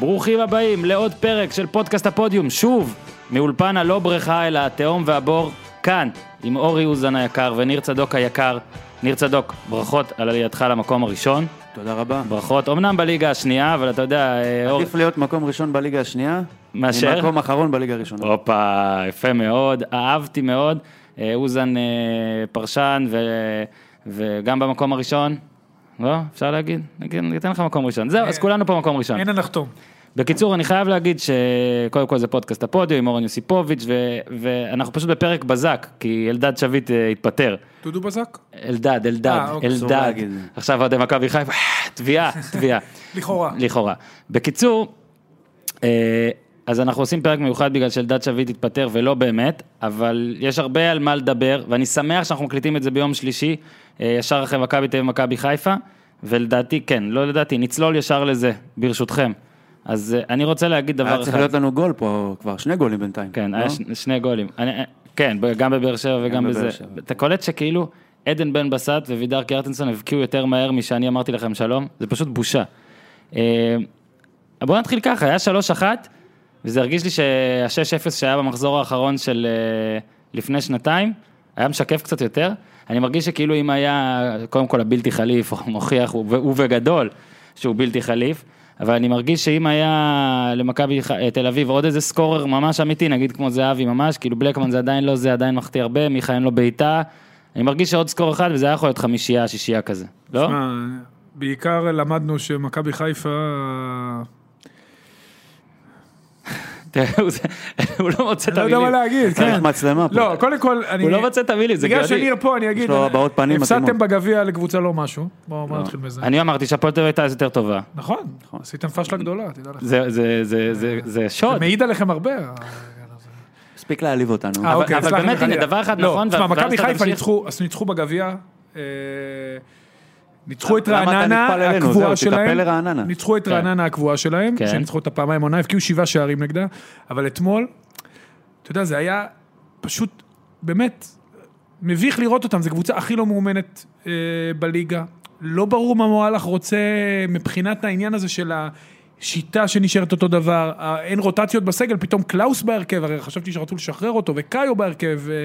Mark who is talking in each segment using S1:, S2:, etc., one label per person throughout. S1: ברוכים הבאים לעוד פרק של פודקאסט הפודיום, שוב, מאולפן הלא בריכה אלא התהום והבור, כאן, עם אורי אוזן היקר וניר צדוק היקר. ניר צדוק, ברכות על עלייתך למקום הראשון.
S2: תודה רבה.
S1: ברכות, אמנם בליגה השנייה, אבל אתה יודע, אה, אור...
S2: עדיף להיות מקום ראשון בליגה השנייה,
S1: מאשר?
S2: ממקום אחרון בליגה הראשונה.
S1: הופה, יפה מאוד, אהבתי מאוד. אה, אוזן אה, פרשן ו... וגם במקום הראשון. לא? אפשר להגיד? נגיד, ניתן לך מקום ראשון. זהו, אז כולנו פה מקום ראשון.
S3: הנה נחתום.
S1: בקיצור, אני חייב להגיד שקודם כל זה פודקאסט הפודיו עם אורן יוסיפוביץ', ו- ואנחנו פשוט בפרק בזק, כי אלדד שביט אה, התפטר.
S3: דודו בזק?
S1: אלדד, אלדד,
S3: אה, אוקיי,
S2: אסור
S1: אלדד.
S2: להגיד.
S1: עכשיו אוהדי מכבי חיפה, תביעה, תביעה.
S3: לכאורה.
S1: נכון. לכאורה. בקיצור, אה, אז אנחנו עושים פרק מיוחד בגלל שאלדד שביט התפטר ולא באמת, אבל יש הרבה על מה לדבר, ואני שמח שאנחנו מקליטים את זה ביום שלישי, אה, ישר אחרי מכבי תל אביב ומכבי חיפה, ולדעתי, כן, לא לדעתי, נצלול ישר לזה, ברשותכם. אז אה, אני רוצה להגיד דבר
S2: היה
S1: אחד.
S2: צריך להיות לנו גול פה כבר, שני גולים בינתיים.
S1: כן,
S2: לא?
S1: היה שני- שני גולים. אני- כן, ב- גם בבאר שבע וגם
S2: בבאר
S1: בזה.
S2: שבע.
S1: אתה קולט שכאילו עדן בן בסט ווידר קיארטנסון הבקיעו יותר מהר משאני אמרתי לכם שלום, זה פשוט בושה. אה, בוא נתחיל ככה, היה 3-1, וזה הרגיש לי שה-6-0 שהיה במחזור האחרון של אה, לפני שנתיים, היה משקף קצת יותר. אני מרגיש שכאילו אם היה, קודם כל הבלתי חליף, הוא מוכיח, הוא ו- הוא וגדול, שהוא בלתי חליף, אבל אני מרגיש שאם היה למכבי ח- אה, תל אביב עוד איזה סקורר ממש אמיתי, נגיד כמו זהבי ממש, כאילו בלקמן זה עדיין לא זה, עדיין מחטיא הרבה, מיכה אין לו בעיטה, אני מרגיש שעוד סקור אחד וזה היה יכול להיות חמישייה, שישייה כזה, לא?
S3: מה, בעיקר למדנו שמכבי חיפה...
S1: תראה, הוא זה- הוא לא מוצא את
S3: אני לא יודע
S1: המילים.
S3: מה להגיד,
S2: צריך
S3: כן.
S2: מצלמה פה.
S3: לא, קודם כל, אני...
S1: הוא לא מצא את המילים, זה
S3: בגלל
S1: גאוני.
S3: שניר פה, אני אגיד...
S2: לו הבעות פנים
S3: הפסדתם
S2: מתאימות.
S3: בגביע לקבוצה לא משהו. בואו בואו נתחיל מזה.
S1: אני אמרתי שהפועל תל אביב הייתה אז יותר טובה.
S3: נכון, עשיתם פשלה גדולה, תדע לך.
S1: זה, זה, זה, זה, זה שוד.
S3: זה מעיד עליכם הרבה. ה-
S2: מספיק להעליב אותנו.
S3: אה, אוקיי,
S1: אבל
S3: סלח לי,
S1: באמת, הנה,
S3: חלילה.
S1: דבר אחד
S3: לא,
S1: נכון,
S3: תשמע,
S1: ואז- ואז
S3: מכבי
S1: אתה
S3: חיפה
S1: תמשיך.
S3: ניצחו- אז ניצחו בגביע, אה, ניצחו את
S2: למה אתה
S3: רעננה
S2: נטפל אלינו?
S3: הקבועה
S2: זהו, תתקפל
S3: שלהם,
S2: לרעננה.
S3: ניצחו את
S1: כן.
S3: רעננה הקבועה שלהם,
S1: כן.
S3: שניצחו אותה פעמיים עונה, הבקיעו שבעה שערים נגדה, אבל אתמול, אתה יודע, זה היה פשוט, באמת, מביך לראות אותם, זו קבוצה הכי לא מאומנת אה, בליגה. לא ברור מה מועלך רוצה מבחינת העניין הזה של השיטה שנשארת אותו דבר, ה- אין רוטציות בסגל, פתאום קלאוס בהרכב, הרי חשבתי שרצו לשחרר אותו, וקאיו בהרכב, אה,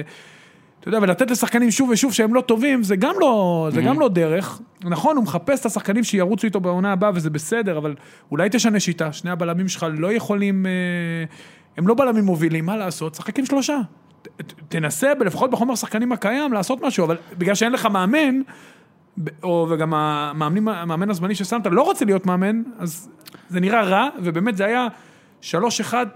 S3: אתה יודע, ולתת לשחקנים שוב ושוב שהם לא טובים, זה גם לא, זה גם לא דרך. נכון, הוא מחפש את השחקנים שירוצו איתו בעונה הבאה, וזה בסדר, אבל אולי תשנה שיטה, שני הבלמים שלך לא יכולים, אה, הם לא בלמים מובילים, מה לעשות? שחק עם שלושה. ת- ת- תנסה, לפחות בחומר השחקנים הקיים, לעשות משהו, אבל בגלל שאין לך מאמן, ב- או, וגם המאמנים, המאמן הזמני ששמת לא רוצה להיות מאמן, אז זה נראה רע, ובאמת זה היה 3-1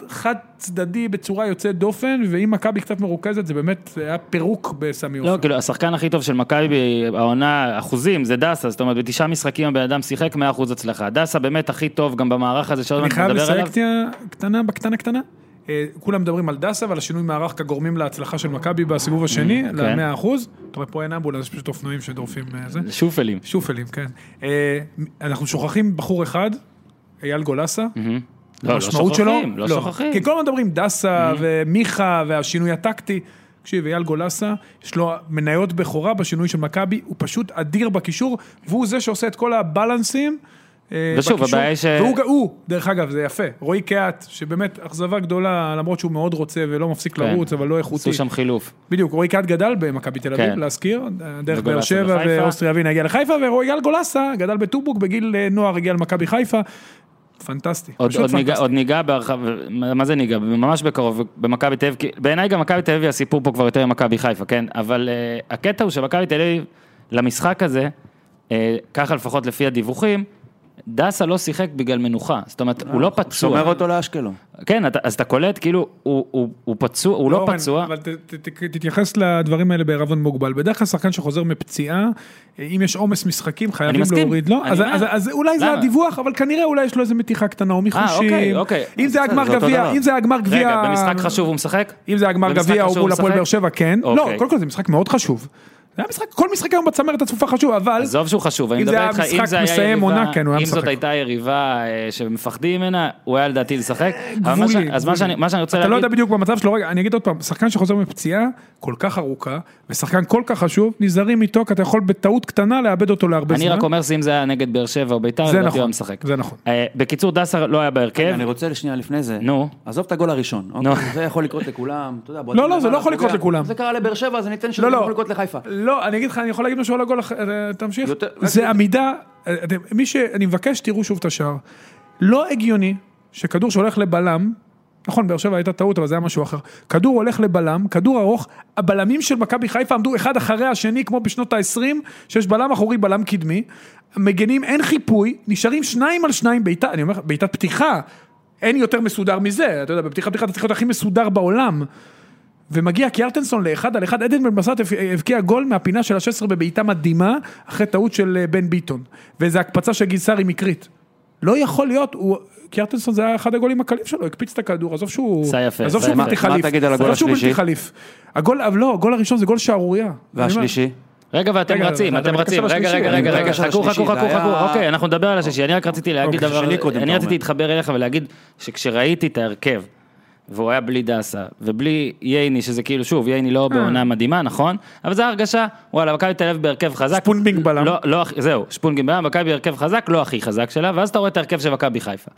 S3: חד צדדי בצורה יוצאת דופן, ואם מכבי קצת מרוכזת, זה באמת זה היה פירוק בסמי עופר.
S1: לא, כאילו, השחקן הכי טוב של מכבי העונה, אחוזים, זה דסה, זאת אומרת, בתשעה משחקים הבן אדם שיחק 100% הצלחה. דסה באמת הכי טוב גם במערך הזה שעוד
S3: אני
S1: מעט
S3: חייב
S1: נדבר עליו.
S3: לסלקציה קטנה, בקטנה קטנה. אה, כולם מדברים על דסה ועל השינוי מערך כגורמים להצלחה של מכבי בסיבוב השני,
S1: כן.
S3: ל-100 אחוז. אתה רואה פה אין אמבולנס, יש פשוט אופנועים שדורפים אה, זה.
S1: שופלים.
S3: שופלים, כן. אה, אנחנו שוכחים בחור אחד, אייל גולסה,
S1: לא, לא
S3: המשמעות שלו,
S1: שוכחים, לא שוכחים. Mm-hmm.
S3: כי כל הזמן מדברים דסה ומיכה והשינוי הטקטי. תקשיב, אייל גולסה, יש לו מניות בכורה בשינוי של מכבי, הוא פשוט אדיר בקישור, והוא זה שעושה את כל הבלנסים. אה,
S1: ושוב,
S3: בקישור.
S1: הבעיה היא ש-
S3: והוא, ג- הוא, דרך אגב, זה יפה, רועי קהת, שבאמת אכזבה גדולה, למרות שהוא מאוד רוצה ולא מפסיק לרוץ, אבל לא איכותי.
S1: כן. עשו שם חילוף.
S3: בדיוק, רועי קאט גדל במכבי תל אביב,
S1: כן. להזכיר,
S3: להזכיר, דרך
S1: וגולסה
S3: באר שבע
S1: בחיפה.
S3: ואוסטריה ווינה הגיע לחיפה, ורועי גולסה גדל בטובוק, בגיל אה, נוער הגיע למכבי חיפה. פנטסטי,
S1: עוד,
S3: פשוט
S1: עוד, ניגע,
S3: פנטסטי.
S1: עוד ניגע בהרחבה, מה זה ניגע? ממש בקרוב, במכבי תל אביב, כי בעיניי גם מכבי תל אביב, הסיפור פה כבר יותר ממכבי חיפה, כן? אבל uh, הקטע הוא שמכבי תל אביב, למשחק הזה, uh, ככה לפחות לפי הדיווחים, דסה לא שיחק בגלל מנוחה, זאת אומרת, הוא
S3: אה,
S1: לא פצוע.
S2: שומר אותו לאשקלון.
S1: כן, אתה, אז אתה קולט, כאילו, הוא, הוא, הוא פצוע, הוא לא,
S3: אורן,
S1: פצוע.
S3: אבל ת- ת- ת- תתייחס לדברים האלה בערבון מוגבל. בדרך כלל שחקן שחוזר מפציעה, אה, אם יש עומס משחקים, חייבים
S1: מסכים.
S3: להוריד לו.
S1: אני
S3: אז-
S1: אומר.
S3: אז- אז אולי זה
S1: למה?
S3: הדיווח, אבל כנראה אולי יש לו איזה מתיחה קטנה או
S1: אוקיי,
S3: מחושים.
S1: אוקיי.
S3: אם זה היה
S2: בסדר,
S3: גמר
S2: זה אותו
S3: גביע,
S2: דבר.
S3: אם זה היה גמר גביע...
S1: רגע, במשחק חשוב הוא משחק?
S3: אם זה היה גמר
S1: במשחק
S3: גביע או
S1: חשוב
S3: מול
S1: הוא
S3: הפועל
S1: משחק?
S3: באר שבע, כן.
S1: אוקיי.
S3: לא, קודם כל זה משחק מאוד חשוב. זה היה משחק, כל משחק היום בצמרת הצפופה חשוב, אבל...
S1: עזוב שהוא חשוב, אני
S3: אם זה
S1: מדבר
S3: היה
S1: איתך, אם
S3: משחק
S1: זה היה
S3: מסיים
S1: יריבה,
S3: עונה, כן, הוא היה
S1: אם זאת
S3: משחק.
S1: הייתה יריבה אה, שמפחדים ממנה, הוא היה לדעתי לשחק. אבל מה
S3: גבולי,
S1: שאני- אז מה
S3: גבולי.
S1: שאני מה שאני רוצה
S3: אתה לא
S1: להגיד,
S3: יודע בדיוק במצב שלו, רגע, אני אגיד עוד פעם, שחקן שחוזר מפציעה כל כך ארוכה, ושחקן כל כך חשוב, נזהרים איתו, כי אתה יכול בטעות קטנה לאבד אותו להרבה זמן.
S1: אני רק אומר שאם זה היה נגד באר שבע או ביתר,
S3: זה
S1: לדעתי הוא היה
S3: נכון,
S1: משחק.
S3: זה נכון.
S1: אה, בקיצור, דסה לא היה בהרכב.
S3: כן.
S2: אני רוצה שנייה לפני זה.
S1: נו.
S2: עזוב את הגול הראשון.
S1: נו.
S2: אוקיי, זה יכול לקרות לכולם. אתה יודע, בועטים
S3: לא, לא, זה
S2: למעלה,
S3: לא יכול לקרות
S2: פוגע.
S3: לכולם.
S2: זה קרה לבאר שבע, אז אני אתן שזה
S3: לא, לא.
S2: יכול לקרות לחיפה.
S3: לא, אני אגיד לך, אני יכול להגיד משהו על הגול, אח- אה, תמשיך.
S2: יותר-
S3: זה עמידה, אה, אתם- מי ש... אני מבקש, תראו שוב את השער. לא הגיוני שכדור שהולך לבלם, נכון, באר שבע הייתה טעות, אבל זה היה משהו אחר. כדור הולך לבלם, כדור ארוך, הבלמים של מכבי חיפה עמדו אחד אחרי השני, כמו בשנות ה-20, שיש בלם אחורי, בלם קדמי. מגנים, אין חיפוי, נשארים שניים על שניים בעיטה, אני אומר לך, בעיטת פתיחה. אין יותר מסודר מזה, אתה יודע, בפתיחה פתיחה אתה צריך להיות הכי מסודר בעולם. ומגיע קיארטנסון לאחד על אחד, עדן בן בסט הבק- הבקיע גול מהפינה של ה-16 בבעיטה מדהימה, אחרי טעות של אה, בן ביטון. ואיזו הקפצה של גיסר היא מקרית. לא יכול להיות, הוא... קיארטנסון זה היה אחד הגולים הקלים שלו, הקפיץ את הכדור, עזוב שהוא...
S1: זה יפה,
S3: עזוב
S1: זה
S3: שהוא
S1: יפה.
S3: בלתי
S2: מה
S3: חליף.
S2: תגיד על הגול
S3: עזוב שהוא בלתי
S2: השלישי?
S3: חליף. הגול, אבל לא, הגול הראשון זה גול שערורייה.
S2: והשלישי?
S1: רגע, ואתם
S3: רגע,
S1: רצים,
S3: אבל
S1: אתם
S3: אני
S1: רצים.
S3: בקשר
S1: רגע,
S3: לשלישי.
S1: רגע, רגע,
S2: אני
S1: רגע,
S2: בקשר
S1: חכו,
S2: לשלישי,
S1: חכו,
S2: זה
S1: חכו,
S2: היה-
S1: חכו. אוקיי, אנחנו נדבר על השלישי. אני רק רציתי להגיד
S3: אוקיי,
S1: דבר,
S2: שני קודם,
S1: אני
S2: אתה
S1: רציתי
S2: אומר.
S1: להתחבר אליך ולהגיד שכשראיתי את ההרכב, והוא היה בלי דסה, ובלי ייני, שזה כאילו, שוב, ייני
S3: אה.
S1: לא בעונה מדהימה, נכון? אבל זו הרגשה, וואלה, מכבי תל אביב בהרכב חזק.
S3: שפונבינג בלם.
S1: לא, לא, הכי- זהו, שפונגים בלם, מכבי הרכב חזק, לא הכי חזק שלה, ואז אתה רואה את ההרכב של מכבי חיפה.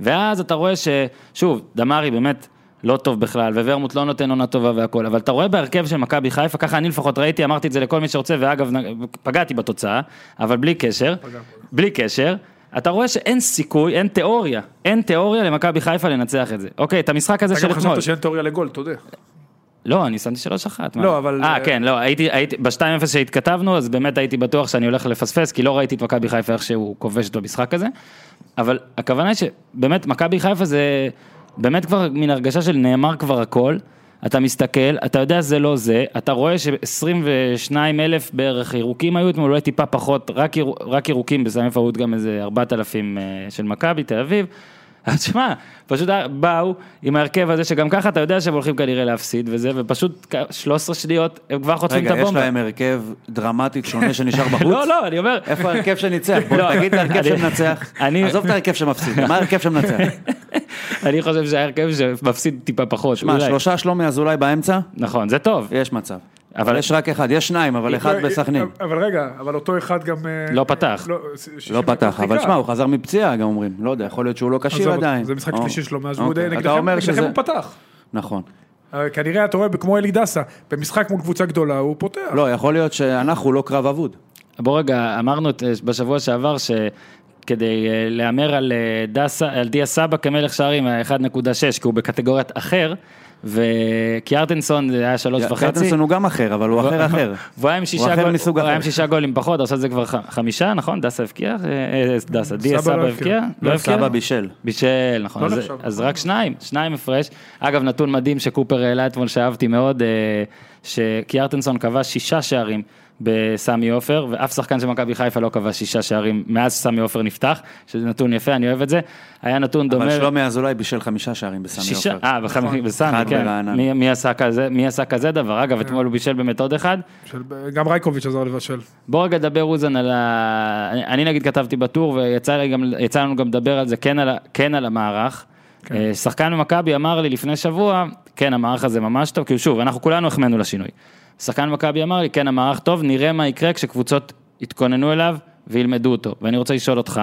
S1: ואז אתה רואה ששוב, דמארי באמת לא טוב בכלל, וורמוט לא נותן עונה טובה והכול, אבל אתה רואה בהרכב של מכבי חיפה, ככה אני לפחות ראיתי, אמרתי את זה לכל מי שרוצה, ואגב, נ- פגעתי בתוצאה, אבל בלי קשר, בלי קשר. אתה רואה שאין סיכוי, אין תיאוריה, אין תיאוריה למכבי חיפה לנצח את זה. אוקיי, את המשחק הזה
S3: אתה
S1: של
S3: גם
S1: אתמול.
S3: חשבת שאין תיאוריה לגול, אתה יודע.
S1: לא, אני שמתי שלוש אחת.
S3: לא, אבל-
S1: אה, כן, לא, הייתי, הייתי, ב-2-0 שהתכתבנו, אז באמת הייתי בטוח שאני הולך לפספס, כי לא ראיתי את מכבי חיפה איך שהוא כובש את המשחק הזה. אבל הכוונה היא שבאמת, מכבי חיפה זה באמת כבר מין הרגשה של נאמר כבר הכל. אתה מסתכל, אתה יודע זה לא זה, אתה רואה ש-22 אלף בערך ירוקים היו אתמול, אולי טיפה פחות, רק, יר, רק ירוקים, בסמי פרעות גם איזה 4,000 אה, של מכבי, תל אביב. אז שמע, פשוט באו עם ההרכב הזה, שגם ככה אתה יודע שהם הולכים כנראה להפסיד וזה, ופשוט כ- 13 שניות, הם כבר חוטפים את
S2: רגע,
S1: הבומבה.
S2: יש להם הרכב דרמטית שונה שנשאר בחוץ?
S1: לא, לא, אני אומר,
S2: איפה ההרכב שניצח? בוא
S1: לא,
S2: תגיד את ההרכב
S1: אני-
S2: שמנצח.
S1: אני-
S2: עזוב את ההרכב שמפסיד, מה ההרכב שמנצח?
S1: אני חושב שההרכב שמפסיד טיפה פחות,
S2: מה,
S1: אולי.
S2: שלושה שלומי אזולאי באמצע?
S1: נכון, זה טוב.
S2: יש מצב.
S1: אבל-
S2: אבל יש רק אחד, יש שניים, אבל אחד בסכנין.
S3: אה, אבל רגע, אבל אותו אחד גם... אה,
S1: לא פתח.
S3: לא, ש- שישים
S2: לא
S3: דקות
S2: פתח, אבל
S3: בדיקה.
S2: שמע, הוא חזר מפציעה גם אומרים. לא יודע, יכול להיות שהוא לא
S3: עזוב
S2: כשיר
S3: אותו,
S2: עדיין.
S3: זה משחק
S2: או.
S3: שלישי שלו מאז שהוא...
S2: אוקיי,
S3: די-
S2: אתה
S3: נגדכם
S2: אומר
S3: נגדכם
S2: שזה-
S3: הוא פתח.
S2: נכון.
S3: אה, כנראה אתה רואה כמו אלי דסה, במשחק מול קבוצה גדולה הוא פותח.
S2: לא, יכול להיות שאנחנו לא קרב אבוד.
S1: בוא רגע, אמרנו את- אה, בשבוע שעבר שכדי אה, להמר על אה, דסה, על דיה סבא כמלך שערים אה, ה-1.6, כי הוא בקטגוריית אחר, וקיארטנסון זה היה שלוש וחצי.
S2: קרטנסון הוא גם אחר, אבל הוא אחר אחר.
S1: והוא היה עם שישה
S2: אחר
S1: גול-
S2: מסוג
S1: הוא היה עם
S2: אחר.
S1: שישה גולים פחות, עכשיו זה כבר ח- חמישה, נכון? דסה הבקיע? אה, אה, דסה, דיה
S3: סבא לא
S1: סבא
S3: הבקיע.
S1: הבקיע? לא הבקיע?
S2: סבא בישל.
S1: בישל, נכון.
S3: לא
S1: אז,
S3: נחשב,
S1: אז
S3: נכון.
S1: רק שניים, שניים הפרש. אגב, נתון מדהים שקופר העלה אתמול, שאהבתי מאוד, אה, שקיארטנסון כבש שישה שערים בסמי עופר, ואף שחקן של מכבי חיפה לא כבש שישה שערים מאז סמי עופר נפתח, שזה נתון יפה, אני אוהב את זה. היה נתון דומה...
S2: אבל שלומי אזולאי בישל חמישה שערים בסמי
S1: שישה,
S2: עופר.
S1: אה, בחמ- בסמי,
S2: אחד
S1: כן.
S2: ברעננה.
S1: מי- מי עשה כזה- מי עשה כזה דבר? אגב, אתמול הוא בישל באמת עוד אחד.
S3: של- גם רייקוביץ' עזר לבשל.
S1: בוא רגע נדבר אוזן על ה... אני- אני נגיד כתבתי בטור ויצא לי גם- יצא לנו גם לדבר על זה, כן על, ה- כן על המערך.
S3: כן.
S1: אה, שחקן ממכבי אמר לי לפני שבוע, כן המערך הזה ממש טוב, כאילו שוב, אנחנו כולנו החמאנו לשינוי. שחקן מכבי אמר לי, כן המערך טוב, נראה מה יקרה כשקבוצות יתכוננו אליו וילמדו אותו. ואני רוצה לשאול אותך,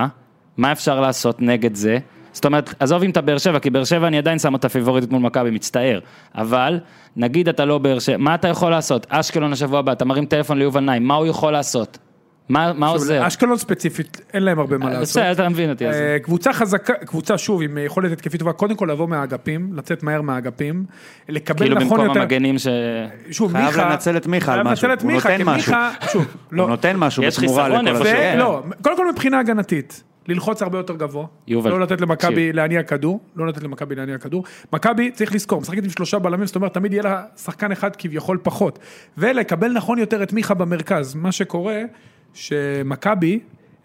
S1: מה אפשר לעשות נגד זה? זאת אומרת, עזוב אם אתה באר שבע, כי באר שבע אני עדיין שם אותה פיבוריטית מול מכבי, מצטער. אבל, נגיד אתה לא באר שבע, מה אתה יכול לעשות? אשקלון השבוע הבא, אתה מרים טלפון ליובל נעים, מה הוא יכול לעשות? מה, מה עוזר? אה,
S3: אשקלון ספציפית, אין להם הרבה
S2: אה,
S3: מה לעשות.
S1: בסדר, אתה מבין אותי. אז-
S3: אה, קבוצה חזקה, קבוצה שוב עם יכולת התקפית טובה, קודם כל לבוא מהאגפים, לצאת מהר מהאגפים, לקבל
S1: כאילו
S3: נכון
S1: במקום
S3: יותר,
S1: המגנים ש...
S3: שוב
S2: חייב
S3: מיכה,
S2: לנצל את מיכה על
S3: חייב
S2: משהו.
S3: לנצל את
S2: הוא
S3: מיכה,
S2: נותן
S3: כי
S2: משהו.
S3: מיכה, שוב, לא,
S2: הוא נותן משהו
S1: יש
S2: בתמורה
S1: חיסרון איפה
S2: לכל
S1: ש-
S2: השאר.
S3: זה,
S1: כן.
S3: לא, קודם כל מבחינה הגנתית, ללחוץ הרבה יותר גבוה,
S1: יובל,
S3: לא לתת למכבי
S1: תקשיב.
S3: להניע כדור, לא לתת למכבי להניע כדור, מכבי צריך לזכור, משחקת עם שלושה בלמים, זאת אומרת תמיד יהיה לה שחקן אחד כביכול פחות, ולקבל נכון יותר את מיכה במרכז, מה שקורה, שמכבי,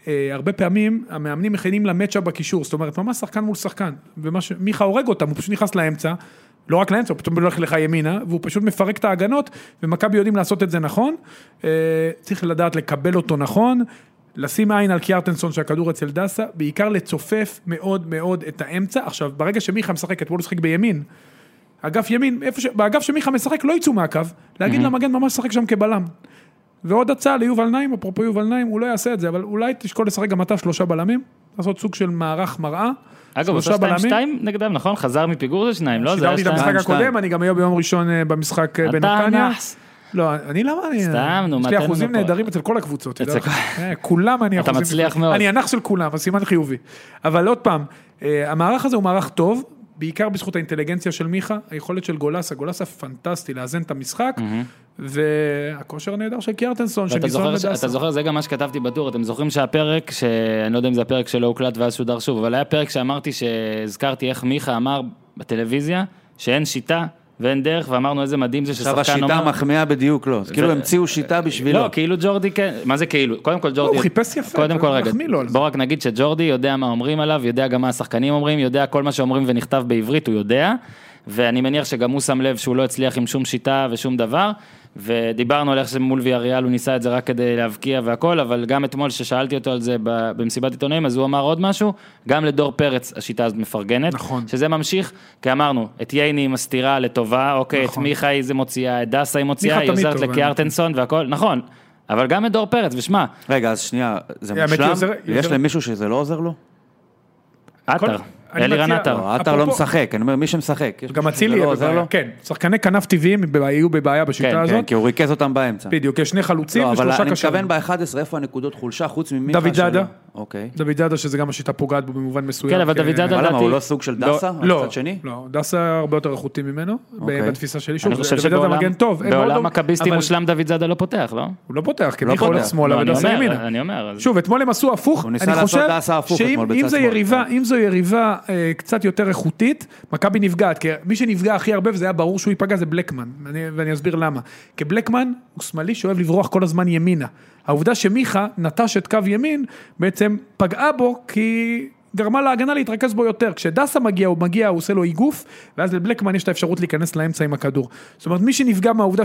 S3: אה, הרבה פעמים המאמנים מכינים למצ'אפ בקישור, זאת אומרת, ממש שחקן מול שחקן. ומיכה הורג אותם, הוא פשוט נכנס לאמצע, לא רק לאמצע, הוא פתאום הולך לך ימינה, והוא פשוט מפרק את ההגנות, ומכבי יודעים לעשות את זה נכון. אה, צריך לדעת לקבל אותו נכון, לשים עין על קיארטנסון שהכדור אצל דסה, בעיקר לצופף מאוד מאוד את האמצע. עכשיו, ברגע שמיכה משחק, אתמול הוא שיחק בימין, אגף ימין, איפה ש... באגף שמיכה משחק לא יצאו מהקו, להגיד למגן ממש לשחק שם כבלם. ועוד הצעה ליובל נעים, אפרופו יובל נעים, הוא לא יעשה את זה, אבל אולי תשקול לשחק גם אתה שלושה בלמים, לעשות סוג של מערך מראה.
S1: אגב, הוא
S3: שלושה
S1: עשה
S3: בלמים.
S1: 2-2 נגדם, נכון? חזר מפיגור זה שניים, לא? זה היה
S3: שידרתי את המשחק
S1: שתיים.
S2: שתיים.
S3: הקודם, אני גם היום ביום ראשון אה, במשחק אה,
S1: אתה
S3: בנתניה.
S1: נאחס.
S3: לא, אני למה אני...
S1: סתם, נו,
S3: יש
S1: מתן
S3: לי אחוזים
S1: נופל.
S3: נהדרים אצל כל הקבוצות, אתה יודע.
S1: אצל כל-
S3: אה, כולם אני
S1: אתה
S3: אחוזים...
S1: מצליח מאוד.
S3: אני הנח של כולם, אז סימן חיובי. אבל עוד פעם, אה, המערך הזה הוא מערך טוב, בעיקר בזכות האינטליגנציה של מיכה, היכולת של גולסה, גולסה פנטסטי לאזן את המשחק, והכושר הנהדר של קיארטנסון,
S1: ואתה
S3: שניסון
S1: זוכר, ש-
S3: לדסה.
S1: אתה זוכר, זה גם מה שכתבתי בטור, אתם זוכרים שהפרק, שאני לא יודע אם זה הפרק שלא הוקלט ואז שודר שוב, אבל היה פרק שאמרתי, שהזכרתי איך מיכה אמר בטלוויזיה, שאין שיטה ואין דרך, ואמרנו איזה מדהים זה
S2: עכשיו
S1: ששחקן
S2: השיטה
S1: אומר...
S2: מחמיאה בדיוק לא, אז כאילו המציאו שיטה בשבילו.
S1: לא, כאילו ג'ורדי כן, מה זה כאילו? קודם כל ג'ורדי...
S3: הוא חיפש יפה,
S1: קודם כל רגע,
S3: נחמיא לו על זה.
S1: בוא רק נגיד שג'ורדי יודע מה אומרים עליו, יודע גם מה השחקנים אומרים, יודע כל מה שאומרים ונכתב בעברית, הוא יודע, ואני מניח שגם הוא שם לב שהוא לא הצליח עם שום שיטה ושום דבר, ודיברנו על איך שמול ויאריאל הוא ניסה את זה רק כדי להבקיע והכל, אבל גם אתמול ששאלתי אותו על זה ב- במסיבת עיתונאים, אז הוא אמר עוד משהו, גם לדור פרץ השיטה הזאת מפרגנת,
S3: נכון.
S1: שזה ממשיך, כי אמרנו, את ייני היא מסתירה לטובה, אוקיי, את
S3: נכון.
S1: מיכה היא זה מוציאה, את דסה היא מוציאה,
S3: מיכה
S1: היא
S3: תמיד
S1: עוזרת
S3: טוב,
S1: לקיארטנסון והכל, נכון. אבל גם את דור פרץ, ושמע,
S2: רגע, אז שנייה, זה
S3: האמת,
S2: מושלם?
S3: יוזר-
S2: יש
S3: יוזר-
S2: למישהו שזה לא עוזר לו?
S1: עטר,
S3: אני
S1: אלירן
S3: מציע-
S1: עטר.
S3: לא,
S2: לא, עטר לא
S3: אפרופו-
S2: משחק, אני אומר, מי שמשחק. יש
S3: גם
S2: מישהו שזה
S3: אצילי
S2: לא
S3: יהיה
S2: עוזר לו?
S3: בבעיה, כן, שחקני כנף טבעיים בבע- יהיו בבעיה
S1: כן,
S3: בשיטה
S1: כן,
S2: כן,
S3: הזאת,
S2: כי הוא ריכז אותם באמצע.
S3: בדיוק, יש שני חלוצים
S2: לא, אבל
S3: ושלושה
S2: אני
S3: קשרים.
S2: מתכוון ב-11, איפה הנקודות חולשה, חוץ ממיכה
S3: דוד
S2: שלו?
S3: זאדה.
S2: אוקיי.
S3: דוד זאדה, שזה גם השיטה פוגעת בו במובן מסוים.
S1: כן, אבל
S3: כי-
S1: דוד זאדה-
S2: אבל למה,
S1: לדעתי-
S2: הוא לא סוג של דסה?
S3: לא,
S2: מצד שני?
S3: לא, דסה הרבה יותר איכותי ממנו,
S2: אוקיי.
S3: בתפיסה שלי, שוב,
S1: אני חושב
S3: דוד זאדה
S1: שבעולם
S3: מגן טוב, הם מאוד
S1: בעולם
S3: דומ-
S1: הקביסטי
S3: אבל
S1: מושלם דוד זאדה לא פותח, לא?
S3: הוא לא פותח, כי
S2: לא
S3: מיכה הולך
S2: פותח.
S3: שמאלה
S1: לא, אני
S3: ודסה
S1: אומר,
S3: ימינה.
S1: אני אומר. אז-
S3: שוב, אתמול הם עשו הפוך,
S2: הוא ניסה
S3: אני
S2: לעשות
S3: חושב
S2: דסה הפוך
S3: שאם
S2: אתמול,
S3: אם
S2: בצד
S3: זה
S2: שמאל.
S3: יריבה, אם זו יריבה אה, קצת יותר איכותית, מכבי נפגעת, כי מי שנפגע הכי הרבה, וזה היה ברור שהוא ייפגע, זה בלקמן, אני- ואני אסביר למה. כי בלקמן הוא שמאלי שאוהב לברוח כל הזמן ימינה. העובדה שמיכה נטש את קו ימין, בעצם פגעה בו, כי... גרמה להגנה להתרכז בו יותר, כשדסה מגיע, הוא מגיע, הוא עושה לו איגוף, ואז לבלקמן יש את האפשרות להיכנס לאמצע עם הכדור. זאת אומרת, מי שנפגע מהעובדה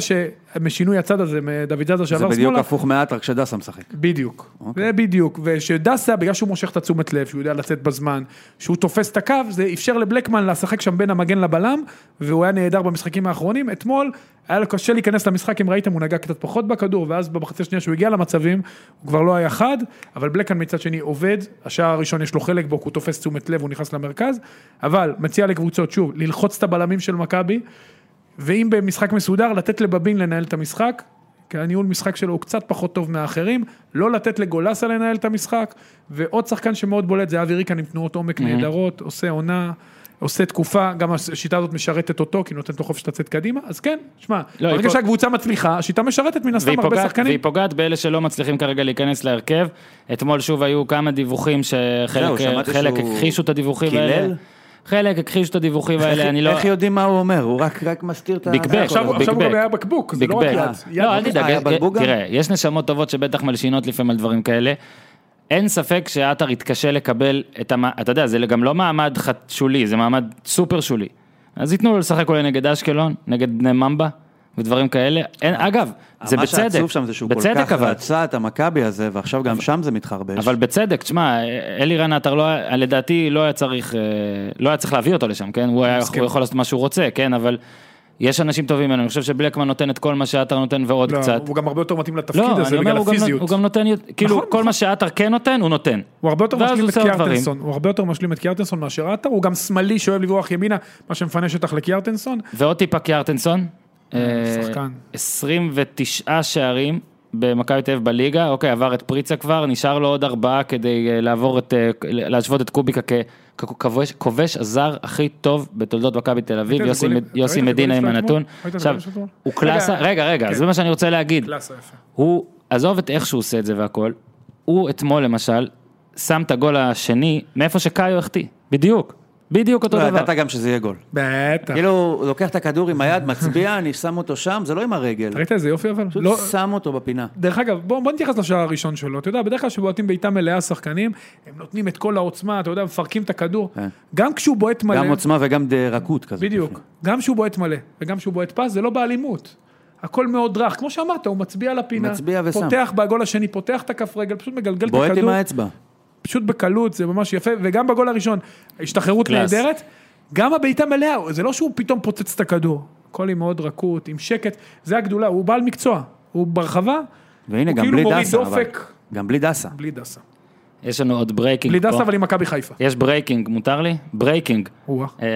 S3: שמשינוי הצד הזה, מדוד זאדה שעבר
S2: זה
S3: לא, שמאלה,
S2: בדיוק הפוך מעט, רק שדסה משחק.
S3: בדיוק, זה בדיוק, ושדסה, בגלל שהוא מושך את התשומת לב, שהוא יודע לצאת בזמן, שהוא תופס את הקו, זה אפשר לבלקמן לשחק שם בין המגן לבלם, והוא היה נהדר במשחקים האחרונים. אתמול היה לו קשה להיכנס למשחק, אם ראיתם, הוא נגע קצת פחות בכדור, ואז במחצית השנייה שהוא הגיע למצבים, הוא כבר לא היה חד, אבל בלקמן מצד שני עובד, השער הראשון יש לו חלק בו, כי הוא תופס תשומת לב, הוא נכנס למרכז, אבל מציע לקבוצות, שוב, ללחוץ את הבלמים של מכבי, ואם במשחק מסודר, לתת לבבין לנהל את המשחק, כי הניהול משחק שלו הוא קצת פחות טוב מהאחרים, לא לתת לגולסה לנהל את המשחק, ועוד שחקן שמאוד בולט זה אבי ריקן עם תנועות עומק נהדרות, עושה עונה. עושה תקופה, גם השיטה הזאת משרתת אותו, כי נותנת לו חופש לצאת קדימה, אז כן, שמע,
S1: לא, היא
S3: ברגע
S1: פה-
S3: שהקבוצה מצליחה, השיטה משרתת מן
S1: והיא
S3: הסתם הרבה
S1: פוגעת, והיא
S3: שחקנים.
S1: פוגעת באלה שלא מצליחים כרגע להיכנס להרכב. אתמול שוב היו כמה דיווחים
S2: זהו,
S1: שחלק
S2: שמעתי
S1: חלק
S2: שהוא
S1: הכחישו את הדיווחים
S2: קילל?
S1: האלה. חלק הכחישו את הדיווחים האלה, אני לא...
S2: איך יודעים מה הוא אומר? הוא רק רק מסתיר את ה...
S1: ביג בק,
S3: עכשיו הוא-
S1: ביג
S3: עכשיו הוא
S1: בק.
S3: גם היה בקבוק, זה
S1: ביג
S3: לא רק
S1: בק.
S3: יד. יד
S1: לא, אל
S2: בקבוק.
S1: תדאג,
S2: אה,
S1: יש-
S2: בקבוק גם?
S1: תראה, יש נשמות טובות שבטח מלשינות לפעמים על דברים כאלה. אין ספק שעטר יתקשה לקבל את המ... אתה יודע, זה גם לא מעמד חת- שולי, זה מעמד סופר שולי. אז ייתנו לו לשחק אולי נגד אשקלון, נגד בני ממבה ודברים כאלה. אין, אגב, זה בצדק.
S2: מה שעצוב שם זה שהוא כל
S1: בצדק
S2: כך
S1: אבל.
S2: רצה את המכבי הזה, ועכשיו גם שם זה מתחרבש.
S1: אבל בצדק, תשמע, אלירן עטר לא, היה- לדעתי לא היה צריך, אה, לא היה צריך להביא אותו לשם, כן? הוא, היה,
S3: מסכים.
S1: הוא יכול לעשות מה שהוא רוצה, כן? אבל יש אנשים טובים ממנו, אני חושב שבלקמן נותן את כל מה שעטר נותן ועוד
S3: לא,
S1: קצת.
S3: הוא גם הרבה יותר מתאים לתפקיד
S1: לא,
S3: הזה,
S1: אני אומר,
S3: בגלל
S1: הוא גם, נות-
S3: הפיזיות.
S1: הוא גם נותן, יות- כאילו,
S3: נכון,
S1: כל
S3: נכון.
S1: מה שעטר כן נותן, הוא נותן.
S3: הוא הרבה יותר
S1: ואז
S3: משלים
S1: הוא
S3: את
S1: עושה עוד דברים.
S3: קיארטנסון, הוא הרבה יותר משלים את קיארטנסון מאשר עטר, הוא גם שמאלי שאוהב לברוח ימינה, מה שמפנה שטח לקיארטנסון.
S1: ועוד טיפה קיארטנסון. אה,
S3: שחקן.
S1: 29 שערים במכבי תל אביב בליגה, אוקיי, עבר את פריצה כבר, נשאר לו עוד ארבעה כדי אה, לעבור את, אה, להשוות את קוביקה כ- ככובש כובש הזר הכי טוב בתולדות מכבי תל אביב,
S3: ראית את
S1: יוסי
S3: הגולים?
S1: מד- יוסי
S3: ראית את
S1: מדינה עם
S3: הגולים שלו
S1: הנתון.
S3: אתמול? ראית את
S1: עכשיו,
S3: הגולים שלו אתמול?
S1: הוא קלאסה,
S3: רגע,
S1: רגע, רגע,
S3: כן.
S1: זה מה שאני רוצה להגיד.
S3: קלאסה יפה.
S1: הוא, עזוב את איך שהוא עושה את זה והכל, הוא אתמול למשל, שם את הגול השני מאיפה שקאיו החטיא, בדיוק. בדיוק אותו
S2: לא,
S1: דבר.
S2: ידעת גם שזה יהיה גול.
S3: בטח.
S2: כאילו, הוא לוקח את הכדור עם היד, מצביע, אני שם אותו שם, זה לא עם הרגל.
S3: ראית איזה יופי אבל?
S2: פשוט
S3: לא-
S2: שם אותו בפינה.
S3: דרך אגב, בוא, בוא נתייחס לשער הראשון שלו. אתה יודע, בדרך כלל כשבועטים בעיטה מלאה שחקנים, הם נותנים את כל העוצמה, אתה יודע, מפרקים את הכדור.
S2: כן.
S3: גם כשהוא בועט מלא,
S2: גם עוצמה וגם די רכות כזה.
S3: בדיוק, גם כשהוא בועט מלא וגם כשהוא בועט פס, זה לא באלימות. הכל מאוד רך. כמו שאמרת, הוא מצביע לפינה.
S2: מצביע ושם.
S3: פותח בעגול השני, פותח את הכף רגל, פשוט מגלגל את הכדור.
S2: בועט עם האצבע.
S3: פשוט בקלות, זה ממש יפה, וגם בגול הראשון, השתחררות
S1: קלאס.
S3: נהדרת, גם הבעיטה מלאה, זה לא שהוא פתאום פוצץ את הכדור, הכל עם מאוד רכות, עם שקט, זה הגדולה, הוא בעל מקצוע, הוא ברחבה,
S2: והנה,
S3: הוא
S2: גם
S3: כאילו
S2: בלי
S3: מוריד
S2: דסה. אבל-
S3: דופק.
S2: גם בלי דסה.
S3: בלי דסה.
S1: יש לנו עוד ברייקינג
S3: בלי
S1: פה.
S3: דסה אבל עם מכבי חיפה.
S1: יש ברייקינג, מותר לי? ברייקינג.
S3: או-אה.
S1: אה,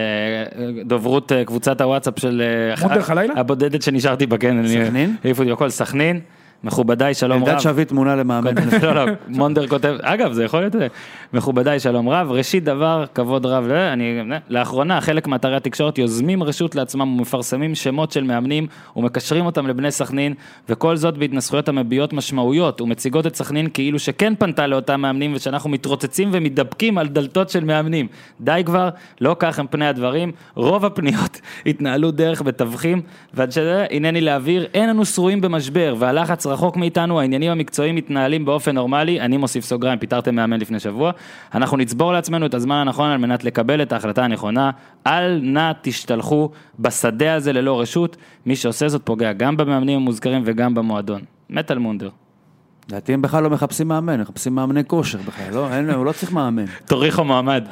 S1: דוברות אה, קבוצת הוואטסאפ של... אה,
S3: עוד דרך הלילה?
S1: הבודדת שנשארתי בקן. אני-
S2: סכנין?
S1: העיפו אותי בכל סכנין. מכובדיי, שלום
S2: אלדד
S1: רב.
S2: שביט מונה למאמן.
S1: לא, לא, מונדר כותב, אגב, זה יכול להיות, אה, מכובדיי, שלום רב, ראשית דבר, כבוד רב, לא, אני, לאחרונה חלק מאתרי התקשורת יוזמים רשות לעצמם ומפרסמים שמות של מאמנים ומקשרים אותם לבני סכנין, וכל זאת בהתנסחויות המביעות משמעויות ומציגות את סכנין כאילו שכן פנתה לאותם מאמנים ושאנחנו מתרוצצים ומתדפקים על דלתות של מאמנים. די כבר, לא כך הם פני הדברים, רוב הפניות התנהלו דרך בתווכים, ועד שזה, הנני להבהיר, אין אנו שרויים במשבר, והלחץ רחוק מאיתנו, העניינים המקצועיים מתנהלים באופן נורמלי, אני מוסיף סוגריים, פיטרתם מאמן לפני שבוע, אנחנו נצבור לעצמנו את הזמן הנכון על מנת לקבל את ההחלטה הנכונה, אל נא תשתלחו בשדה הזה ללא רשות, מי שעושה זאת פוגע גם במאמנים המוזכרים וגם במועדון. מת על מונדר.
S2: לדעתי הם בכלל לא מחפשים מאמן, מחפשים מאמני כושר בכלל, לא, אין, הוא לא צריך מאמן.
S1: תוריכו מועמד.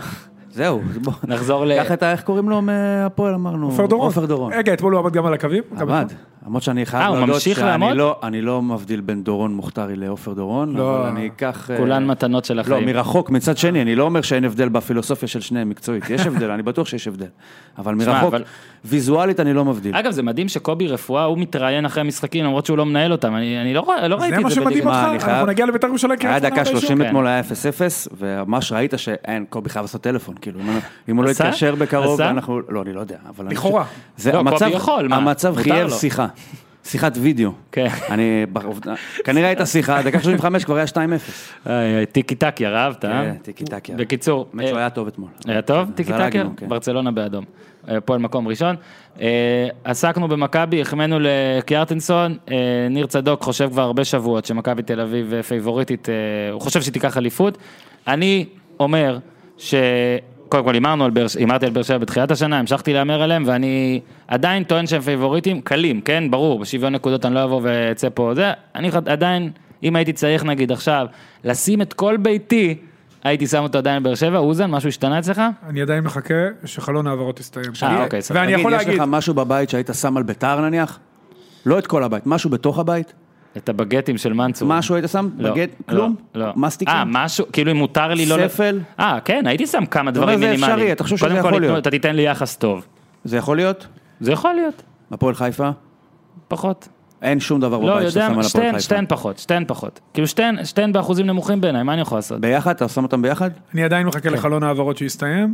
S2: זהו, אז בוא.
S1: נחזור ל-
S2: קח את ה... איך קוראים לו מהפועל אמרנו?
S3: עופר דורון. אה,
S2: עופר דורון.
S3: רגע, אתמול הוא עמד גם על הקווים? הוא גם
S2: עמד.
S3: יכול?
S2: למרות שאני
S1: אה,
S2: חייב
S1: הוא
S2: להודות
S1: ממשיך
S2: שאני
S1: לעמוד?
S2: לא, אני לא מבדיל בין דורון מוכתרי לעופר דורון,
S3: לא.
S2: אבל אני אקח... אה,
S1: כולן מתנות של
S2: לא,
S1: החיים.
S2: מרחוק. מצד שני, אני לא אומר שאין הבדל בפילוסופיה של שניהם מקצועית. יש הבדל, אני בטוח שיש הבדל. אבל
S1: שמע,
S2: מרחוק,
S1: אבל-
S2: ויזואלית אני לא מבדיל.
S1: אגב, זה מדהים שקובי רפואה, הוא מתראיין אחרי המשחקים, למרות שהוא לא מנהל אותם, אני אני לא רוא- לא ראיתי
S3: זה
S1: את
S3: מה
S1: זה
S3: שמדהים
S1: בליגה.
S2: מה, אני
S3: אותך,
S2: חייב-
S3: אנחנו נגיע לבית"ר ירושלים.
S2: היה
S3: קריית שמונה
S2: דקה
S3: מתישהו?
S2: 30
S1: כן.
S2: אתמול, היה 0-0, וממש ראית שאין, קובי חייב לעשות טלפון, כאילו, אם- אם הוא לא
S1: עשה?
S2: יתקשר בקרוב,
S1: עשה?
S2: אנחנו, לא, אני לא יודע, אבל... אני
S3: לכאורה.
S2: חושב- זה
S1: לא,
S2: המצב,
S1: קובי יכול, מה?
S2: המצב
S1: מותר
S2: חייב
S1: לו.
S2: שיחה, שיחת וידאו.
S1: כן.
S2: אני, בעובדה- כנראה הייתה שיחה, דקה 35 כבר היה 2-0.
S1: איי, איי, טיקי טקי, אה, אהבת, אה?
S2: כן, טיקי טקי.
S1: בקיצור,
S2: באמת שהוא היה טוב אתמול.
S1: אה, היה טוב,
S2: זה
S1: טיקי
S2: הרג
S1: טקי,
S2: לנו, כן.
S1: ברצלונה באדום. אה, הפועל מקום ראשון. אה, עסקנו במכבי, החמאנו לקיארטנסון, אה, ניר צדוק חושב כבר הרבה שבועות שמכבי תל אביב אה, פייבוריטית, אה, הוא חושב שהיא תיקח אליפות. אני אומר ש... קודם כל הימרנו על באר שבע, הימרתי על באר שבע בתחילת השנה, המשכתי להמר עליהם, ואני עדיין טוען שהם פייבוריטים, קלים, כן, ברור, בשוויון נקודות אני לא אבוא ואצא פה, זה, אני חד- עדיין, אם הייתי צריך נגיד עכשיו, לשים את כל ביתי, הייתי שם אותו עדיין בבאר שבע, אוזן, משהו השתנה אצלך?
S3: אני עדיין מחכה שחלון ההעברות יסתיים.
S1: אה, אוקיי, סבבה.
S3: ואני
S2: תגיד,
S3: יכול
S2: יש
S3: להגיד,
S2: לך משהו בבית שהיית שם על ביתר נניח? לא את כל הבית, משהו בתוך הבית?
S1: את הבגטים של מנצור.
S2: משהו היית שם?
S1: לא,
S2: בגט?
S1: לא,
S2: כלום?
S1: לא.
S2: מסטיקים?
S1: אה, משהו, כאילו אם מותר לי לא... ל-
S2: ספל?
S1: אה, כן, הייתי שם כמה
S2: אומר,
S1: דברים
S2: זה
S1: מינימליים.
S2: אפשרי, אתה חושב שזה יכול
S1: קודם כל,
S2: להיות?
S1: ייתנו- אתה תיתן לי יחס טוב.
S2: זה יכול להיות?
S1: זה יכול להיות,
S2: הפועל חיפה?
S1: פחות.
S2: אין שום דבר
S1: לא,
S2: בבית שאתה
S1: יודע,
S2: שם על הפועל
S1: שתיהן,
S2: חיפה.
S1: שתיהן פחות, שתיהן פחות. כאילו שתיהן, שתיהן באחוזים נמוכים בעיניי, מה אני יכול לעשות?
S2: ביחד? אתה שם אותם ביחד?
S3: אני עדיין מחכה
S2: כן.
S3: לחלון ההעברות שיסתיים,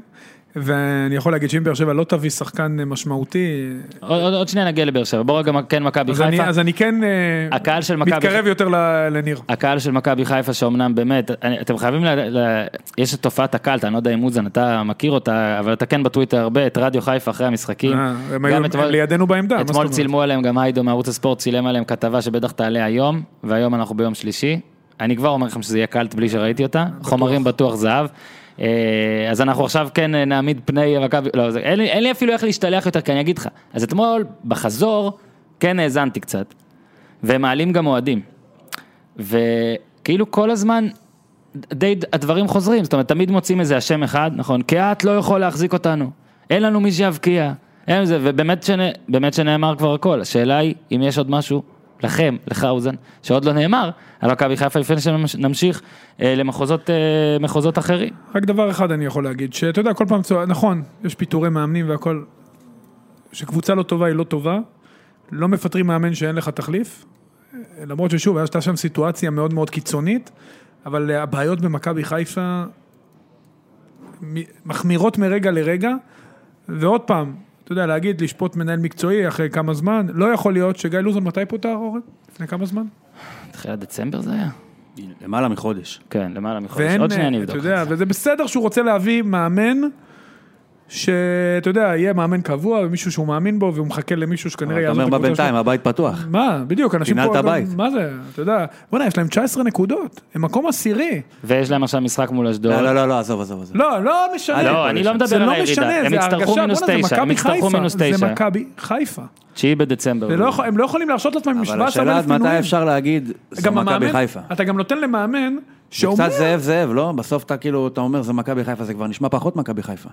S3: ואני יכול להגיד שאם באר שבע לא תביא שחקן אה, משמעותי,
S1: עוד- עוד עוד שנייה נגיע לבאר שבע, בוא רגע כן מכבי
S3: אז אני,
S1: חיפה.
S3: אז אני כן אה,
S1: הקהל של מכבי
S3: מתקרב יותר ל- לניר.
S1: הקהל של מכבי חיפה שאומנם באמת, אני- אתם חייבים, ל, ל, יש את תופעת הקלט, אני לא יודע אם אוזן, אתה מכיר אותה, אבל אתה כן בטוויטר הרבה, את רדיו חיפה אחרי המשחקים.
S3: אה, הם היו- הם לידינו בעמדה, מה זאת
S1: אתמול
S3: אומרת?
S1: צילמו עליהם, גם היידו מערוץ הספורט צילם עליהם כתבה שבטח תעלה היום, והיום אנחנו ביום שלישי. אני כבר אומר לכם שזה יהיה קלט בלי שראיתי אותה, חומרים בטוח זהב. אה, אז אנחנו עכשיו כן אה, נעמיד פני מכבי, לא, זה- אין לי- אין לי אפילו איך להשתלח יותר, כי אני אגיד לך. אז אתמול, בחזור, כן האזנתי קצת. והם מעלים גם אוהדים. וכאילו כל הזמן די הדברים חוזרים, זאת אומרת, תמיד מוצאים איזה אשם אחד, נכון? קהת לא יכול להחזיק אותנו, אין לנו מי שיבקיע, אין זה, ובאמת שנ... באמת שנאמר כבר הכל, השאלה היא אם יש עוד משהו לכם, לך אוזן, שעוד לא נאמר על מכבי חיפה לפני שנמשיך אה, למחוזות אה, מחוזות אחרים.
S3: רק דבר אחד אני יכול להגיד, שאתה יודע, כל פעם, צוע- נכון, יש פיטורי מאמנים והכל, שקבוצה לא טובה היא לא טובה, לא מפטרים מאמן שאין לך תחליף, אה, למרות ששוב, הייתה שם סיטואציה מאוד מאוד קיצונית, אבל אה, הבעיות במכבי חיפה מ- מחמירות מרגע לרגע, ועוד פעם, אתה יודע, להגיד, לשפוט מנהל מקצועי אחרי כמה זמן, לא יכול להיות שגיא לוזון, מתי פוטר אורן? לפני כמה זמן?
S1: תחילת דצמבר זה היה?
S2: למעלה מחודש.
S1: כן, למעלה מחודש,
S3: ואין,
S1: עוד שנייה
S3: אה,
S1: אני
S3: אתה
S1: אבדוק.
S3: יודע, וזה בסדר שהוא רוצה להביא מאמן שאתה יודע, יהיה מאמן קבוע ומישהו שהוא מאמין בו והוא מחכה למישהו שכנראה
S2: אתה
S3: יעזוב
S2: אומר
S3: את
S2: מה
S3: הקבוצה
S2: בינתיים,
S3: שלו.
S2: הבית פתוח.
S3: מה, בדיוק, אנשים
S2: פינת
S3: פה,
S2: הבית.
S3: מה זה, אתה יודע, בוא'נה, יש להם 19 נקודות, הם מקום עשירי.
S1: ויש להם עכשיו משחק מול אשדוד.
S2: לא, לא, לא, לא, עזוב, עזוב, עזוב.
S3: לא, לא
S2: אה,
S3: משנה.
S1: לא, אני לא מדבר
S3: זה
S1: על
S3: לא
S1: הירידה.
S3: משנה,
S1: הם
S3: זה
S1: יצטרכו
S3: הרגשה, בוא'נה,
S1: מינוס
S3: זה
S1: תשע, הם
S3: מכבי
S1: יצטרכו
S3: חיפה,
S1: מינוס תשע.
S3: זה מכבי חיפה.
S1: 9 בדצמבר.
S3: זה לא יכול- הם לא יכולים להרשות לעצמם עם
S2: אבל
S3: 17 אלף
S2: השאלה
S3: מינויים.
S2: עד מתי אפשר להגיד, זה
S3: גם
S2: מכבי
S3: המאמן,
S2: חיפה.
S3: אתה גם נותן למאמן שאומר...
S2: קצת זאב זאב, לא? בסוף אתה כאילו, אתה אומר זה מכבי חיפה, זה כבר נשמע פחות מכבי חיפה.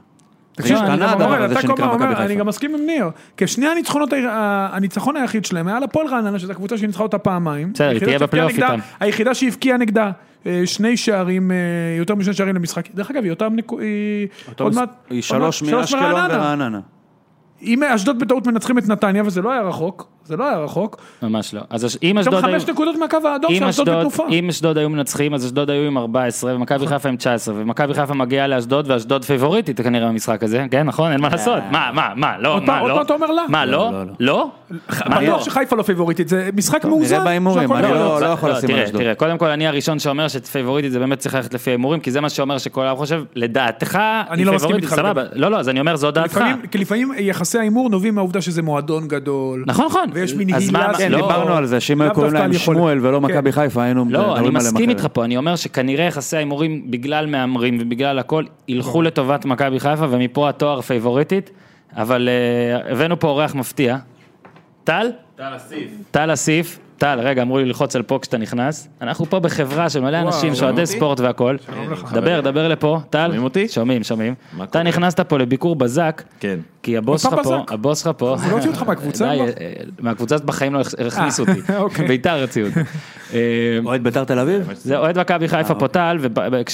S3: תקשיב,
S2: זה
S3: אני
S2: השתנה
S3: גם
S2: הדבר
S3: אומר,
S2: הזה
S3: אתה כל
S2: שנקרא
S3: פעם
S2: מכבי
S3: אומר,
S2: חיפה.
S3: אני גם מסכים עם ניר, כשני הניצחונות, ה- ה- הניצחון היחיד שלהם היה על הפועל רעננה, שזו הקבוצה שניצחה אותה פעמיים.
S1: בסדר, היא
S3: היחידה
S1: תהיה
S3: שהבקיעה
S1: בפלייאוף
S3: נגדה-
S1: איתם.
S3: היחידה שהבקיעה נגדה אה, שני שערים, אה, יותר משני שערים למשחק. דרך אגב, היא אותם נקו... היא עוד מעט...
S2: היא
S3: עוד
S2: שלוש
S3: מעט-
S2: מאשקלון ורעננה.
S3: אם אשדוד בטעות מנצחים את נתניה, וזה לא היה רחוק, זה לא היה רחוק,
S1: ממש לא. אז הש- אם
S3: יש
S1: אשדוד
S3: שם
S1: היו...
S3: חמש נקודות מהקו האדום
S1: אם
S3: שאשדוד
S1: אשדוד,
S3: בתנופה.
S1: אם אשדוד היו מנצחים, אז אשדוד היו עם 14,
S3: נכון.
S1: ומכבי חיפה עם 19, ומכבי חיפה מגיעה לאשדוד, ואשדוד פיבוריטית כנראה במשחק הזה, כן, נכון? אין מה לעשות. מה, מה, מה, לא,
S3: עוד
S1: מה,
S3: פעם- עוד
S1: לא?
S3: פעם אתה אומר לא?
S1: מה, לא?
S2: אה. לא, לא,
S1: לא?
S2: מעניין.
S3: בטוח שחיפה לא פיבוריטית, זה משחק מאוזן.
S2: בהימורים,
S3: שהכל
S2: אני
S3: יכול
S2: לא-
S3: להיות.
S2: יכול לשים על
S1: תראה,
S2: אשדוד.
S1: תראה, קודם כל אני הראשון שאומר שפיבוריטית זה באמת צריך ללכת לפי ההימורים, כי זה מה שאומר שכל העם חושב, לדעתך, היא
S3: לא מסכים
S1: פיבוריטית,
S3: איתך
S1: סבבה. לא, לא, אז אני אומר, זו דעתך.
S3: לפעמים- כי לפעמים יחסי ההימור נובעים מהעובדה שזה מועדון גדול.
S1: נכון, נכון.
S3: ויש
S1: אז
S3: מין
S1: מה-
S3: הילה
S2: כן,
S3: לא-
S2: דיברנו על זה, שאם היו
S3: לאו
S2: קוראים
S3: דווקא
S2: להם
S3: על יכולת.
S2: שמואל ולא
S3: כן.
S2: מכבי חיפה, היינו מדברים
S1: לא, אני
S2: עליהם
S1: מסכים
S2: אחרת.
S1: איתך פה, אני אומר שכנראה יחסי ההימורים בגלל מהמרים ובגלל הכל ילכו לטובת מכבי חיפה ומפה התואר פייבוריטית, אבל אה, הבאנו פה אורח מפתיע. טל?
S4: טל אסיף.
S1: טל אסיף. טל, רגע, אמרו לי ללחוץ על פה כשאתה נכנס. אנחנו פה בחברה של מלא אנשים,
S3: וואו,
S1: שאוהדי ספורט והכל. דבר, דבר לפה, טל.
S4: שומעים אותי?
S1: שומעים, שומעים.
S4: מה
S1: אתה
S4: קורה?
S1: נכנסת פה לביקור בזק,
S4: כן.
S1: כי הבוס
S3: אתה
S1: שלך פה,
S3: בזק?
S1: הבוס שלך פה.
S3: לא הוציאו אותך מהקבוצה,
S1: די,
S3: מה?
S1: אה, מהקבוצה הזאת בחיים לא הכניסו
S3: אה,
S1: אותי.
S3: אוקיי.
S1: ביתר הוציאו אותי. אה,
S2: אוהד ביתר תל אביב?
S1: זה אוהד מכבי
S4: אה,
S1: חיפה פוטל,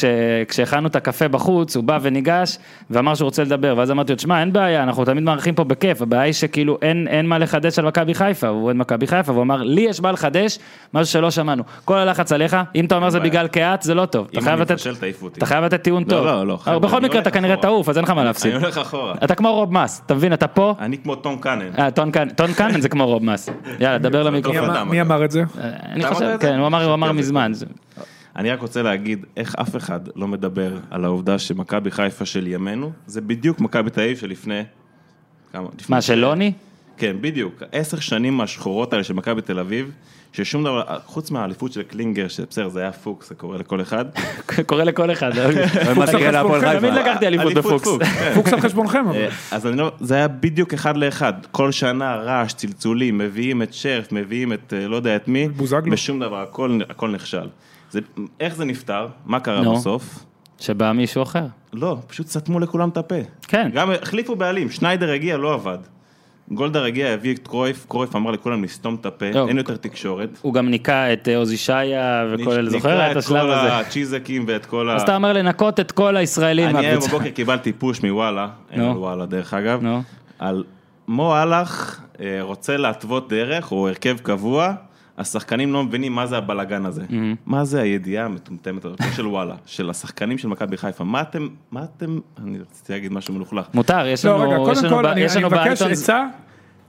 S1: וכשהכנו את הקפה בחוץ, הוא בא וניגש, ואמר שהוא רוצה לדבר, ואז אמרתי לו, תשמע, אין בעיה, אנחנו תמיד מארחים פה בכיף, הבעיה היא שכאילו אין, אין מה לחדש על מכבי חיפה, הוא אוהד מכבי חיפה, והוא אמר, לי יש מה לחדש, משהו שלא שמענו. כל הלחץ עליך, אם אתה אומר זה
S4: בעיה.
S1: בגלל קהת, זה לא טוב. אתה
S4: אם
S1: חייב
S4: אני
S1: לתת-
S4: מפשל, תעיפו אותי.
S1: אתה חייב לתת טיעון
S4: לא,
S1: טוב.
S4: לא, לא,
S1: אבל
S4: חבר'ה,
S1: בכל
S4: אני
S1: מקרה
S4: הולך
S1: אתה כנראה
S4: אחורה.
S1: תעוף, אז אין לך מה להפסיד.
S4: אני הולך אחורה.
S1: אתה כמו רוב מס, אתה מבין, אתה פה,
S4: אני כמו תום קאנן.
S1: אה, טון קאנן- טון קאנן זה כמו רוב מס. יאללה, דבר
S3: מי
S1: למיקרופון.
S4: טוב.
S3: אמר-
S4: אתה
S3: מי
S4: אמרת.
S3: אמר את זה?
S1: אני
S4: אמרת
S1: חושב,
S4: את זה?
S1: כן, הוא אמר- הוא אמר
S4: שקר זה
S1: מזמן.
S4: טוב. אני רק רוצה להגיד איך אף אחד לא מדבר על העובדה שמכבי חיפה של ימינו, זה בדיוק מכבי תל אביב שלפני... כמה? לפני-
S1: מה, של לוני?
S4: כן, בדיוק. עשר שנים השחורות האלה של מכבי תל אביב, ששום דבר, חוץ מהאליפות של קלינגר, שבסדר, זה היה פוקס, זה קורה לכל אחד.
S1: קורה לכל אחד.
S2: אוהד מה תקרא להפועל
S3: תמיד
S2: חיפה?
S1: תמיד לקחתי אליפות בפוקס.
S3: פוקס על חשבונכם, אבל.
S4: אה, אז אני לא, זה היה בדיוק אחד לאחד, כל שנה רעש, צלצולים, מביאים את שרף, מביאים את אה, לא יודע את מי,
S3: בוזגלו.
S4: בשום דבר, הכל, הכל נכשל. זה, איך זה נפתר? מה קרה
S1: נו.
S4: בסוף?
S1: שבא מישהו אחר.
S4: לא, פשוט סתמו לכולם את הפה.
S1: כן.
S4: גם החליפו בעלים, שניידר הגיע, לא עבד. גולדהר הגיע, הביא את קרויף, קרויף אמר לכולם לסתום את הפה,
S1: לא.
S4: אין יותר תקשורת.
S1: הוא גם ניקה את אה, עוזי שעיה וכל אלה, זוכר את השלב
S4: נקרא
S1: הזה?
S4: את כל הצ'יזקים ואת כל ה...
S1: אז אתה אומר לנקות את כל הישראלים
S4: אני היום
S1: מהקבוצה.
S4: בבוקר קיבלתי פוש מוואלה, אין
S1: נו.
S4: על וואלה דרך אגב,
S1: נו.
S4: על מו אהלך אה, רוצה להתוות דרך, או הרכב קבוע, השחקנים לא מבינים מה זה הבלגן הזה.
S1: Mm-hmm.
S4: מה זה הידיעה המטומטמת הזאת של וואלה, של השחקנים של מכבי חיפה. מה אתם, מה אתם, אני רציתי להגיד משהו מלוכלך.
S1: מותר, יש
S3: לא, רגע,
S1: לנו, יש
S3: קודם
S1: לנו,
S3: כל,
S1: ב-
S3: אני
S1: יש
S3: אני
S1: לנו
S3: מבקש
S1: באייטון,
S3: עצה,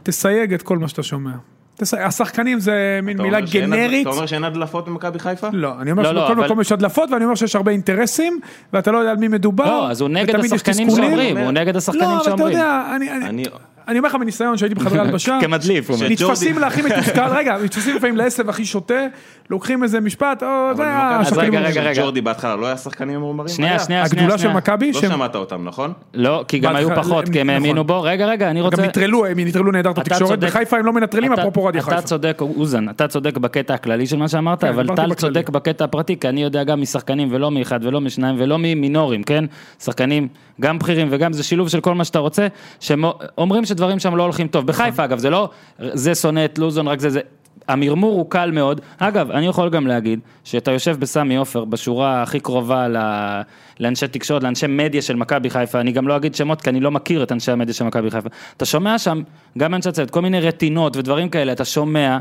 S3: תסייג את כל מה שאתה שומע. תסייג- השחקנים זה מין
S4: אתה
S3: מילה
S4: אומר שאין-
S3: גנרית.
S4: אתה אומר שאין הדלפות במכבי חיפה?
S3: לא, אני
S1: לא,
S3: אומר
S1: לא,
S3: שבכל
S1: אבל-
S3: מקום יש הדלפות, ואני אומר שיש הרבה אינטרסים, ואתה לא יודע על מי מדובר.
S1: לא, אז הוא נגד
S3: ותמיד יש
S1: השחקנים
S3: תסכולים.
S1: שאומרים, הוא נגד השחקנים
S3: לא, אבל אתה
S1: שאומרים.
S3: יודע, אני- אני-
S1: אה,
S4: אני-
S3: אני אומר לך מניסיון שהייתי בחדרי הלבשה.
S1: כמדליף, הוא אומר.
S3: נתפסים להכי מתוסכל, רגע, נתפסים לפעמים לעשב הכי שוטה, לוקחים איזה משפט, או זה
S4: במכבי
S1: אז
S3: השחקנים
S1: רגע,
S3: אומרים.
S1: רגע, רגע.
S4: ג'ורדי בהתחלה לא היה שחקנים ממורמרים?
S1: שנייה,
S4: היה.
S1: שנייה, שנייה,
S3: הגדולה של
S1: שנייה.
S3: מכבי,
S4: לא
S3: שהם
S4: שמעת אותם, נכון?
S1: לא, כי גם היו
S3: בהתחלה-
S1: פחות, כי הם
S3: נכון.
S1: האמינו בו. רגע, רגע, אני רוצה...
S3: גם נטרלו, הם נטרלו נהדר את
S1: אתה
S3: התקשורת,
S1: צודק.
S3: בחיפה הם לא מנטרלים,
S1: אתה-
S3: אפרופו רדיו
S1: אתה
S3: חיפה.
S1: צודק, אוזן, אתה צודק בקטע הכללי של מה שאמרת,
S3: כן,
S1: אבל
S3: דיברתי
S1: טל
S3: בכללי.
S1: צודק בקטע הפרטי, כי אני יודע גם משחקנים ולא מאחד ולא משניים ולא ממינורים, כן? שחקנים גם בכירים וגם זה שילוב של כל מה שאתה רוצה, שאומרים שדברים שם לא הולכים טוב. בחיפה אגב, זה לא זה שונא את לוזון, רק זה זה. המרמור הוא קל מאוד. אגב, אני יכול גם להגיד שאתה יושב בסמי עופר בשורה הכי קרובה ל- לאנשי תקשורת, לאנשי מדיה של מכבי חיפה, אני גם לא אגיד שמות כי אני לא מכיר את אנשי המדיה של מכבי חיפה. אתה שומע שם, גם אנשי הצוות, כל מיני רטינות ודברים כאלה, אתה שומע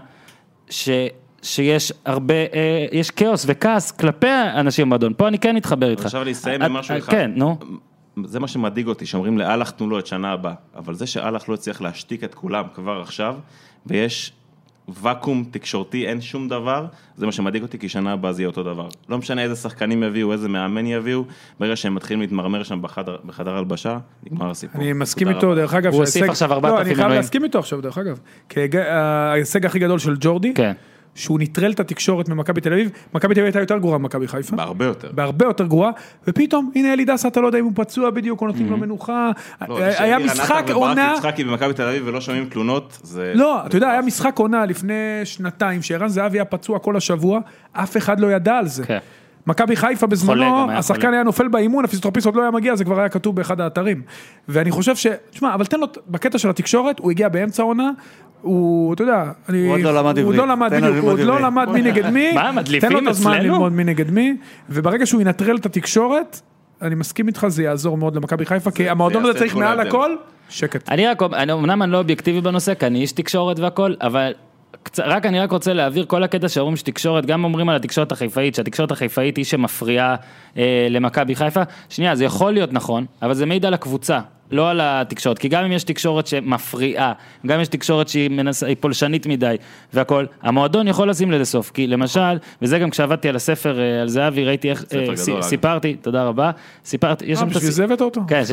S1: ש, שיש הרבה, אה, יש כאוס וכעס כלפי האנשים במועדון, פה אני כן אתחבר איתך.
S4: עכשיו אני אסיים
S1: אה,
S4: במשהו
S1: אה,
S4: אחד.
S1: כן, נו.
S4: זה מה שמדאיג אותי, שאומרים לאלח תנו לו את שנה הבאה, אבל זה שאלח לא הצליח להשתיק את כולם כבר עכשיו, ויש, ואקום תקשורתי, אין שום דבר, זה מה שמדאיג אותי, כי שנה הבאה זה יהיה אותו דבר. לא משנה איזה שחקנים יביאו, איזה מאמן יביאו, ברגע שהם מתחילים להתמרמר שם בחדר, בחדר הלבשה, נגמר הסיפור.
S3: אני מסכים
S4: תודה
S3: איתו,
S4: רבה.
S3: דרך אגב,
S1: הוא הוסיף
S3: שההישג-
S1: עכשיו ארבעת
S3: לא, אני
S1: אלפים
S3: חייב
S1: מנויים.
S3: להסכים איתו עכשיו, דרך אגב. כי הג- ההישג הכי גדול של ג'ורדי,
S1: כן.
S3: שהוא נטרל את התקשורת ממכבי תל אביב, מכבי תל אביב הייתה יותר גרועה ממכבי חיפה.
S4: בהרבה יותר.
S3: בהרבה יותר גרועה, ופתאום, הנה אלי דסה, אתה לא יודע אם הוא פצוע בדיוק, או נותנים לו מנוחה,
S4: לא, זה
S3: היה
S4: שאלי רנטה
S3: משחק
S4: וברק
S3: עונה,
S4: יצחקי במכבי תל אביב ולא שומעים תלונות, זה...
S1: כן,
S3: לא, אתה יודע,
S4: זה
S3: היה משחק עונה לפני שנתיים, שערן זהבי היה פצוע כל השבוע, אף אחד לא ידע על זה.
S1: כן.
S3: מכבי חיפה
S1: חולה גם,
S3: בזמנו,
S1: היה
S3: השחקן
S1: חולה.
S3: היה נופל באימון, הפיזיותרפיסט עוד לא היה מגיע, זה כבר היה כתוב באחד האתרים. ואני חושב ש... תשמע, אבל תן לו, בקטע של התקשורת, הוא הגיע באמצע העונה, הוא, אתה יודע, אני...
S2: הוא עוד לא למד
S3: הוא
S2: עברית.
S3: עוד לא למד
S2: תן לו
S3: בדיוק, הוא
S2: ללמוד
S3: עוד לא
S2: עברית.
S3: למד מי נגד מי.
S1: מה, מדליפים
S3: תן לו את הזמן
S1: אצלנו?
S3: ללמוד מי נגד מי, וברגע שהוא ינטרל את התקשורת, אני מסכים איתך, זה יעזור מאוד למכבי חיפה, כי המועדון
S4: יעשה
S3: הזה
S4: את
S3: צריך
S4: כל
S3: מעל
S4: ההבדל.
S3: הכל, שקט.
S1: אני רק, אני, אמנם אני לא אובייקטיבי בנושא, כי אני איש תקשורת והכל, אבל קצ- רק אני רק רוצה להעביר כל הקטע שאומרים שתקשורת, גם אומרים על התקשורת החיפאית, שהתקשורת החיפאית היא שמפריעה אה, למכבי חיפה. שנייה, זה יכול להיות נכון, אבל זה מעיד על הקבוצה. לא על התקשורת, כי גם אם יש תקשורת שמפריעה, גם אם יש תקשורת שהיא מנס... היא פולשנית מדי והכל, המועדון יכול לשים לזה סוף, כי למשל, וזה גם כשעבדתי על הספר אה, על זהבי, ראיתי איך,
S4: ספר
S1: אה,
S4: גדול,
S1: סי-
S4: אגב.
S1: סיפרתי, תודה רבה, סיפרתי, יש
S3: אה,
S1: שם את
S3: בשביל
S1: הס-
S3: זה הבאת אותו?
S1: כן, ש...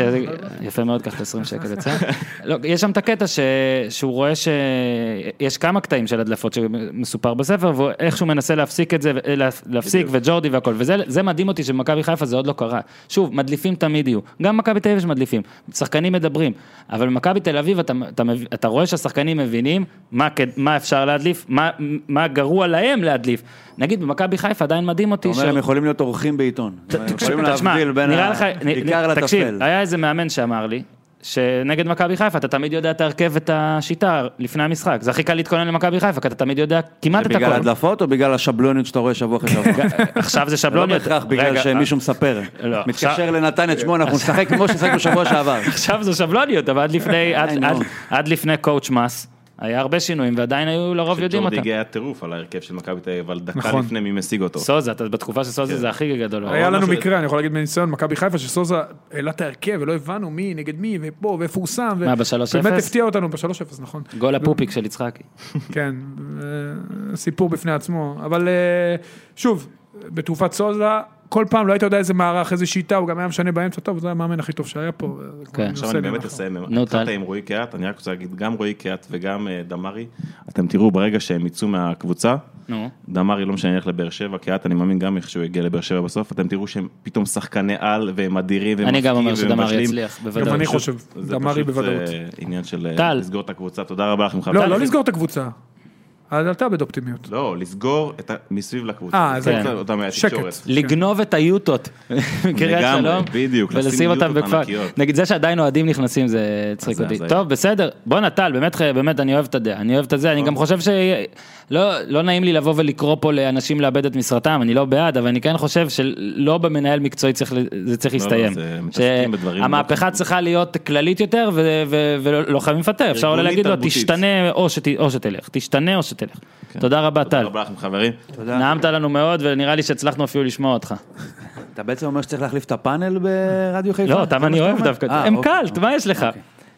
S1: יפה מאוד, קח את 20 שקל לצד. לא, יש שם את הקטע ש... שהוא רואה שיש כמה קטעים של הדלפות שמסופר בספר, והוא איכשהו מנסה להפסיק את זה, ו- לה- להפסיק, וג'ורדי והכל, וזה זה מדהים אותי שבמכבי חיפה זה עוד לא קרה. שוב, מדליפים תמיד יהיו, גם במכבי תל אביב יש מדליפים, שחקנים מדברים, אבל במכבי תל אביב אתה, אתה, מב- אתה רואה שהשחקנים מבינים מה, כד- מה אפשר להדליף, מה, מה גרוע להם להדליף. נגיד במכבי חיפה עדיין מדהים אותי.
S2: אתה אומר,
S1: ש-
S2: הם יכולים להיות עורכים בעיתון. הם יכולים להבדיל בין
S1: נראה לך-
S2: העיקר
S1: נ- תקשיב,
S2: לטפל.
S1: היה איזה מאמן שאמר לי, שנגד מכבי חיפה אתה תמיד יודע את ההרכב ואת השיטה לפני המשחק. זה הכי קל להתכונן למכבי חיפה, כי אתה תמיד יודע כמעט את
S2: בגלל
S1: הכל.
S2: הדלפות או בגלל השבלוניות שאתה רואה שבוע אחרי שבוע?
S1: עכשיו זה
S2: זה לא
S1: שבלוניות.
S2: בהכרח בגלל
S1: רגע,
S2: שמישהו מספר.
S1: לא, עכשיו- אה,
S2: מתקשר לנתניה, תשמעו, אנחנו נשחק כמו ששחקנו שבוע שעבר.
S1: עכשיו זה שבלוניות, אבל עד לפני, עד-
S2: די, נו.
S1: עד- עד לפני קואוצ' מס, היה הרבה שינויים, ועדיין היו לרוב יודעים
S4: שג'ורדי
S1: אותם.
S4: הגיע היה טירוף על ההרכב של מכבי תל אביב, אבל דקה
S3: נכון.
S4: לפני מי משיג אותו.
S1: סוזה, אתה- בתקופה של
S2: כן.
S1: סוזה זה הכי גדול.
S3: היה לנו
S4: משהו-
S3: מקרה, אני יכול להגיד מניסיון, מכבי חיפה, שסוזה העלה את ההרכב ולא הבנו מי נגד מי ופה ואיפה הוא שם. ו-
S1: מה, בשלוש
S3: באמת
S1: אפס?
S3: הפתיע אותנו ב-3-0, נכון.
S1: גול הפופיק של יצחקי.
S3: כן, אה, סיפור בפני עצמו. אבל אה, שוב, בתעופת סוזה, כל פעם לא היית יודע איזה מערך, איזה שיטה, הוא גם היה משנה באמצע, טוב, זה המאמן הכי טוב שהיה פה.
S1: כן.
S3: אה,
S4: עכשיו
S3: מנסה
S4: אני באמת
S3: להימחר.
S4: אסיים,
S1: נו,
S4: התחלת
S1: טל.
S4: עם רועי קהת, אני רק רוצה להגיד, גם רועי קהת וגם אה, דמארי, אתם תראו ברגע שהם יצאו מהקבוצה,
S1: נו.
S4: דמארי לא משנה, ילך לבאר שבע, קהת, אני מאמין גם איך שהוא יגיע לבאר שבע בסוף, אתם תראו שהם פתאום שחקני על והם אדירים והם
S1: אני גם אומר
S4: מבקיעים והם
S1: שדמרי
S4: מבשלים.
S1: יצליח,
S3: גם
S1: בוודאי.
S3: אני
S4: פשוט-
S3: חושב,
S4: זה
S3: דמרי
S4: פשוט,
S3: בוודאות.
S4: אה, עניין של אה,
S1: טל.
S4: לסגור את הקבוצה, תודה רבה לכם. חברים.
S3: לא, לא לסגור את הקבוצה. אז אל תאבד אופטימיות.
S4: לא, לסגור את ה... מסביב לקבוצה.
S3: אה, זה-
S1: כן.
S4: לסגור אותה
S3: שקט.
S4: מהתקשורת.
S1: לגנוב את היוטות מקריית
S4: כן. לגמרי,
S1: שלום,
S4: בדיוק, לשים
S1: ולשים אותם
S4: יוטות
S1: בכפר.
S4: ענקיות.
S1: נגיד זה שעדיין אוהדים נכנסים זה הצחיק
S4: זה
S1: אותי.
S4: הזיה.
S1: טוב בסדר, בוא נטל, באמת ח- באמת אני אוהב את הדעה, אני אוהב את זה, אני גם חושב ש... לא- לא נעים לי לבוא ולקרוא פה לאנשים לאבד את משרתם, אני לא בעד, אבל אני כן חושב שלא במנהל מקצועי צריך ל- זה צריך
S4: לא,
S1: להסתיים.
S4: זה מתעסקים בדברים לא
S1: שהמהפכה
S4: חשובים.
S1: צריכה להיות כללית יותר ו- ו- ולוחמים לפטר, אפשר אולי
S4: ארגונית,
S1: להגיד לו
S4: תרבותית. כן.
S1: תשתנה או שת- או שתלך, תשתנה או שתלך. תודה רבה
S4: תודה
S1: טל,
S4: רבה לכם חברים.
S1: נעמת לנו מאוד ונראה לי שהצלחנו אפילו לשמוע אותך.
S2: אתה בעצם אומר שצריך להחליף את הפאנל ברדיו חיפה?
S1: לא, אותם אני אוהב דווקא,
S2: אה,
S1: הם
S2: אוקיי.
S1: קלט, מה יש לך?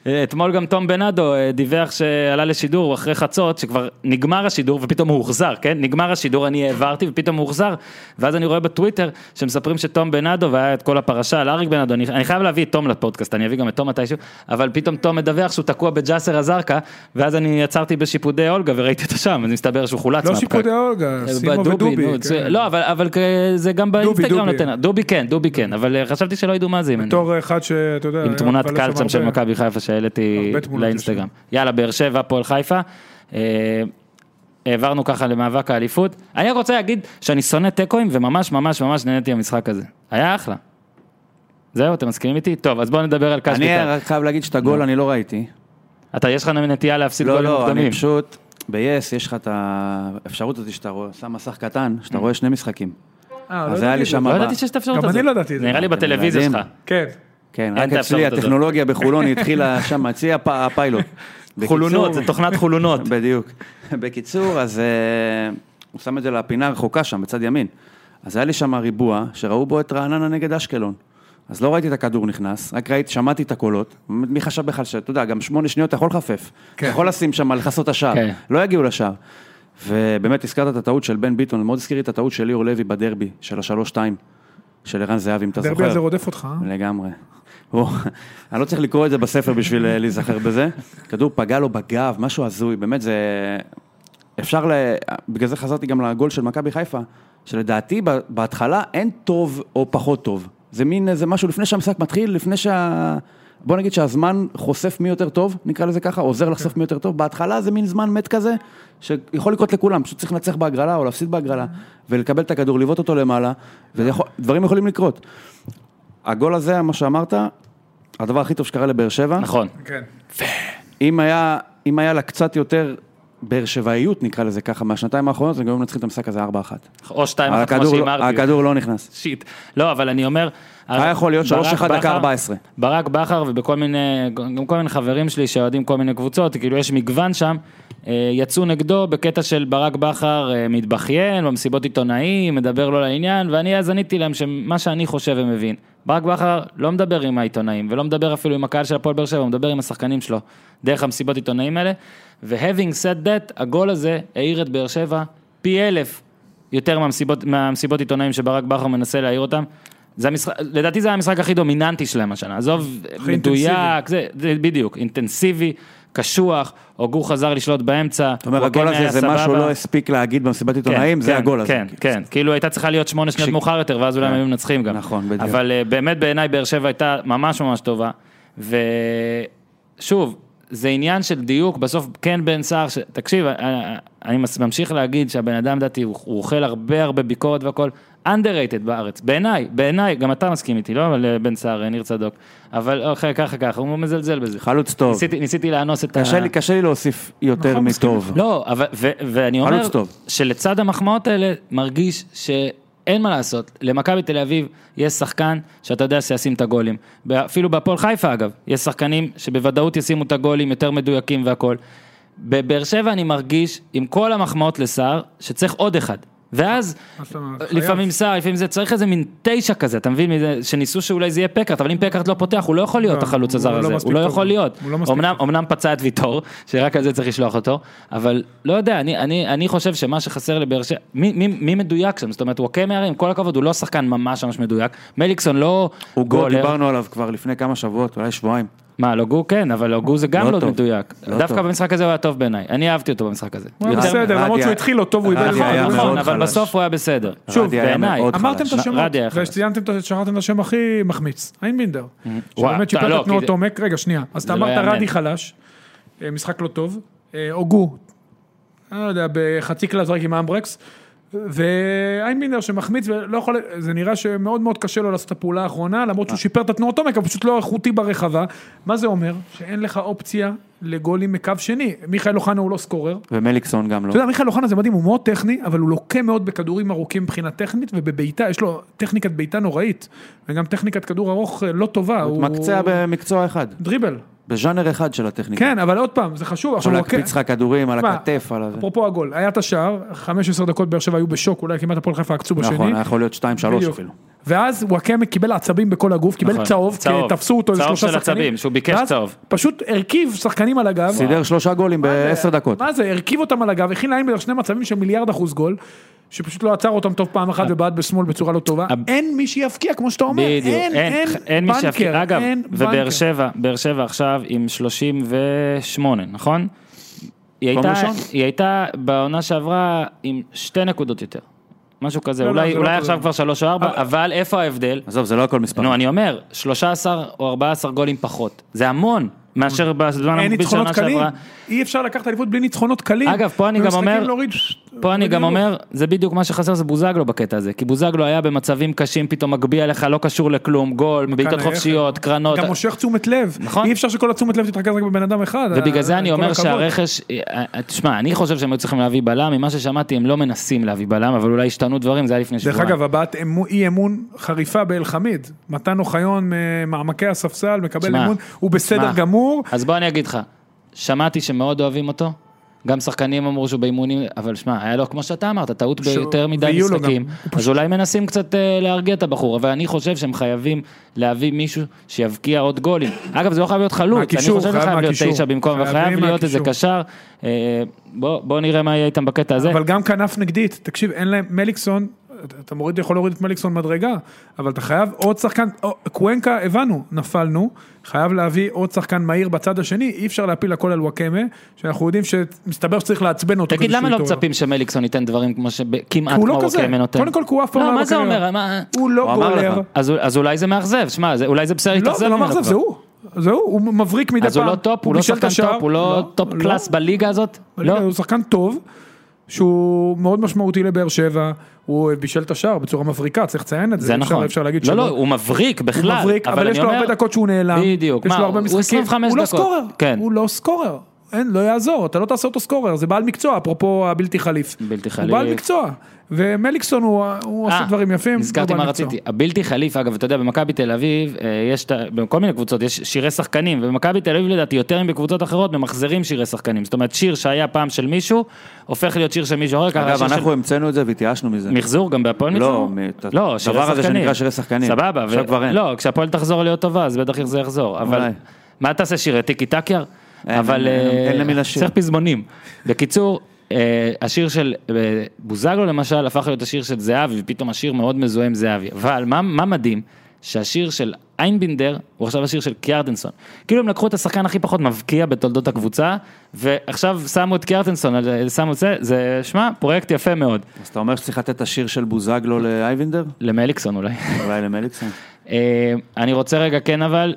S1: אה, אתמול גם תום בנאדו אה, דיווח שעלה לשידור אחרי חצות, שכבר נגמר השידור ופתאום הוא הוחזר, כן? נגמר השידור, אני העברתי ופתאום הוא הוחזר, ואז אני רואה בטוויטר שמספרים שתום בנאדו, והיה את כל הפרשה על אריק בנאדו, אני, אני חייב להביא את תום לפודקאסט, אני אביא גם את תום מתישהו, אבל פתאום תום מדווח שהוא תקוע בג'אסר א-זרקא, ואז אני עצרתי בשיפודי אולגה וראיתי אותו שם, אז מסתבר שהוא חולץ
S3: לא
S1: מהפקק.
S3: שיפודי אולגה, סימו
S1: אה, בדובי,
S3: ודובי.
S1: נו,
S3: כן.
S1: זה- לא, אבל- אבל כ- זה גם באינסטגרם
S3: דובי.
S1: נותן, דובי כן, דובי כן, אבל אה, חשבתי שלא ידעו מה זה אם אני...
S3: בתור אחד שאתה יודע...
S1: עם
S3: היה
S1: תמונת
S3: מבלה
S1: קלצ'ם של
S3: לא הרבה. לא,
S1: מכבי חיפה שהעליתי
S3: הרבה תמונות
S1: לאינסטגרם. יאללה, באר שבע, הפועל חיפה. אה, העברנו ככה למאבק האליפות. אני רק רוצה להגיד שאני שונא תיקואים וממש ממש ממש נהניתי מהמשחק הזה. היה אחלה. זהו, אתם מסכימים איתי? טוב, אז בואו נדבר על קש
S2: אני
S1: בית"ר.
S2: רק חייב להגיד שאת הגול אני לא ראיתי.
S1: אתה, יש לך נטייה להפסיד
S2: לא,
S1: גולים
S2: לא, אני
S1: מוקדמים.
S2: פשוט, ביס יש לך את האפשרות הזאת שאתה רואה, שם מסך קטן, שאתה
S1: Mm.
S2: רואה שני משחקים.
S3: אה, לא
S2: אז היה
S3: ידעתי
S2: לי
S3: את זה.
S2: שם...
S1: לא
S2: הבא.
S1: ידעתי שיש את האפשרות
S3: גם
S1: הזאת.
S3: אני לא ידעתי את זה.
S1: נראה לי
S2: אתם
S1: בטלוויזיה
S2: ילדים.
S1: שלך.
S3: כן.
S2: כן,
S1: אין
S2: רק
S1: את האפשרות
S2: אצלי
S1: הזאת.
S2: הטכנולוגיה בחולון היא התחילה שם, אצלי הפ- הפיילוט.
S1: חולונות,
S2: בקיצור-
S1: זה תוכנת חולונות.
S2: בדיוק. בקיצור, אז אה, הוא שם את זה לפינה הרחוקה שם, בצד ימין. אז היה לי שם ריבוע, שראו בו את רעננה נגד אשקלון. אז לא ראיתי את הכדור נכנס, רק ראיתי, שמעתי את הקולות. מי חשב בכלל ש... אתה יודע, גם שמונה שניות אתה יכול לחפף.
S3: כן.
S2: אתה יכול לשים שם, לכסות את השער.
S1: כן.
S2: לא יגיעו לשער. ובאמת הזכרת את הטעות של בן ביטון, מאוד הזכיר לי את הטעות של ליאור לוי בדרבי, של השלוש-שתיים, של ערן זהבי, אם אתה זוכר.
S3: הדרבי הזה רודף אותך, אה?
S2: לגמרי. הוא- אני לא צריך לקרוא את זה בספר בשביל אה, להיזכר בזה. כדור פגע לו בגב, משהו הזוי, באמת זה... אפשר ל... בגלל זה חזרתי גם לגול של מכבי חיפה, שלדעתי ב- בהתחלה אין טוב או פחות טוב. זה מין איזה משהו לפני שהמשחק מתחיל, לפני שה... בוא נגיד שהזמן חושף מי יותר טוב, נקרא לזה ככה, עוזר לחשוף מי יותר טוב. בהתחלה זה מין זמן מת כזה, שיכול לקרות לכולם, פשוט צריך לנצח בהגרלה או להפסיד בהגרלה, ולקבל את הכדור, לבעוט אותו למעלה, ודברים יכולים לקרות. הגול הזה, מה שאמרת, הדבר הכי טוב שקרה לבאר שבע.
S1: נכון.
S3: כן.
S2: אם היה, אם היה לה קצת יותר באר שבעיות, נקרא לזה ככה, מהשנתיים האחרונות, הם גם היו מנצחים את המשחק הזה 4-1.
S1: או שתיים,
S2: אבל
S1: אחת, כמו
S2: הכדור, לא-
S1: שהימרתי.
S2: הכדור לא נכנס.
S1: שיט. לא, אבל אני אומר...
S2: היה יכול להיות
S1: ברק
S2: 3-1
S1: בכר-
S2: דקה 14.
S1: ברק בכר ובכל מיני, גם כל מיני חברים שלי שאוהדים כל מיני קבוצות, כאילו יש מגוון שם, אה, יצאו נגדו בקטע של ברק בכר אה, מתבכיין, במסיבות עיתונאים, מדבר לא לעניין, ואני אז עניתי להם שמה שאני חושב ומבין. ברק בכר לא מדבר עם העיתונאים, ולא מדבר אפילו עם הקהל של הפועל באר שבע, הוא מדבר עם השחקנים שלו, דרך המסיבות עיתונאים האלה, ו-having said that, הגול הזה העיר את באר שבע פי אלף יותר מהמסיבות, מהמסיבות עיתונאים שברק בכר מנסה להעיר אותם. זה המשחק, לדעתי זה המשחק הכי דומיננטי שלהם השנה, עזוב מדויק, זה, זה בדיוק, אינטנסיבי, קשוח, הוגו חזר לשלוט באמצע,
S2: זאת אומרת, הגול
S1: וואקמה
S2: הזה
S1: היה
S2: זה
S1: סבבה.
S2: מה שהוא לא הספיק להגיד במסיבת
S1: כן,
S2: עיתונאים, זה
S1: כן,
S2: הגול הזה.
S1: כן, כן, כאילו הייתה צריכה להיות שמונה שניות
S2: כש-
S1: מאוחר יותר, ואז אולי הם היו מנצחים גם.
S2: נכון, בדיוק.
S1: אבל אה, באמת בעיניי באר שבע הייתה ממש ממש טובה, ושוב, זה עניין של דיוק, בסוף כן בן סער, ש- תקשיב, אה, אה, אני מס- ממשיך להגיד שהבן אדם דעתי, הוא הוא אוכל הרבה הרבה ביקורת והכל, underrated בארץ, בעיניי, בעיניי, גם אתה מסכים איתי, לא? אבל אה, בן סער, אה, ניר צדוק, אבל אוקיי, ככה ככה, הוא מזלזל בזה.
S2: חלוץ טוב.
S1: ניסיתי- ניסיתי לאנוס את ה...
S2: קשה לי- קשה לי להוסיף יותר
S3: נכון, מסכים
S2: מטוב.
S1: אה. לא, אבל, ו, ואני אומר
S2: חלוץ טוב.
S1: שלצד המחמאות האלה מרגיש שאין מה לעשות. למכבי תל אביב יש שחקן שאתה יודע שישים את הגולים. אפילו בהפועל חיפה אגב, יש שחקנים שבוודאות ישימו את הגולים יותר מדויקים והכל. בבאר שבע אני מרגיש, עם כל המחמאות לסער, שצריך עוד אחד. ואז
S3: מה זאת אומרת?
S1: לפעמים סער, לפעמים זה, צריך איזה מין תשע כזה, אתה מבין? מזה- שניסו שאולי זה יהיה פקארט, אבל אם פקארט לא פותח, הוא לא יכול להיות
S3: לא,
S1: החלוץ
S3: הוא
S1: הזר
S3: לא
S1: הזה,
S3: מספיק
S1: הוא לא
S3: טוב.
S1: יכול להיות.
S3: הוא לא מספיק
S1: אמנם- אמנם פצע את ויטור, שרק על זה צריך לשלוח אותו, אבל לא יודע, אני- אני אני חושב שמה שחסר לבאר שבע, מי- מי מי מדויק שם? זאת אומרת, וואקמה הרי, עם כל הכבוד, הוא לא שחקן ממש ממש מדויק, מליקסון לא
S2: הוא גול,
S1: גולר.
S2: דיברנו עליו כבר לפני כמה שבועות, אולי שבועיים.
S1: מה, לוגו כן, אבל לוגו זה גם
S2: לא
S1: לא
S2: טוב.
S1: מדויק.
S2: לא
S1: דווקא
S2: טוב.
S1: במשחק הזה הוא היה טוב בעיניי, אני אהבתי אותו במשחק הזה.
S3: הוא היה
S1: יותר-
S2: רדי-
S3: בסדר, למרות שהוא התחיל לא טוב, הוא איבד
S2: רדי
S3: לך.
S2: היה
S3: נכון,
S2: מאוד
S1: נכון, אבל
S2: חלש.
S1: בסוף הוא היה בסדר.
S2: שוב, היה
S1: בעיניי.
S2: מאוד
S3: אמרתם
S2: חלש.
S3: את השמות,
S1: רדיה אחד.
S3: וציינתם, את- שכחתם את השם הכי מחמיץ, איינבינדר.
S1: Mm-hmm. וואו,
S3: שבאמת
S1: אתה-
S3: שיפר
S1: לא,
S3: את תנועות
S1: כי-
S3: עומק, רגע, שנייה. אז אתה
S1: זה לא
S3: אמרת
S1: יאמן.
S3: רדי חלש, אה, משחק לא טוב, אה, הוגו, אני לא יודע, בחצי קלאס רק עם אמברקס, ואיינבינדר שמחמיץ ולא יכול, זה נראה שמאוד מאוד קשה לו לעשות את הפעולה האחרונה, למרות
S1: אה.
S3: שהוא שיפר את התנועות עומק, אבל פשוט לא איכותי ברחבה. מה זה אומר? שאין לך אופציה לגולים מקו שני. מיכאל אוחנה הוא לא סקורר,
S2: ומליקסון גם לא.
S3: אתה יודע, מיכאל אוחנה זה מדהים, הוא מאוד טכני, אבל הוא לוקה מאוד בכדורים ארוכים מבחינה טכנית, ובבעיטה, יש לו טכניקת בעיטה נוראית, וגם טכניקת כדור ארוך אה, לא טובה.
S2: הוא מתמקצע במקצוע אחד,
S3: דריבל.
S2: בז'אנר אחד של הטכניקה.
S3: כן, אבל עוד פעם, זה חשוב. עכשיו,
S2: יכול
S3: הוא לוקה-
S2: להקפיץ לך כדורים על
S3: תשמע,
S2: הכתף, על הזה.
S3: אפרופו הגול, היה את השער, 15 דקות באר שבע היו בשוק, אולי כמעט הפועל חיפה עקצו בשני.
S2: נכון, היה יכול להיות 2-3
S3: בדיוק.
S2: אפילו.
S3: ואז וואקמה קיבל עצבים בכל הגוף, קיבל
S1: נכון,
S3: צהוב, כי
S1: צהוב.
S3: תפסו אותו איזה
S1: צהוב
S3: שלושה
S1: של
S3: שחקנים.
S1: עצבים, שהוא ביקש
S3: ואז
S1: צהוב.
S3: פשוט הרכיב שחקנים על הגב.
S2: סידר שלושה גולים בעשר דקות.
S3: מה זה, הרכיב אותם על הגב, הכין לאיינבלר שני מצבים של מיליארד אחוז גול, שפשוט לא עצר אותם טוב פעם
S1: אה.
S3: אחת ובעט בשמאל בצורה לא טובה.
S1: הב-
S3: אין מי שיפקיע, כמו שאתה אומר.
S1: אה. בדיוק,
S3: אין, אין,
S1: אין מי
S3: בנקר,
S1: שיפקיע. אגב,
S3: אין
S1: ובאר
S3: בנקר.
S1: שבע, באר שבע עכשיו עם 38, נכון? היא
S2: מקום
S1: הייתה,
S2: ראשון?
S1: היא הייתה בעונה שעברה עם שתי נקודות יותר. משהו כזה,
S3: לא, לא,
S1: אולי,
S3: זה לא
S1: אולי
S3: כזה. אה,
S1: עכשיו כבר שלוש או ארבע,
S3: אבל-
S1: אבל איפה ההבדל?
S2: עזוב, זה לא הכל מספר.
S1: נו, אני אומר, 13 או 14 גולים פחות. זה המון מאשר בזמן
S3: אה.
S1: המקביל
S3: אין
S1: של
S3: ניצחונות
S1: עונה
S3: קלים.
S1: שעברה.
S3: אי אפשר לקחת אליפות בלי ניצחונות קלים.
S1: אגב, פה אני גם
S3: במשחקים
S1: אומר-
S3: להוריד-
S1: פה אני
S3: להוריד
S1: גם
S3: נמוך.
S1: אומר, זה בדיוק מה שחסר זה בוזגלו בקטע הזה, כי בוזגלו היה במצבים קשים, פתאום מגביה לך, לא קשור לכלום, גול, בעיטות
S3: נייחת.
S1: חופשיות, קרנות.
S3: גם מושך תשומת לב.
S1: נכון.
S3: אי אפשר שכל התשומת לב תתרכז רק בבן אדם אחד.
S1: ובגלל זה
S3: אה,
S1: אני
S3: כל
S1: אומר
S3: הכבוד.
S1: שהרכש, אה, אה, תשמע, אני חושב שהם היו צריכים להביא בלם, ממה ששמעתי הם לא מנסים להביא בלם, אבל אולי השתנו דברים, זה היה לפני
S3: דרך
S1: שבועיים.
S3: אגב, הבעת אמו- אי אמון חריפה באלחמיד. מתן אוחיון ממעמקי הספסל מקבל
S1: שמע,
S3: אמון, הוא בסדר
S1: שמע.
S3: גמור.
S1: אז בוא אני אגיד לך, שמעתי שמאוד אוהבים אותו, גם שחקנים אמרו שהוא באימונים, אבל שמע, היה לו, כמו שאתה אמרת, טעות
S3: שהוא-
S1: ביותר מדי
S3: ויהיו לו
S1: משחקים.
S3: גם. הוא
S1: אז אולי מנסים קצת אה, להרגיע את הבחור, אבל אני חושב שהם חייבים להביא מישהו שיבקיע עוד גולים. אגב, זה לא חייב להיות חלוץ, אני
S3: מהקישור,
S1: חושב שזה
S3: חייב
S1: חייב להיות
S3: מהקישור.
S1: תשע במקום, וחייב
S3: חייבים
S1: להיות איזה
S3: מהקישור.
S1: קשר. אה, בוא בוא נראה מה יהיה איתם בקטע הזה.
S3: אבל גם כנף נגדית, תקשיב, אין להם, מליקסון, אתה- אתה מוריד, יכול להוריד את מליקסון מדרגה, אבל אתה חייב עוד שחקן, או, קוונקה, הבנו, נפלנו, חייב להביא עוד שחקן מהיר בצד השני, אי אפשר להפיל הכל על וואקמה, שאנחנו יודעים שמסתבר שצריך לעצבן אותו.
S1: תגיד,
S3: כדי
S1: למה
S3: שהוא
S1: לא
S3: יתעורר.
S1: מצפים שמליקסון ייתן דברים כמו שכמעט
S3: כי הוא
S1: כמו
S3: לא כזה.
S1: ווקאמן נותן?
S3: קודם כל, כי הוא אף פעם לא
S1: לא,
S3: היה
S1: מה זה
S3: בקריירה.
S1: אומר? מה-
S3: הוא לא
S2: הוא אמר לך.
S3: גולר.
S1: אז אז אולי זה מאכזב, שמע, זה- אולי זה בסדר
S3: לא, זה
S1: להתאכזב
S3: לא
S1: ממנו
S3: מאכזב,
S1: כבר.
S3: זה הוא. זה הוא, הוא מבריק מדי פעם.
S1: אז הוא לא טופ, הוא לא
S3: בישל את
S1: שחקן
S3: השער.
S1: טופ, הוא לא טופ קלאס בליגה הזאת?
S3: בליגה,
S1: לא.
S3: הוא שחקן טוב, שהוא מאוד משמעותי לבאר שבע, הוא בישל את השער בצורה מבריקה, צריך לציין את זה.
S1: זה
S3: אפשר-
S1: נכון.
S3: אפשר להגיד
S1: לא,
S3: שלא.
S1: לא, הוא מבריק בכלל.
S3: הוא מבריק, אבל
S1: אני
S3: יש לו
S1: אומר-
S3: הרבה דקות שהוא נעלם.
S1: בדיוק.
S3: יש
S1: מה,
S3: לו הרבה
S1: הוא
S3: משחקים.
S1: 25
S3: הוא לא
S1: דקות.
S3: סקורר.
S1: כן.
S3: הוא לא סקורר. אין, לא יעזור, אתה לא תעשה אותו סקורר, זה בעל מקצוע, אפרופו הבלתי חליף.
S1: בלתי
S3: הוא בעל
S1: חליף.
S3: מקצוע, ומליקסון הוא, הוא
S1: אה,
S3: עושה דברים יפים. הוא
S1: נזכרתי
S3: בעל
S1: מה
S3: מקצוע.
S1: רציתי. הבלתי חליף, אגב, אתה יודע, במכבי תל אביב, אה, יש, את ה- בכל מיני קבוצות, יש שירי שחקנים, ובמכבי תל אביב לדעתי, יותר מבקבוצות אחרות, ממחזרים שירי שחקנים. זאת אומרת, שיר שהיה פעם של מישהו, הופך להיות שיר של מישהו אחר, ככה
S2: אגב,
S1: השיר של-
S2: אנחנו המצאנו את זה והתייאשנו מזה.
S1: מחזור גם בהפועל
S2: לא,
S1: מחזור?
S2: מ- את
S1: לא,
S2: הדבר
S1: שירי
S2: הזה
S1: שחקנים.
S2: שנקרא שירי שחקנים.
S1: סבבה.
S2: עכשיו
S1: ו-
S2: כבר אין.
S1: לא, כשהפועל תחזור להיות טובה, אז בטח זה יחזור. אבל
S2: אולי.
S1: מה תעשה שירי טיקי טקיאר?
S2: אין,
S1: אבל
S2: אין, אין,
S1: אה,
S2: אין למי לשיר.
S1: צריך פזמונים. בקיצור, אה, השיר של אה, בוזגלו למשל הפך להיות השיר של זהבי, ופתאום השיר מאוד מזוהה עם זהבי. אבל מה- מה מדהים? שהשיר של איינבינדר הוא עכשיו השיר של קיארטנסון. כאילו הם לקחו את השחקן הכי פחות מבקיע בתולדות הקבוצה, ועכשיו שמו את קיארטנסון, על- אה, שמו את זה, זה, שמע, פרויקט יפה מאוד.
S2: אז אתה אומר שצריך לתת את השיר של בוזגלו לאייבינדר?
S1: למליקסון אולי.
S2: אולי למליקסון?
S1: אה, אני רוצה רגע כן אבל,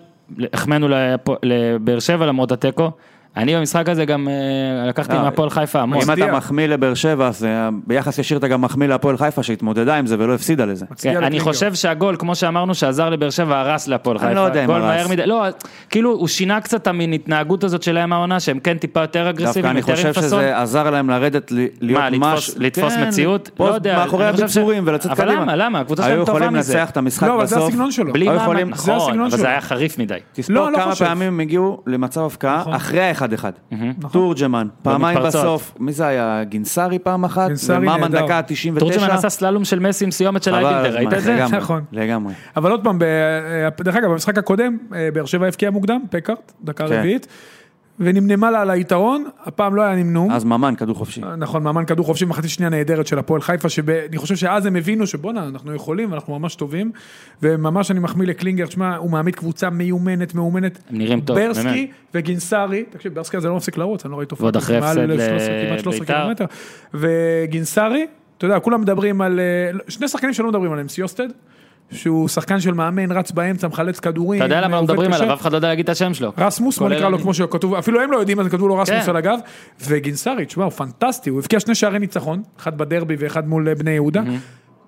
S1: החמאנו להפו- לבאר שבע למרות התיקו. אני במשחק הזה גם אה, לקחתי
S2: אה,
S1: מהפועל חיפה המון.
S2: אם
S3: מצדיע.
S2: אתה מחמיא לבאר שבע, אז אה, ביחס ישיר אתה גם מחמיא להפועל חיפה שהתמודדה עם זה ולא הפסידה לזה.
S3: מצדיע
S1: כן, אני
S3: לקלינגר.
S1: חושב שהגול, כמו שאמרנו, שעזר לבאר שבע, הרס להפועל חיפה.
S2: אני לא יודע אם
S1: גול
S2: הרס.
S1: מהר מדי, לא, כאילו, הוא שינה קצת את המין התנהגות הזאת שלהם העונה, שהם כן טיפה יותר
S2: דווקא
S1: אגרסיביים,
S2: אני
S1: יותר עם
S2: חושב
S1: פאסון.
S2: שזה עזר להם לרדת, ל- להיות
S1: מה, לתפוס-
S2: משהו-
S1: לתפוס
S2: כן,
S1: מציאות?
S2: לתפוס
S1: לא יודע,
S2: מאחורי
S1: אני חושב ש-
S2: הבצורים ולצאת
S1: אבל
S2: קדימה.
S1: למה, למה? הקבוצה שלהם
S2: היו
S1: טובה
S2: יכולים
S1: מזה.
S2: לנצח את המשחק
S3: לא, אבל זה
S2: בסוף.
S3: הסגנון שלו.
S1: בלי
S2: היו
S1: מאמן,
S2: יכולים- זה
S1: נכון,
S3: הסגנון
S1: אבל זה
S3: שלו.
S1: היה חריף מדי.
S2: תספור
S3: לא, לא
S2: כמה
S3: חושב. נכון.
S2: פעמים הם הגיעו למצב הבקעה אחרי האחד אחד. תורג'מן, פעמיים
S1: במתפרצות.
S2: בסוף, מי זה היה? גינסארי פעם אחת?
S3: גינסארי
S2: וממן
S3: נהדר.
S2: דקה 99?
S1: תורג'מן עשה סללום של מסי עם סיומת של
S2: חבל על
S1: אייבינדר, ראית
S2: הזמן,
S1: את זה?
S2: לגמרי,
S3: נכון.
S2: לגמרי.
S3: אבל עוד פעם, ב- אה, דרך אגב, במשחק הקודם, אה, באר שבע הבקיע מוקדם, פקארט, דקה
S2: כן.
S3: רביעית, ונמנמה לה על היתרון, הפעם לא היה נמנום.
S2: אז ממן, כדור חופשי.
S3: נכון, מאמן כדור חופשי במחצית שנייה נהדרת של הפועל חיפה, שאני חושב שאז הם הבינו שבואנה, אנחנו יכולים, אנחנו ממש טובים, וממש אני מחמיא לקלינגר, תשמע, הוא מעמיד קבוצה מיומנת, מאומנת.
S1: הם נראים טוב, באמת.
S3: ברסקי וגינסארי, תקשיב, ברסקי הזה לא מפסיק לרוץ, אני לא ראיתי אותו.
S1: ועוד אחרי
S3: מעל
S1: הפסד
S3: 13, כמעט 13
S1: לבית"ר.
S3: קילומטר. וגינסארי, אתה יודע, כולם מדברים על, אה, שני שחקנים שלא מדברים עליהם, סיוסטד, שהוא שחקן של מאמן, רץ באמצע, מחלץ כדורים. אה,
S1: אתה יודע למה לא
S3: עובד
S1: מדברים
S3: קשה.
S1: עליו, אף אחד לא יודע להגיד את השם שלו.
S3: רסמוס, בוא
S1: כולל
S3: נקרא לו
S1: אני.
S3: כמו שכתוב, אפילו הם לא יודעים, אז כתבו לו רסמוס
S1: כן.
S3: על הגב, וגינסארי, תשמע, הוא פנטסטי, הוא הבקיע שני שערי ניצחון, אחד בדרבי ואחד מול בני יהודה,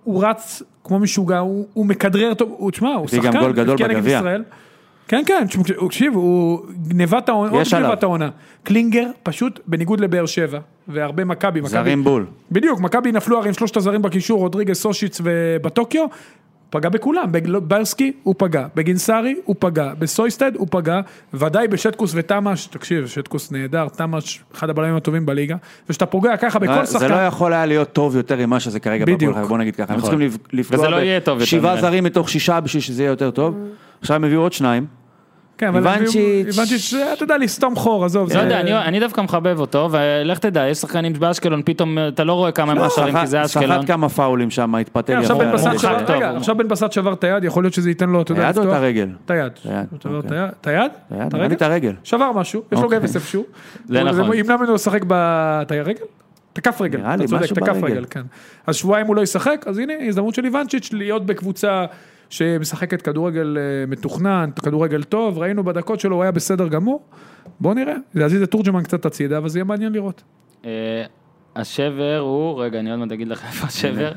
S3: הוא רץ כמו משוגע, הוא הוא מכדרר טוב, הוא, תשמע, הוא
S2: הבקיע גם
S3: שחקן,
S2: גול גדול
S3: הבקיע נגד
S2: בגביע.
S3: ישראל. כן, כן, תשמע, הוא- תקשיב, הוא גנבת העונה, עוד
S2: יש עליו.
S3: גנבת העונה. קלינגר, פשוט, בניגוד לבאר שבע, והרבה מכבי, מכבי-
S2: זרים בול.
S3: בדיוק, מכבי נפלו הרי עם שלושת הזרים בקישור, רודריגס, סושיץ ובטוקיו, פגע בכולם, בברסקי הוא פגע, בגינסארי הוא פגע, בסויסטד הוא פגע, ודאי בשטקוס ותמ"ש, תקשיב, שטקוס נהדר, תמ"ש, אחד הבלמים הטובים בליגה, וכשאתה פוגע ככה בכל
S2: זה
S3: שחקן,
S2: לא יכול היה להיות טוב יותר ממה שזה כרגע
S3: בדיוק.
S2: בהפועל חיפה, בוא נגיד ככה. הם
S1: נכון.
S2: צריכים לפ- לפגוע
S1: וזה לא יהיה טוב יותר
S2: בשבעה
S1: ממנו.
S2: זרים מתוך שישה בשביל שזה יהיה יותר טוב. עכשיו הם הביאו עוד שניים.
S3: כן, אבל הם הביאו-
S2: איוונצ'יץ'.
S3: איוונצ'יץ', זה, אתה יודע, לסתום חור, עזוב, כן,
S1: לא
S2: אה,
S1: יודע, אני- אני דווקא מחבב אותו, ולך תדע, יש שחקנים באשקלון, פתאום אה, אתה לא רואה כמה הם השערים, כי זה
S2: סחט
S1: אשקלון.
S2: סחט כמה פאולים שם, התפתל
S3: כן,
S2: יפה.
S3: עכשיו בן
S2: על
S3: בסט
S2: הדשא.
S1: שחק
S3: שבר-
S1: טוב,
S3: רגע,
S1: הוא-
S3: עכשיו בן בסט שבר את היד, יכול להיות שזה ייתן לו, אתה יודע,
S2: היד או את
S3: לפתוח.
S2: הרגל?
S3: את היד.
S2: את היד,
S3: הוא שבר את
S2: אוקיי.
S3: היד. את היד?
S2: את היד,
S3: את
S2: נראה לי את הרגל.
S3: שבר משהו, יש לו
S2: אוקיי.
S3: גבס איפשהו.
S1: זה
S3: הוא-
S1: נכון.
S3: הוא ימנע ממנו לשחק ב... את הרגל? תקף רגל,
S2: נראה
S3: אתה
S2: לי,
S3: צודק,
S2: משהו
S3: תקף
S2: ברגל.
S3: רגל, כן. אז שבועיים הוא לא ישחק, אז הנה הזדמנות של איוונצ'יץ' להיות בקבוצה שמשחקת כדורגל אה, מתוכנן, כדורגל טוב, ראינו בדקות שלו, הוא היה בסדר גמור. בוא נראה, להזיז את תורג'מן קצת הצידה, אבל זה יהיה מעניין לראות.
S1: אה, השבר הוא, רגע, אני עוד מעט אגיד לך איפה השבר.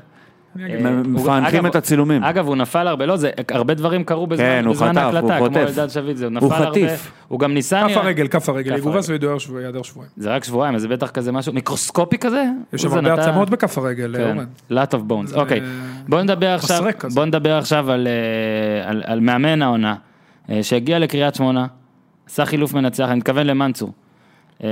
S3: אני
S1: אה,
S3: אגיד.
S2: הם
S1: הוא-
S2: מפענחים
S1: אגב,
S2: את הצילומים.
S1: אגב, הוא נפל הרבה, לא, זה, הרבה דברים קרו בזמן
S2: כן, הוא
S1: בזמן
S2: חטף,
S1: ההקלטה,
S2: הוא
S1: כמו
S2: חוטף.
S1: אלדד שביט, זה הוא
S2: הוא
S1: נפל הרבה,
S2: חטיף.
S1: הוא גם ניסה,
S3: כף
S1: נראה-
S3: הרגל, כף הרגל,
S1: כף
S3: יגובס
S1: הרגל.
S3: וידויר שבועיים.
S1: זה רק שבועיים, אז זה בטח כזה משהו, מיקרוסקופי כזה?
S3: יש
S1: הוא
S3: שם
S1: זה
S3: הרבה
S1: נתן-
S3: עצמות בכף הרגל,
S1: כן,
S3: אורן.
S1: lot of bones, אוקיי. בואו נדבר עכשיו,
S3: מסרק כזה.
S1: בואו נדבר עכשיו על, אה, על, על מאמן העונה, אה, שהגיע לקריית שמונה, עשה חילוף מנצח, אני מתכוון למנצור. אה,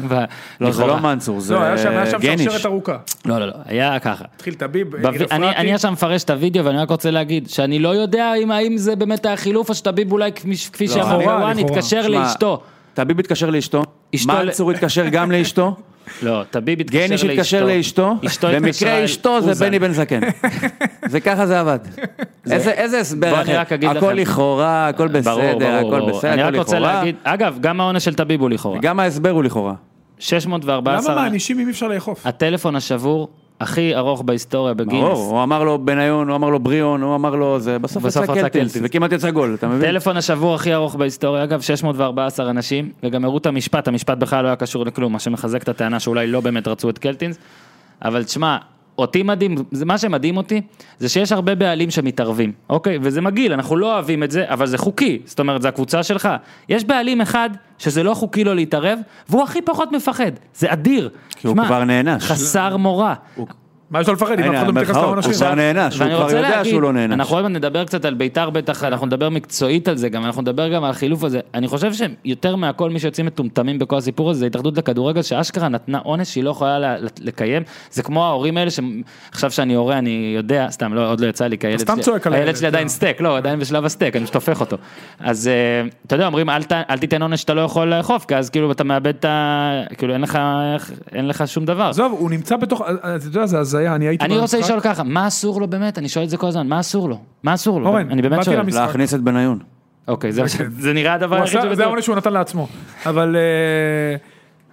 S1: ו-
S2: לא, זה
S1: לכאורה.
S2: לא מנצור, זה
S3: לא, היה שם היה שם
S2: גניש.
S3: שרשרת ארוכה.
S1: לא, לא, לא, היה ככה.
S3: התחיל טביב,
S1: בב-
S3: עיר
S1: אני
S3: אפרתי.
S1: אני עכשיו מפרש את הוידאו ואני רק רוצה להגיד שאני לא יודע אם האם זה באמת היה חילוף או שטביב אולי כפי- כפי שאמר
S3: לכאורה,
S1: וואן
S3: לכאורה.
S1: התקשר
S2: לא, שמע,
S1: לאשתו.
S2: טביב התקשר לאשתו,
S1: אשתו ל-
S2: מנצור התקשר גם לאשתו,
S1: לא, טביב התקשר לאשתו.
S2: גניש התקשר לאשתו,
S1: אשתו התקשרה
S2: במקרה
S1: אל
S2: אשתו זה
S1: אוזן.
S2: בני בן זקן. זה ככה זה עבד. איזה- איזה הסבר
S1: בוא, אני
S2: אחר,
S1: רק אגיד
S2: הכל
S1: לכם.
S2: לכאורה, הכל
S1: ברור,
S2: בסדר,
S1: ברור,
S2: הכל
S1: ברור.
S2: בסדר,
S1: אני
S2: הכל
S1: רק רוצה
S2: לכאורה,
S1: להגיד, אגב, גם העונש של טביב הוא לכאורה.
S2: גם ההסבר הוא לכאורה.
S1: 614.
S3: למה מענישים אם אי אפשר לאכוף?
S1: הטלפון השבור הכי ארוך בהיסטוריה
S2: ברור,
S1: בגינס.
S2: הוא אמר לו בניון, הוא אמר לו בריאון, הוא אמר לו זה, בסוף
S1: בסוף
S2: יצא
S1: יצא
S2: קלטינס,
S1: קלטינס.
S2: וכמעט יצא גול, אתה מבין?
S1: טלפון השבור הכי ארוך בהיסטוריה, אגב, 614 אנשים, וגם הראו את המשפט, המשפט בכלל לא היה קשור לכלום, מה שמחזק את הטענה שאולי לא באמת רצו את קלטינס. אבל תשמע, אותי מדהים, זה- מה שמדהים אותי, זה שיש הרבה בעלים שמתערבים, אוקיי? וזה מגעיל, אנחנו לא אוהבים את זה, אבל זה חוקי, זאת אומרת, זה הקבוצה שלך. יש בעלים אחד שזה לא חוקי לו להתערב, והוא הכי פחות מפחד, זה אדיר.
S2: כי הוא
S1: תשמע,
S2: כבר נענש.
S1: חסר מורא.
S3: מה יש לו לפחד אם אף
S2: הנה,
S3: אחד לא מתייחס
S2: במרכאות, הוא
S3: לעונשים?
S2: כבר נענש, הוא
S1: ואני
S2: כבר
S1: רוצה
S2: יודע
S1: להגיד,
S2: שהוא לא נענש.
S1: אנחנו עוד מעט נדבר קצת על ביתר בטח, אנחנו נדבר מקצועית על זה גם, אנחנו נדבר גם על החילוף הזה. אני חושב שיותר מהכל מי שיוצאים מטומטמים בכל הסיפור הזה, זה התאחדות לכדורגל שאשכרה נתנה עונש שהיא לא יכולה לה- לקיים. זה כמו ההורים האלה, שעכשיו שאני הורה אני יודע, סתם, לא, עוד לא יצא לי, כי הילד
S3: סתם
S1: שלי-
S3: צועק על
S1: הילד
S3: הילד,
S1: שלי עדיין
S3: לא.
S1: סטייק, לא, הוא עדיין בשלב הסטייק, אני פשוט הופך אותו. אז אה, אתה יודע, אומרים "אל ת- אל תיתן עונש שאתה לא יכול לאכוף, כי אז כאילו אתה מאבד את ה... כאילו אין לך- אין לך שום דבר.
S3: עזוב, הוא נמצא בתוך, אז- אז אתה יודע, זה הזיה, אני הייתי
S1: אני רוצה
S3: במשחק.
S1: לשאול ככה, מה אסור לו באמת? אני שואל את זה כל הזמן, מה אסור לו? מה אסור לו?
S3: אורן,
S1: אני באמת
S3: באתי
S1: שואל.
S3: למשחק.
S2: להכניס את בניון.
S1: אוקיי, זה-
S3: אוקיי.
S1: זה נראה הדבר
S3: הוא
S1: היחיד
S3: עשה- זה
S1: שבטוח.
S3: העונש שהוא נתן לעצמו. אבל אה,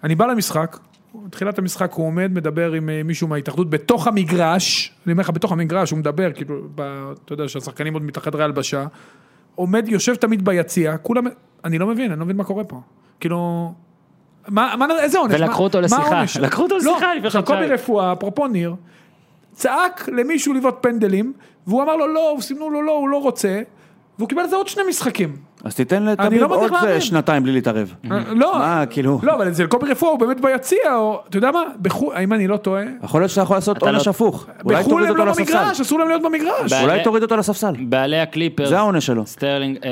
S3: אני בא למשחק, בתחילת המשחק הוא עומד, מדבר עם אה, מישהו מההתאחדות בתוך המגרש, אני אומר לך, בתוך המגרש הוא מדבר, כאילו, ב- אתה יודע שהשחקנים עוד מתחת חדרי הלבשה, עומד, יושב תמיד ביציע, כולם, אני לא מבין, אני לא מבין מה קורה פה. כאילו... מה, מה, איזה עונש?
S1: ולקחו
S3: מה-
S1: אותו
S3: מה
S1: לשיחה.
S3: העונש?
S1: לקחו אותו
S3: לא,
S1: לשיחה לפני
S3: עכשיו,
S1: חודשיים.
S3: קובי רפואה, אפרופו ניר, צעק למישהו לבעוט פנדלים, והוא אמר לו לא, הוא סימנו לו לא, הוא לא רוצה, והוא קיבל על זה עוד שני משחקים.
S2: אז תיתן
S3: אני
S2: לטביב
S3: לא מצליח
S2: עוד
S3: להבין.
S2: אה, שנתיים בלי להתערב.
S3: לא,
S2: מה, כאילו?
S3: לא, אבל אצל קובי רפואה הוא באמת ביציע, או, אתה יודע מה, בחו- האם אני לא טועה?
S2: יכול להיות שאתה יכול לעשות
S1: אתה לא-
S2: עונש הפוך. אולי
S3: בחו"ל
S2: תוריד
S3: הם
S2: אותו
S3: לא
S2: לספסל.
S3: במגרש, אסור להם להיות במגרש.
S1: ב-
S2: אולי תוריד אותו לספסל.
S1: בעלי הקליפרס,
S2: זה העונש שלו.
S1: סטרלינג, אה,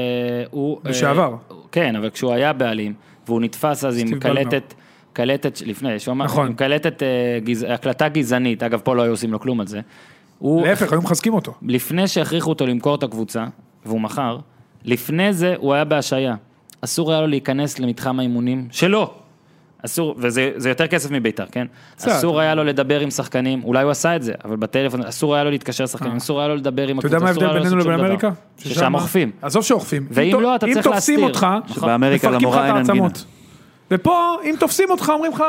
S1: הוא... אה,
S3: לשעבר.
S1: כן, אבל כשהוא היה בעלים, והוא נתפס אז עם
S3: סטיב בלמר.
S1: קלטת, קלטת, ש- לפני, שהוא אמר,
S3: נכון.
S1: עם קלטת, אה, גז- הקלטה גזענית, אגב, פה לא היו עושים לו כלום על זה. הוא
S3: להפך, היו מחזקים אותו.
S1: לפני שהכריחו אותו למכור את הקבוצה, והוא מכר, לפני זה הוא היה בהשעיה. אסור היה לו להיכנס למתחם האימונים שלו. אסור, וזה זה יותר כסף מביתר, כן?
S3: קצת.
S1: אסור היה לו לדבר עם שחקנים, אולי הוא עשה את זה, אבל בטלפון, אסור היה לו להתקשר לשחקנים, אסור היה לו לדבר עם
S3: אה. אתה
S1: הקבוצה,
S3: יודע מה
S1: אסור
S3: ההבדל
S1: היה לו
S3: בינינו
S1: לעשות
S3: לבין
S1: שום דבר.
S3: אמריקה?
S1: ששם אוכפים.
S3: עזוב שאוכפים.
S1: ואם
S3: אם ת-
S1: לא, אתה צריך
S3: אם תופסים
S1: להסתיר.
S3: אותך,
S1: נכון.
S2: באמריקה
S3: מפרקים לך
S2: למורה אין
S3: את העצמות.
S2: אנגינה.
S3: ופה, אם תופסים אותך, אומרים לך,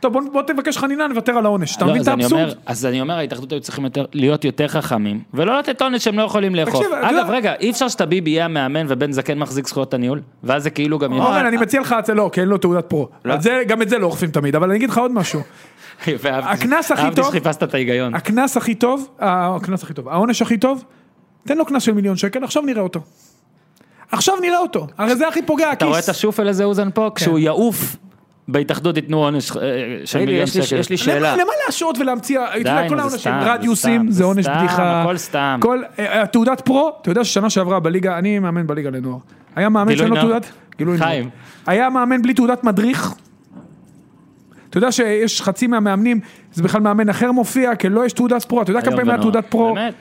S3: טוב, בוא- בוא תבקש חנינה, נוותר על העונש. אתה
S1: לא,
S3: מבין את
S1: אז אני
S3: האבסורד?
S1: אומר- אז אני אומר, ההתאחדות היו צריכים יותר- להיות יותר חכמים, ולא לתת עונש שהם לא יכולים לאכוף.
S3: תקשיב, אתה
S1: אגב,
S3: יודע-
S1: רגע, אי אפשר שטביב יהיה המאמן ובן זקן מחזיק זכויות הניהול, ואז זה כאילו גם...
S3: אורן, אני מציע לך, הצעה- לא, כי אין לו תעודת פרו. על זה- גם את זה לא אוכפים תמיד, אבל אני אגיד לך עוד משהו.
S1: ואהבתי-
S3: הקנס הכי
S1: אהבתי
S3: טוב-
S1: שחיפשת את ההיגיון.
S3: הקנס הכי טוב, אה, הקנס הכי טוב, העונש הכי טוב, תן לו קנס של מיליון שקל, עכשיו נראה אותו. עכשיו נראה אותו, הרי זה הכי פוגע, הכיס.
S1: אתה רואה את השופל הזה אוזן
S3: כן.
S1: פה? כשהוא יעוף, בהתאחדות ייתנו עונש אה, של
S2: תגיד לי,
S1: מיליון
S2: יש לי-
S1: שקל.
S2: יש לי
S3: למה-
S2: שאלה.
S3: למה להשעות ולהמציא, אתה יודע,
S1: נו,
S3: כל
S1: זה
S3: העונשים,
S1: סתם, זה
S3: רדיוסים,
S1: סתם,
S3: זה
S1: זה
S3: עונש
S1: סתם,
S3: בדיחה.
S1: הכל סתם.
S3: כל, אה, תעודת פרו, אתה יודע ששנה שעברה בליגה, אני מאמן בליגה לנוער. היה מאמן
S1: גילוי
S3: שאין לו
S1: נאות.
S3: תעודת, גילוי נאות.
S1: חיים.
S3: היה מאמן בלי תעודת מדריך. אתה יודע שיש חצי מהמאמנים, זה בכלל מאמן אחר מופיע, כי לא יש תעודת פרו, אתה יודע כמה
S1: היום
S3: פעמים היה
S1: ונורא.
S3: תעודת פרו.
S1: באמת?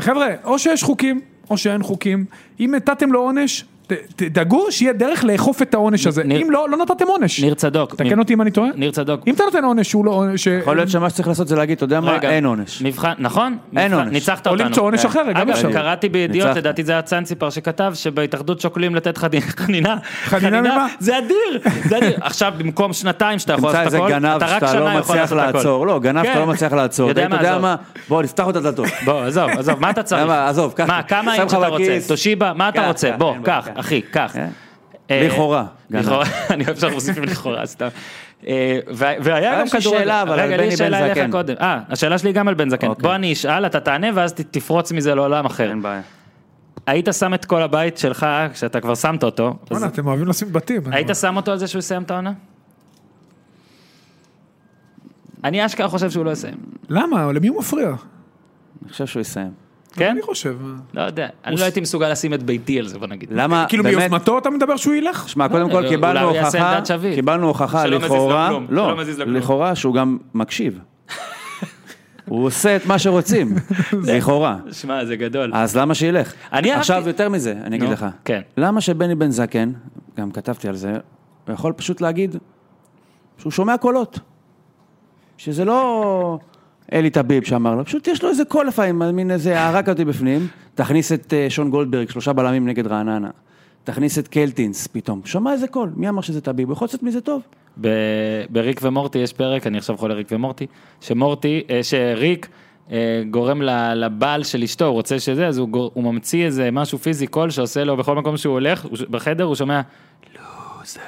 S3: חבר'ה, או שיש חוקים, או שאין חוקים. אם נתתם לו עונש, ת- תדאגו שיהיה דרך לאכוף את העונש הזה.
S1: ניר-
S3: אם לא, לא נתתם עונש.
S1: ניר צדוק.
S3: תקן
S1: ניר-
S3: אותי אם אני טועה.
S1: ניר צדוק.
S3: אם אתה נותן עונש שהוא לא עונש, ש-
S2: יכול להיות שמה שצריך לעשות זה להגיד, אתה יודע מה,
S1: רגע,
S2: אין עונש.
S1: מבחן, נכון?
S2: אין
S1: מבחן,
S2: עונש.
S1: ניצחת
S3: או
S1: אותנו. אה,
S3: למצוא עונש אחר, גם
S1: אגב,
S3: אפשר.
S1: קראתי בידיעות,
S2: ניצחת.
S1: לדעתי זה היה צאנציפר שכתב, שבהתאחדות שוקלים לתת חד- חנינה.
S3: ממה?
S1: זה אדיר, זה אדיר. עכשיו, במקום שנתיים שאתה יכול
S2: תמצא
S1: לעשות
S2: איזה
S1: הכל,
S2: גנב
S1: אתה רק
S2: שאתה לא
S1: שנה יכול
S2: מצליח
S1: לעשות הכל.
S2: לעצור. לא, גנב שאתה
S1: כן.
S2: לא מצליח לעצור.
S1: יודע
S2: אתה יודע
S1: עזוב.
S2: מה, בוא, נפתח אותה דלתות.
S1: בוא, עזוב, עזוב, מה אתה צריך?
S2: למה, עזוב, קח.
S1: מה, כמה
S2: שם
S1: אינץ'
S2: לך
S1: אתה רוצה?
S2: בכיס.
S1: תושיבה, מה
S2: קח,
S1: אתה רוצה?
S2: קח,
S1: בוא,
S2: אין בעיה,
S1: קח,
S2: קח.
S1: אחי, קח.
S2: כן.
S1: אה,
S2: לכאורה, גנב.
S1: לכאורה, אני אוהב שאנחנו מוסיפים לכאורה, סתם. אה, ו- והיה
S2: היה
S1: גם
S2: לי
S1: כדורגל.
S2: שאלה, אבל על
S1: רגע, לי
S2: בני
S1: יש שאלה
S2: בן
S1: אליך
S2: זקן.
S1: קודם. אה, השאלה שלי היא גם על בן זקן.
S2: אוקיי. כן.
S1: בוא אני אשאל, אתה תענה ואז ת- תפרוץ מזה לעולם אחר.
S2: אין בעיה.
S1: היית שם את כל הבית שלך, כשאתה כבר שמת אותו,
S2: אוקיי.
S1: אז
S3: בואנה, אתם אוהבים לשים בתים.
S1: היית שם אותו על זה שהוא יסיים את העונה? אני אשכרה חושב שהוא לא יסיים.
S3: למה? למי הוא מפריע?
S2: אני חושב שהוא יסיים.
S1: כן?
S3: אני חושב.
S1: לא יודע, אני לא הייתי מסוגל לשים את ביתי על זה, בוא נגיד.
S2: למה,
S3: כאילו
S2: באמת,
S3: מיוזמתו אתה מדבר שהוא ילך?
S2: שמע, קודם כל
S1: אולי
S2: קיבלנו
S1: אה, הוא יעשה
S2: הוכחה,
S1: עמדת שביט.
S2: קיבלנו הוכחה
S1: שלא מזיז לו
S2: לכאורה,
S1: כלום,
S2: לא,
S1: שלא מזיז לו כלום.
S2: לכאורה שהוא גם מקשיב. הוא עושה את מה שרוצים, לכאורה.
S1: שמע, זה גדול.
S2: אז למה שילך?
S1: אני אהבתי-
S2: עכשיו, יותר מזה, אני אגיד
S1: נו,
S2: לך.
S1: כן.
S2: למה שבני בן זקן, גם כתבתי על זה, הוא יכול פשוט להגיד שהוא שומע קולות. שזה לא אלי טביב שאמר לו, פשוט יש לו איזה קול לפעמים, מין איזה הערה כזאת בפנים. תכניס את אה, שון גולדברג, שלושה בלמים נגד רעננה. תכניס את קלטינס פתאום. שמע איזה קול, מי אמר שזה טביב? הוא יכול לצאת מזה טוב.
S1: ב- בריק ומורטי יש פרק, אני עכשיו חולה ריק ומורטי, שמורטי, אה, שריק אה, גורם ל- לבעל של אשתו, הוא רוצה שזה, אז הוא, גור- הוא ממציא איזה משהו פיזי קול שעושה לו בכל מקום שהוא הולך, הוא ש- בחדר הוא שומע, לוזר,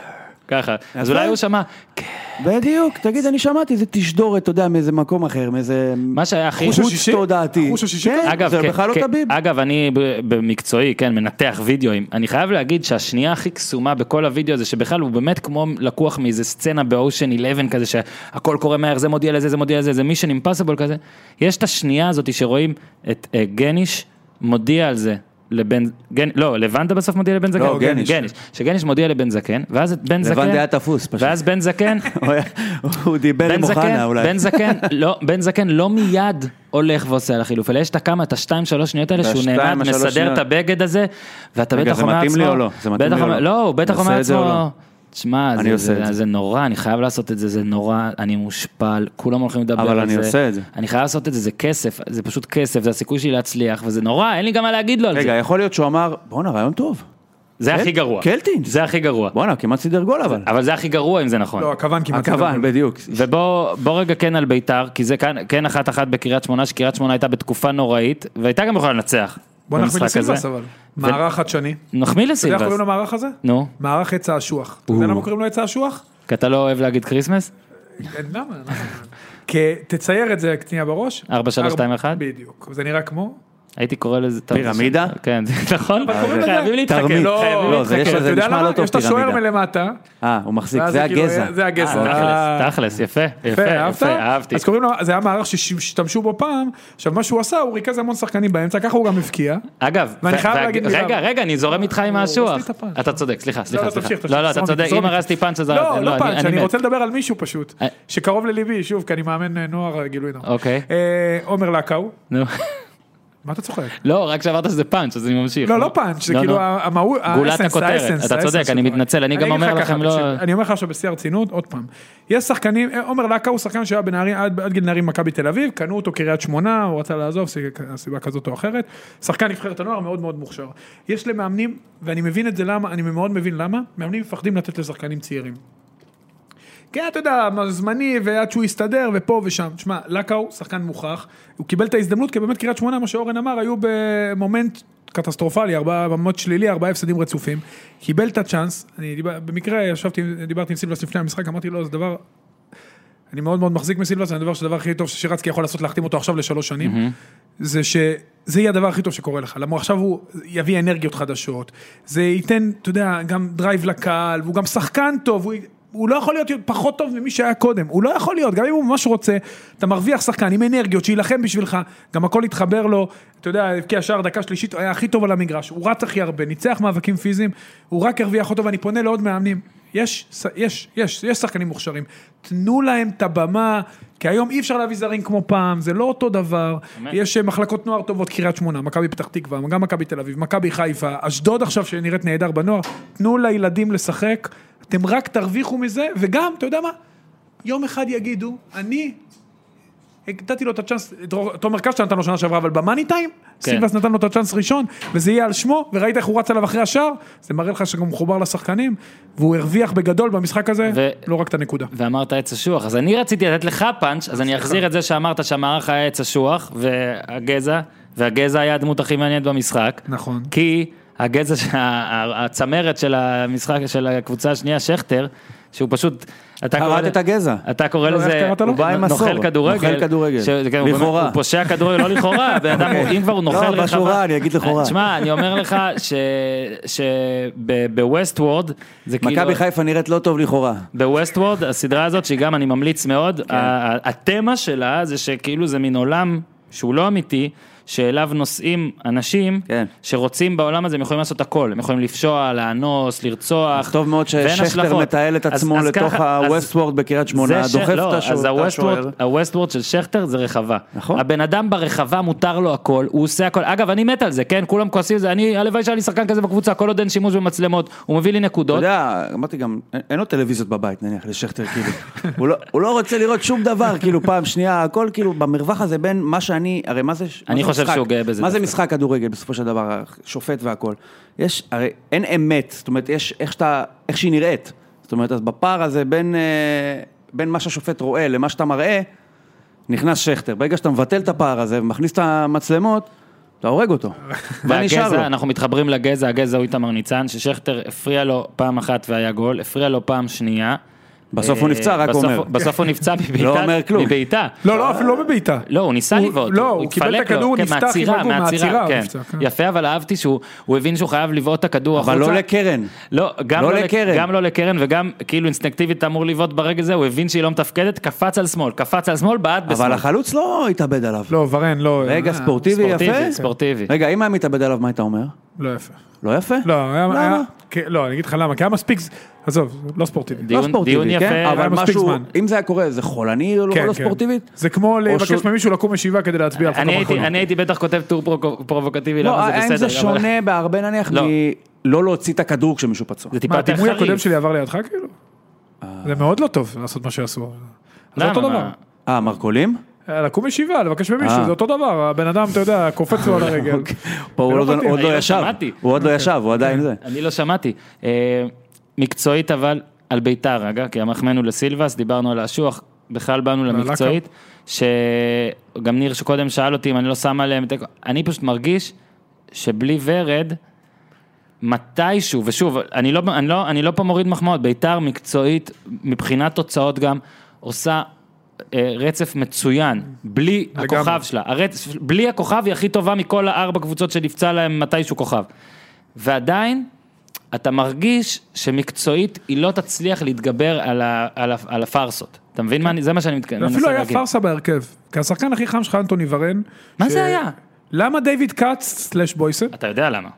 S1: ככה. אז אולי הוא שמע,
S2: בדיוק, תגיד, אני שמעתי איזה תשדורת, אתה יודע, מאיזה מקום אחר, מאיזה...
S1: מה שהיה הכי...
S3: חוש השישי?
S2: תודעתי.
S3: החוש השישי?
S2: כן,
S1: אגב,
S2: זה
S1: כן,
S2: בכלל לא
S1: כן,
S2: טביב.
S1: אגב, אני ב- במקצועי, כן, מנתח וידאוים. אני חייב להגיד שהשנייה הכי קסומה בכל הוידאו הזה, שבכלל הוא באמת כמו לקוח מאיזה סצנה באושן 11 כזה, שהכל קורה מהר, זה מודיע לזה, זה מודיע לזה, זה מישן אימפסיבול כזה. יש את השנייה הזאת שרואים את אה, גניש מודיע על זה. לבן, גן, לא, לבנדה בסוף מודיע לבן זקן?
S2: לא, גניש.
S1: גניש. שגניש מודיע לבן זקן, ואז את בן זקן,
S2: לבנדה היה תפוס פשוט.
S1: ואז בן זקן,
S2: הוא היה- הוא דיבר עם
S1: בן זקן,
S2: אוחנה אולי.
S1: בן זקן, לא, בן זקן לא מיד הולך ועושה על החילוף, אלא יש את הכמה, את השתיים שלוש שניות האלה שהוא
S2: והשתיים,
S1: נעמד,
S2: השלוש
S1: מסדר
S2: שניות.
S1: את הבגד הזה, ואתה
S2: רגע,
S1: בטח
S2: זה
S1: אומר לעצמו,
S2: מתאים לי או לא? זה מתאים
S1: בטח
S2: לי או
S1: אומר-
S2: לא?
S1: לא, הוא בטח
S2: אני
S1: אומר
S2: עושה את זה או
S1: לעצמו,
S2: לא?
S1: תשמע,
S2: אני
S1: זה-
S2: עושה
S1: זה-
S2: את זה.
S1: זה נורא, אני חייב לעשות את זה, זה נורא, אני מושפל, כולם הולכים לדבר על זה.
S2: אבל אני עושה את זה.
S1: אני חייב לעשות את זה, זה כסף, זה פז כסף, זה הסיכוי שלי להצליח, וזה נורא, אין לי גם מה להגיד לו על
S2: רגע,
S1: זה.
S2: יכול להיות שהוא אמר, בואנה, רעיון טוב.
S1: זה
S2: קל-
S1: הכי גרוע.
S2: קלטינס.
S1: זה הכי גרוע.
S2: בואנה, כמעט סידר גול אבל.
S1: אבל זה הכי גרוע אם זה נכון.
S3: לא, הכוון כמעט.
S2: הכוון, בדיוק.
S1: ובוא בוא רגע כן על ביתר, כי זה כאן, כן אחת אחת בקריית שמונה, שקריית שמונה הייתה בתקופה נוראית, והייתה גם יכולה לנצח.
S3: בוא נחמיא
S1: במשחק
S3: לסילבס
S1: הזה.
S3: אבל. מערך חדשני. אתה
S1: נחמיא
S3: יודע איך
S1: לסילבס.
S3: קוראים למערך הזה?
S1: נו,
S3: מערך עץ האשוח. אתה יודע למה קוראים לו עץ האשוח?
S1: כי אתה לא אוהב להגיד כריסמס?
S3: אין, למה? למה? כי תצייר את זה קנייה בראש.
S1: ארבע, שלוש, שתיים, אחד?
S3: בדיוק. זה נראה כמו?
S1: הייתי קורא לזה...
S2: פירמידה?
S1: כן, זה נכון.
S3: אבל קוראים לזה-
S1: חייבים להתחכם.
S2: תרמית.
S1: לא,
S2: חייבים לא, זה יש
S3: אתה
S2: לזה
S3: יודע
S2: נשמע
S3: למה?
S2: לא טוב,
S3: יש את השוער
S2: פירמידה.
S3: מלמטה.
S2: אה, הוא מחזיק,
S3: ואז
S2: זה
S3: כאילו-
S2: הגזע.
S3: זה הגזע.
S1: תכלס,
S3: אה,
S1: תכלס, יפה, יפה,
S3: יפה, אהבת?
S1: יפה, אהבתי.
S3: אז קוראים לו, זה היה מערך שהשתמשו בו פעם, עכשיו מה שהוא עשה, הוא ריכז המון שחקנים באמצע, ככה הוא גם הבקיע.
S1: אגב,
S3: ואני
S1: ו-
S3: חייב
S1: והג-
S3: להגיד לא, מילה.
S1: רגע, רגע, אני זורם איתך עם
S3: הוא הרס לי
S1: האשוח.
S3: את הפאנץ'.
S1: אתה צודק, סליחה,
S3: לא,
S1: סליחה,
S3: לא, תמשיך,
S1: סליחה.
S3: תמשיך,
S1: לא, לא, אתה
S3: זרום
S1: צודק, אם
S3: איתי, זרום איתי.
S1: הרסתי פאנץ' אז
S3: לא, לא פאנץ', אני
S1: מת.
S3: רוצה לדבר על מישהו פשוט,
S1: אה.
S3: שקרוב לליבי, שוב, כי אני מאמן אה, נוער, גילוי נוער.
S1: אוקיי.
S3: אה, עומר לקאו,
S1: נו.
S3: מה אתה צוחק?
S1: לא, רק שאמרת שזה פאנץ', אז אני ממשיך.
S3: לא, לא פאנץ', זה
S1: לא,
S3: כאילו
S1: לא.
S3: המהות,
S1: גולת
S3: האסנס,
S1: הכותרת.
S3: האסנס,
S1: אתה
S3: האסנס
S1: צודק,
S3: של
S1: אני
S3: הדברים.
S1: מתנצל, אני גם
S3: אגיד לך
S1: אומר
S3: ככה,
S1: לכם, לא-
S3: תקשיב, אני אומר לך עכשיו בשיא הרצינות, עוד פעם. יש שחקנים, אה, עומר לקה הוא שחקן שהיה בנערים, עד עד גיל נערים מכבי תל אביב, קנו אותו קריית שמונה, הוא רצה לעזוב, סיבה- סיבה כזאת או אחרת. שחקן נבחרת הנוער מאוד מאוד מוכשר. יש למאמנים, ואני מבין את זה למה, אני מאוד מבין למה, מאמנים מפחדים לתת לשחקנים צעירים. כן, אתה יודע, מה, זמני, ועד שהוא יסתדר, ופה ושם. תשמע, לקאו, שחקן מוכח, הוא קיבל את ההזדמנות, כי באמת קריית שמונה, מה שאורן אמר, היו במומנט קטסטרופלי, ארבעה, במומנט שלילי, ארבעה הפסדים רצופים. קיבל את הצ'אנס, אני דיבר, במקרה ישבתי, עם- דיברתי עם סילבס לפני המשחק, אמרתי לו, זה דבר, אני מאוד מאוד מחזיק מסילבס, זה הדבר שהדבר הכי טוב ששירצקי יכול לעשות, להחתים אותו עכשיו לשלוש שנים. זה שזה יהיה הדבר הכי טוב שקורה לך, למה עכשיו הוא יביא אנרגיות חדשות, זה ייתן, אתה יודע, גם דרייב לקהל, והוא גם שחקן טוב, הוא, הוא לא יכול להיות פחות טוב ממי שהיה קודם, הוא לא יכול להיות, גם אם הוא ממש רוצה, אתה מרוויח שחקן עם אנרגיות שיילחם בשבילך, גם הכל התחבר לו, אתה יודע, הבקיע שער דקה שלישית, היה הכי טוב על המגרש, הוא רץ הכי הרבה, ניצח מאבקים פיזיים, הוא רק הרוויח אותו, ואני פונה לעוד מאמנים, יש, ש- יש, יש, יש שחקנים מוכשרים, תנו להם את הבמה, כי היום אי אפשר להביא זרים כמו פעם, זה לא אותו דבר, יש אה, מחלקות נוער טובות, קריית שמונה, מכבי פתח תקווה, גם מכבי תל אביב, מכבי חיפה, אשדוד עכשיו שנראית נהדר בנוער, תנו לילדים לשחק, אתם רק תרוויחו מזה, וגם, אתה יודע מה, יום אחד יגידו, אני... נתתי לו את הצ'אנס, דרור- תומר קשטן נתן לו שנה שעברה, אבל במאני טיים, סילבס נתן לו את הצ'אנס ראשון, וזה יהיה על שמו, וראית איך הוא רץ עליו אחרי השער, זה מראה לך שגם הוא מחובר לשחקנים, והוא הרוויח בגדול במשחק הזה,
S1: ו-
S3: לא רק את הנקודה.
S1: ואמרת עץ אשוח, אז אני רציתי לתת לך פאנץ', אז אני אחזיר את זה שאמרת שהמערך היה עץ אשוח, והגזע, והגזע היה הדמות הכי מעניינת במשחק.
S3: נכון.
S1: כי הגזע, שה- ה- הצמרת של המשחק, של הקבוצה השנייה, שכטר, שהוא פשוט... אתה
S2: קראת את הגזע.
S1: אתה קורא
S3: לא, איך
S1: לזה,
S3: קראת לו?
S2: הוא בא עם מסור.
S1: נוכל כדורגל,
S2: נוכל כדורגל.
S1: ש- כן, הוא
S2: לכאורה.
S1: באמת- הוא פושע כדורגל, לא לכאורה, בן אדם, הוא- אם כבר הוא
S2: לא,
S1: נוכל
S2: משהו
S1: רחבה,
S2: רע, אני אגיד לכאורה.
S1: תשמע, אני אומר לך שבווסט וורד, זה כאילו,
S2: מכבי חיפה נראית לא טוב לכאורה.
S1: בווסטוורד, הסדרה הזאת, שהיא גם אני
S2: כן.
S1: ממליץ מאוד, ה- ה- התמה שלה זה שכאילו זה מין עולם שהוא לא אמיתי, שאליו נוסעים אנשים
S2: כן.
S1: שרוצים בעולם הזה, הם יכולים לעשות הכל. הם יכולים לפשוע, לאנוס, לרצוח.
S2: טוב מאוד
S1: ואין
S2: ששכטר
S1: השלכות.
S2: מטייל את
S1: אז-
S2: עצמו
S1: אז
S2: לתוך
S1: ככה- אז-
S2: ה-West Word בקריית שמונה,
S1: זה ש-
S2: דוחף
S1: לא,
S2: את השוער.
S1: אז
S2: את השוער.
S1: ה-Westward- ה-Westward של שכטר זה רחבה.
S2: נכון.
S1: הבן אדם ברחבה מותר לו הכל, הוא עושה הכל. אגב, אני מת על זה, כן? כולם כועסים על זה. אני, הלוואי שהיה לי שחקן כזה בקבוצה, כל עוד אין שימוש במצלמות, הוא מביא לי
S2: אתה
S1: נקודות.
S2: יודע, אמרתי גם, אין- אין לו טלוויזיות בבית נניח לשכטר, כאילו. הוא לא- הוא לא רוצה לראות שום דבר, כאילו פעם שנייה, הכל כאילו במרווח הזה בין מה שאני, הרי מה זה... ש- מה
S1: אני
S2: זה
S1: חושב
S2: משחק?
S1: שהוא גאה בזה
S2: מה זה
S1: דווקא.
S2: משחק כדורגל בסופו של דבר, שופט והכל. יש, הרי אין אמת, זאת אומרת, יש איך שאתה, איך שהיא נראית. זאת אומרת, אז בפער הזה בין, אה, בין מה שהשופט רואה למה שאתה מראה, נכנס שכטר. ברגע שאתה מבטל את הפער הזה ומכניס את המצלמות, אתה הורג אותו. מה נשאר לו?
S1: והגזע, אנחנו מתחברים לגזע, הגזע הוא איתמר ניצן, ששכטר הפריע לו פעם אחת והיה גול, הפריע לו פעם שנייה.
S2: בסוף הוא
S1: אה,
S2: נפצע, רק
S1: בסוף-
S2: אומר.
S1: בסוף הוא נפצע מבעיטה.
S2: לא אומר כלום.
S1: מבעיטה.
S3: לא, לא, אפילו לא בבעיטה.
S1: לא, הוא ניסה
S3: הוא-
S1: לבעוט,
S3: לא, הוא קיבל את
S1: התפלק לו,
S3: הכדור, הוא
S1: כן,
S3: נפתח עם
S1: מהעצירה,
S3: הגוף, מהעצירה
S1: מהעצירה,
S3: הוא
S1: כן.
S3: נפצע, כן.
S1: יפה, אבל אהבתי שהוא הוא הבין שהוא חייב לבעוט את הכדור החוצה.
S2: אבל לא לקרן.
S1: לא, גם
S2: לא
S1: לא,
S2: לקרן.
S1: לקרן. גם לא לקרן וגם כאילו אינסטינקטיבית אמור לבעוט ברגע זה, הוא הבין שהיא לא מתפקדת, קפץ על שמאל, קפץ על שמאל, בעט בשמאל.
S2: אבל החלוץ לא התאבד עליו.
S3: לא, ורן, לא...
S2: רגע,
S3: אה,
S2: ספורטיבי יפה?
S1: ספורטיבי, ספורטיבי.
S2: רגע, אם היה מתאבד עליו, מה היית אומר?
S3: לא יפה.
S2: לא יפה?
S3: לא, היה...
S2: למה?
S3: היה- כן, לא, אני אגיד לך למה, כי היה מספיק... ז- עזוב, לא ספורטיבי.
S2: לא
S1: דיון- דיון
S2: ספורטיבי,
S1: יפה,
S2: כן? אבל
S3: היה מספיק
S2: משהו,
S3: זמן.
S2: אם זה היה קורה, זה חולני או לא-
S3: כן,
S2: לא
S3: כן.
S2: ספורטיבית?
S3: זה כמו לבקש
S2: שהוא-
S3: ממישהו לקום משבעה כדי להצביע על חותם
S1: אני הייתי-
S3: האחרונה.
S1: אני הייתי בטח כותב טור פרוק- פרובוקטיבי,
S2: לא,
S1: למה זה
S2: האם
S1: בסדר.
S2: זה
S1: אבל-
S2: שונה בהרבה נניח
S1: לא.
S2: מלא להוציא את הכדור כשמישהו פצוע?
S1: זה טיפה
S3: מה,
S1: יותר
S3: הדימוי
S1: חריף. אה.
S3: הקודם שלי עבר לידך כאילו? זה מאוד לא טוב לעשות מה שעשו. זה
S1: למה?
S3: אותו דבר.
S1: מה?
S2: אה, מרקולים?
S3: לקום משבעה, לבקש ממישהו,
S2: אה.
S3: זה אותו דבר, הבן אדם, אתה יודע, קופץ לו על
S1: אוקיי.
S3: הרגל.
S2: פה הוא
S3: לא
S2: עוד- הוא
S3: מתאים. אוקיי.
S2: עוד
S1: אני
S2: לא
S1: לא
S2: ישב,
S1: שמעתי.
S2: הוא עוד לא ישב, הוא עדיין זה.
S1: אני לא שמעתי. אה, מקצועית אבל, על ביתר רגע, כי המחמנו לסילבס, דיברנו על האשוח, בכלל באנו למקצועית, שגם ניר שקודם שאל אותי אם אני לא שם עליהם, תיקו. אני פשוט מרגיש שבלי ורד, מתישהו, ושוב, אני לא, אני לא, אני לא פה מוריד מחמאות, ביתר מקצועית, מבחינת תוצאות גם, עושה... אה, רצף מצוין, בלי
S3: לגמרי.
S1: הכוכב שלה, הרצף, בלי הכוכב היא הכי טובה מכל הארבע קבוצות שנפצע להם מתישהו כוכב. ועדיין, אתה מרגיש שמקצועית היא לא תצליח להתגבר על, ה, על, ה, על הפארסות. אתה מבין מה אני, זה מה שאני מתכ- מנסה להגיד.
S3: אפילו היה פארסה בהרכב, כי השחקן הכי חם שלך אנטוני ורן.
S1: מה
S3: ש-
S1: זה היה?
S3: למה דיוויד כץ סלאש בויסה?
S1: אתה יודע למה.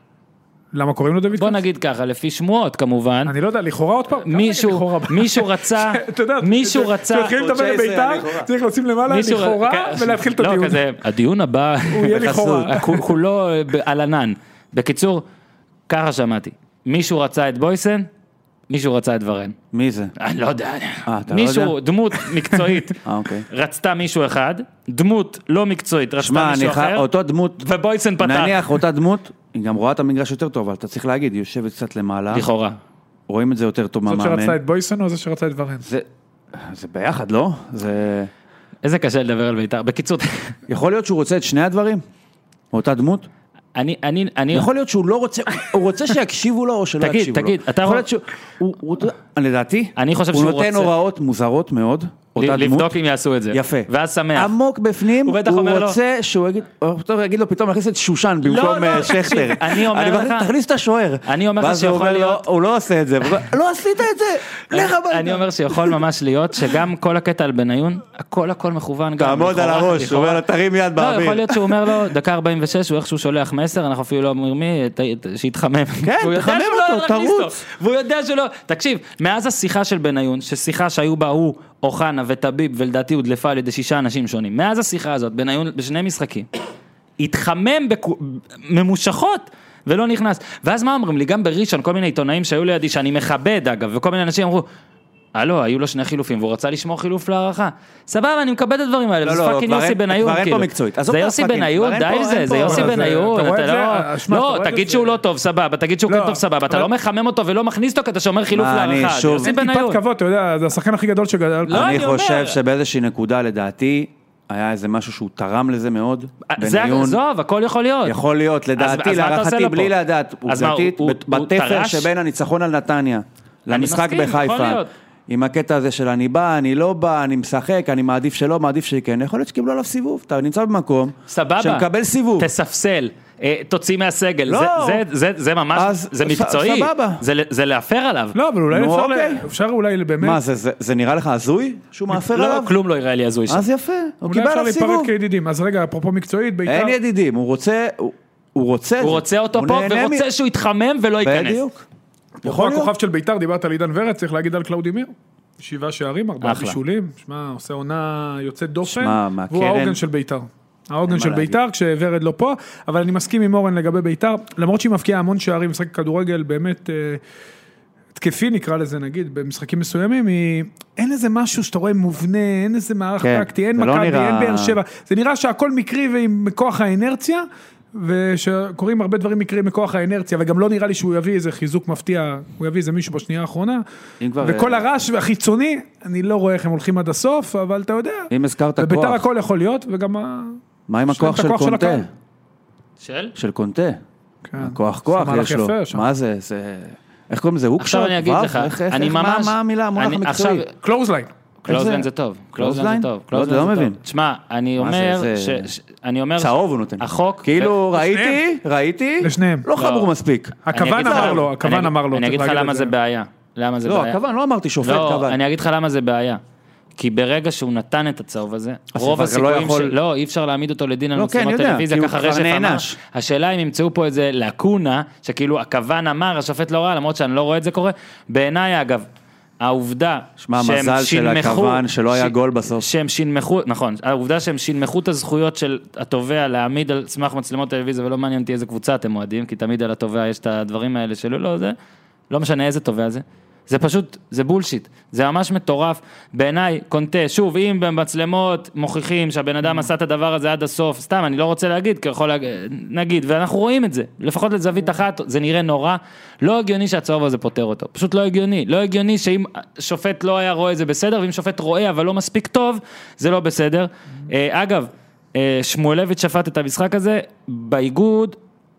S3: למה קוראים לו דיוויד כץ?
S1: בוא נגיד ככה, לפי שמועות כמובן,
S3: אני לא יודע, לכאורה עוד פעם. כמה נגיד
S1: מישהו,
S3: לכאורה?
S1: מישהו רצה,
S3: אתה יודע,
S1: מישהו
S3: כש-
S1: רצה,
S3: כשמתחילים לדבר עם
S2: חודשי עשרה,
S3: בית"ר,
S2: לכאורה.
S3: צריך לשים למעלה
S1: מישהו ר-
S3: לכאורה
S1: כ-
S3: ולהתחיל את הדיון.
S1: לא, כזה, הדיון הבא,
S3: הוא יהיה
S1: בחסות,
S3: לכאורה.
S1: כול- כולו אה, ב- על ענן. בקיצור, ככה שמעתי, מישהו רצה את בויסן, מישהו רצה את ורן.
S2: מי זה?
S1: אני לא יודע.
S2: אתה לא
S1: מישהו,
S2: יודע?
S1: דמות מקצועית,
S2: אה, אוקיי.
S1: רצתה מישהו אחד, דמות לא מקצועית רצתה
S2: שמע,
S1: מישהו
S2: אני חי-
S1: אחר,
S2: אותו דמות,
S1: ובויסן פתח,
S2: נניח אותה דמות, היא גם רואה את המגרש יותר טוב, אבל אתה צריך להגיד, היא יושבת קצת למעלה,
S1: לכאורה.
S2: רואים את זה יותר טוב
S3: זאת
S2: מהמאמן.
S3: שרצה את בויסן או זה שרצה את ורן?
S2: זה- זה ביחד, לא? זה...
S1: איזה קשה לדבר על בית"ר. בקיצור,
S2: יכול להיות שהוא רוצה את שני הדברים? מאותה דמות?
S1: אני, אני, אני,
S2: יכול להיות שהוא לא רוצה, הוא רוצה שיקשיבו לו או שלא
S1: כן. תגיד,
S2: יקשיבו לו.
S1: תגיד, אתה
S2: יכול
S1: יכול-
S2: להיות שהוא, הוא- הוא- לדעתי,
S1: אני חושב
S2: הוא
S1: שהוא
S2: נותן
S1: רוצה-
S2: הוראות מוזרות מאוד, אותה
S1: לבדוק
S2: דמות.
S1: אם יעשו את זה.
S2: יפה. אמ-
S1: ואז שמח.
S2: עמוק בפנים,
S1: הוא בטח
S2: הוא
S1: אומר לו-
S2: רוצה שהוא יגיד, הוא טוב, יגיד לו פתאום להכניס את שושן במקום
S1: לא,
S2: אה,
S1: תקשיב,
S2: שכטר.
S1: אני אומר
S2: מכניס-
S1: לך-
S2: תכניס את השוער.
S1: אני אומר לך
S2: ואז הוא
S1: שיכול
S2: אומר לו,
S1: להיות-
S2: הוא לא עושה את זה. והוא אומר, לא עשית את זה, לך הביתה.
S1: אני אומר שיכול ממש להיות שגם כל הקטע על בניון, הכל הכל מכוון גם.
S2: תעמוד על
S1: לכאורה-
S2: הראש, הוא
S1: לכאורה.
S2: אומר לו, תרים יד
S1: לא,
S2: באוויר.
S1: יכול להיות שהוא אומר לו, דקה 46, הוא איכשהו שולח מסר, אנחנו אפילו לא אומרים מי, ת- ת- שיתחמם. והוא יודע
S2: תחמם
S1: שהוא לא
S2: אותו,
S1: יכניס אותו,
S2: תרוץ.
S1: והוא יודע שלא, תקשיב, מאז השיחה של בניון, ששיחה שהיו בה הוא, אוחנה וטביב, ולדעתי הודלפה על ידי שישה אנשים שונים, מאז השיחה הזאת, בניון בשני משחקים, התחמם בקו- ממושכות. ולא נכנס, ואז מה אומרים לי, גם בראשון, כל מיני עיתונאים שהיו לידי, שאני מכבד אגב, וכל מיני אנשים אמרו, הלו, היו לו שני חילופים, והוא רצה לשמור חילוף להערכה. סבבה, אני מקבל את הדברים האלה,
S2: לא,
S1: זה
S2: לא,
S1: פאקינג
S2: כבר
S1: יוסי
S2: אין-
S1: בניון,
S2: כבר אין פה
S1: כאילו.
S2: מקצועית. עזוב
S1: זה
S2: את
S1: יוסי
S2: הפאקינג,
S1: בניון,
S2: כבר אין
S1: די
S2: פה-
S1: עם זה,
S2: אין
S1: זה
S2: פה- אה,
S1: יוסי
S3: אבל זה- אתה
S1: בניון,
S3: רואה
S1: אתה
S3: את
S1: לא...
S3: זה? שמע, אתה
S1: לא,
S3: רואה את
S1: תגיד
S3: זה?
S1: שהוא לא טוב, סבבה, תגיד שהוא
S3: לא,
S1: כן טוב, סבבה, אתה
S3: אבל-
S1: לא מחמם אותו ולא מכניס אותו כי אתה שומר חילוף
S2: מה, אני
S1: להערכה, זה
S2: שוב-
S1: יוסי
S2: אין
S1: בניון.
S3: טיפת כבוד, אתה יודע, זה השחקן הכי גדול שגדל.
S1: לא,
S2: אני
S1: אני אומר.
S2: חושב שבאיזושהי נקודה, לדעתי, היה איזה משהו שהוא תרם לזה מאוד.
S1: אה, זה,
S2: בניון.
S1: עזוב, הכל יכול להיות.
S2: יכול להיות, לדעתי,
S1: אז מה אתה עושה
S2: להערכתי,
S1: לו
S2: בלי
S1: פה?
S2: לדעת,
S1: אז מה,
S2: עובדתית,
S1: הוא-
S2: בת-
S1: הוא
S2: בתפר
S1: טרש?
S2: שבין הניצחון על נתניה למשחק
S1: מסכים, יכול
S2: בחיפה,
S1: להיות.
S2: עם הקטע הזה של אני בא, אני לא בא, אני משחק, אני מעדיף שלא, מעדיף שכן, יכול להיות שקיבלו עליו סיבוב, אתה נמצא במקום,
S1: סבבה.
S2: שמקבל סיבוב.
S1: תספסל, אה, תוציא מהסגל.
S2: לא.
S1: זה, זה, זה, זה ממש,
S2: אז
S1: זה
S2: ס-
S1: מקצועי.
S2: סבבה.
S1: זה, ל- זה להפר עליו.
S3: לא, אבל אולי
S2: נו,
S3: אפשר, ל-
S2: אוקיי.
S3: אפשר אולי באמת,
S2: מה, זה- זה זה נראה לך הזוי? שהוא מאפר
S1: לא,
S2: עליו? אה,
S1: כלום לא יראה לי הזוי שם.
S2: אז יפה, הוא
S3: אולי
S2: קיבל
S3: אפשר
S2: עליו סיבוב.
S3: להיפרד
S1: כאילו-
S3: כידידים. אז רגע, אפרופו מקצועית, בית"ר,
S2: אין ידידים, הוא רוצה, הוא- הוא רוצה, את
S1: הוא
S2: זה.
S1: רוצה אותו
S2: הוא
S1: פה,
S2: נהנה מ-
S1: ורוצה שהוא יתחמם ולא ייכנס.
S2: בדיוק.
S3: אפרופו
S2: יכול להיות.
S3: הכוכב של בית"ר, דיברת על עידן ורד, צריך להגיד על קלאודימיר. שבעה שערים, ארבעה
S1: אחלה.
S3: בישולים, שמע, עושה עונה יוצאת דופן,
S2: שמע,
S3: והוא
S2: מהקרן-
S3: העוגן של בית"ר. העוגן
S2: אין
S3: של
S2: מה להגיד.
S3: בית"ר, כשוורד לא פה, אבל אני מסכים עם אורן לגבי בית"ר, למרות שהיא מבקיעה המון שערים, משחק כדורגל באמת אה, התקפי נקרא לזה, נגיד, במשחקים מסוימים, היא... אין איזה משהו שאתה רואה מובנה, אין איזה מערך
S2: כן,
S3: טקטי, אין
S2: זה לא
S3: מכבי,
S2: נראה-
S3: אין באר שבע, זה נראה שהכל מקרי ועם כוח האנרציה, ושקורים הרבה דברים מקריים מכוח האנרציה, וגם לא נראה לי שהוא יביא איזה חיזוק מפתיע, הוא יביא איזה מישהו בשנייה האחרונה,
S2: אם כבר,
S3: וכל
S2: אה,
S3: הרעש החיצוני, אני לא רואה איך הם הולכים עד הסוף, אבל אתה יודע,
S2: אם הזכרת
S3: בביתר
S2: כוח,
S3: הכל יכול להיות, וגם ה...
S2: מה עם
S3: יש להם
S2: הכוח
S3: את
S2: של
S3: הכוח של
S2: קונטה?
S3: הקהל.
S1: של?
S2: של קונטה.
S3: כן.
S2: כוח כוח
S3: מהלך
S2: יש לו.
S3: יפה שם.
S2: מה זה? זה... איך קוראים לזה? הוקשט?
S1: עכשיו אני אגיד
S2: וו?
S1: לך,
S2: איך- איך-
S1: אני
S2: איך- מה-
S1: ממש...
S2: מה המילה, המונח
S1: אני-
S2: המקצועי?
S1: עכשיו,
S3: קלוזליין.
S1: קלוזליין
S2: זה?
S1: זה טוב. קלוזליין
S2: קלוזליין?
S1: זה טוב.
S2: לא,
S1: קלוזליין
S2: אתה
S1: זה
S2: לא
S1: טוב.
S2: מבין.
S1: תשמע, אני
S2: מה זה,
S1: אומר...
S2: זה-
S1: ש- ש- אני אומר...
S2: צהוב הוא נותן.
S1: החוק...
S2: כאילו,
S1: ו-
S2: ראיתי, ראיתי,
S3: לשניהם.
S2: לא חמור מספיק.
S1: אני
S3: הכוון
S1: אגיד לך-
S3: אמר לו,
S1: אני
S3: הכוון
S1: אגיד-
S3: אמר לו,
S1: אני
S3: צריך
S1: אגיד לך
S3: להגיד את
S1: למה
S3: זה.
S1: זה בעיה. למה זה
S2: לא,
S1: בעיה.
S2: הכוון, לא אמרתי שופט,
S1: לא,
S2: כוון.
S1: אני אגיד לך למה זה בעיה. כי ברגע שהוא נתן את הצהוב הזה,
S2: אז
S1: רוב
S2: כבר לא
S1: הסיכויים
S2: יכול-
S1: של... לא, אי אפשר להעמיד אותו לדין על
S2: לא, כן,
S1: מצלמות
S2: יודע,
S1: טלוויזיה,
S2: כי הוא
S1: ככה
S2: כבר
S1: רשף אמר.
S2: נענש.
S1: השאלה אם ימצאו פה איזה לקונה, שכאילו הכוון אמר, השופט לא ראה, למרות שאני לא רואה את זה קורה. בעיניי, אגב, העובדה
S2: שמע,
S1: שהם
S2: מזל של
S1: שינמכו-
S2: הכוון שלא היה
S1: ש-
S2: גול בסוף.
S1: שהם שינמכו, נכון, העובדה שהם שינמכו את הזכויות של התובע להעמיד על סמך מצלמות טלוויזיה, ולא מעניין אותי איזה קבוצה אתם אוהדים, כי תמיד על התובע יש את הדברים האלה שלא, לא זה, לא משנה איזה תובע זה. זה פשוט, זה בולשיט, זה ממש מטורף. בעיניי, קונטה, שוב, אם במצלמות מוכיחים שהבן אדם עשה את הדבר הזה עד הסוף, סתם, אני לא רוצה להגיד, כי יכול להגיד, נגיד, ואנחנו רואים את זה, לפחות לזווית אחת, זה נראה נורא. לא הגיוני שהצהוב הזה פותר אותו, פשוט לא הגיוני. לא הגיוני שאם שופט לא היה רואה את זה בסדר, ואם שופט רואה אבל לא מספיק טוב, זה לא בסדר. אה, אגב, אה, שמואלביץ' שפט את המשחק הזה, באיגוד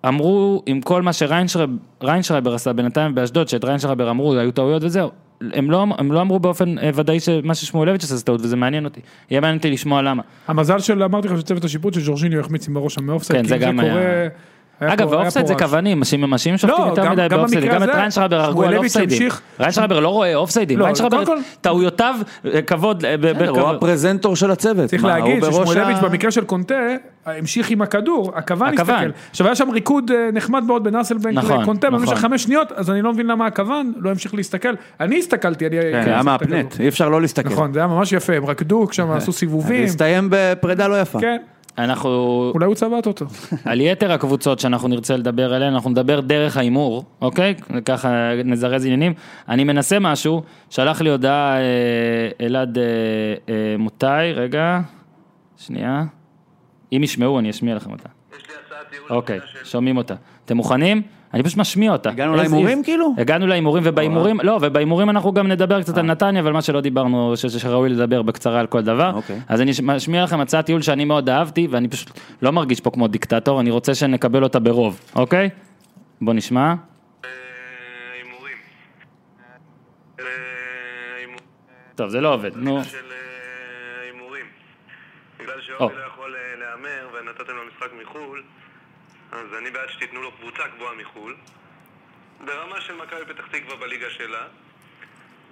S1: אמרו עם כל מה שריינשרייבר ריינשרייבר עשה בינתיים באשדוד, שאת ריינשרייבר אמרו, היו טעויות וזהו. הם לא, הם לא אמרו באופן אה, ודאי שמה ששמואלביץ' עשה זה טעות, וזה מעניין אותי. יהיה מעניין אותי לשמוע למה.
S3: המזל של, אמרתי לך, שצוות השיפוט שג'ורג'יניו החמיץ עם הראש שם מאופסייד,
S1: כן,
S3: כי
S1: זה
S3: אם זה
S1: גם
S3: קורה...
S1: היה-
S3: היה
S1: אגב,
S3: פה- היה
S1: ואופסייד
S3: פה
S1: זה
S3: רעש.
S1: כוונים, אנשים אנשים שופטים
S3: לא,
S1: יותר
S3: גם-
S1: מדי
S3: גם
S1: באופסיידים.
S3: במקרה
S1: גם את
S3: הזה,
S1: ריינשרבר הרגו על
S3: שמואלביץ'
S1: אופסיידים.
S3: המשיך-
S1: ריינשרבר לא רואה אופסיידים.
S3: לא,
S1: ריינשרבר,
S3: קודם כל-
S1: טעויותיו, אה, כבוד, אה, ב-
S2: בסדר, הוא
S1: בכבוד.
S2: הפרזנטור של הצוות.
S3: צריך
S2: מה,
S3: להגיד
S2: הוא בראש
S3: ששמואלביץ'
S2: ה-
S3: במקרה של קונטה, המשיך עם הכדור, הכוון
S1: הכוון.
S3: הסתכל. עכשיו היה שם ריקוד אה, נחמד מאוד בין אסלבנק
S1: נכון,
S3: לקונטה
S1: נכון.
S3: במשך חמש שניות, אז אני לא מבין למה הכוון לא המשיך להסתכל. אני הסתכלתי, אני...
S2: כן, היה מהפנט, אה, אי אפשר לא להסתכל.
S3: נכון, זה היה ממש יפה, הם רקדו שם, עשו סיבובים.
S2: הסתיים בפרידה לא יפה.
S3: כן,
S1: אנחנו,
S3: אולי הוא צבט אותו.
S1: על יתר הקבוצות שאנחנו נרצה לדבר עליהן, אנחנו נדבר דרך ההימור, אוקיי? ככה נזרז עניינים. אני מנסה משהו, שלח לי הודעה אה, אלעד אה, אה, מוטאי, רגע, שנייה. אם ישמעו, אני אשמיע לכם אותה. אוקיי, שומעים אותה. אתם מוכנים? אני פשוט משמיע אותה.
S2: הגענו
S1: As
S2: להימורים
S1: is.
S2: כאילו?
S1: הגענו להימורים, ובהימורים, לא, ובהימורים אנחנו גם נדבר קצת על נתניה ועל מה שלא דיברנו, ש- שראוי לדבר בקצרה על כל דבר.
S2: אוקיי.
S1: אז אני משמיע לכם הצעת טיול שאני מאוד אהבתי, ואני פשוט לא מרגיש פה כמו דיקטטור, אני רוצה שנקבל אותה ברוב, אוקיי? בוא נשמע.
S5: הימורים. אה, הימור-
S1: טוב, זה לא עובד, נו.
S5: של אה, הימורים. בגלל
S1: או.
S5: שאורי לא יכול אה, להמר ונתתם לו משחק מחו"ל, אז אני בעד שתיתנו לו קבוצה גבוהה מחו"ל, ברמה של מכבי פתח תקווה בליגה שלה,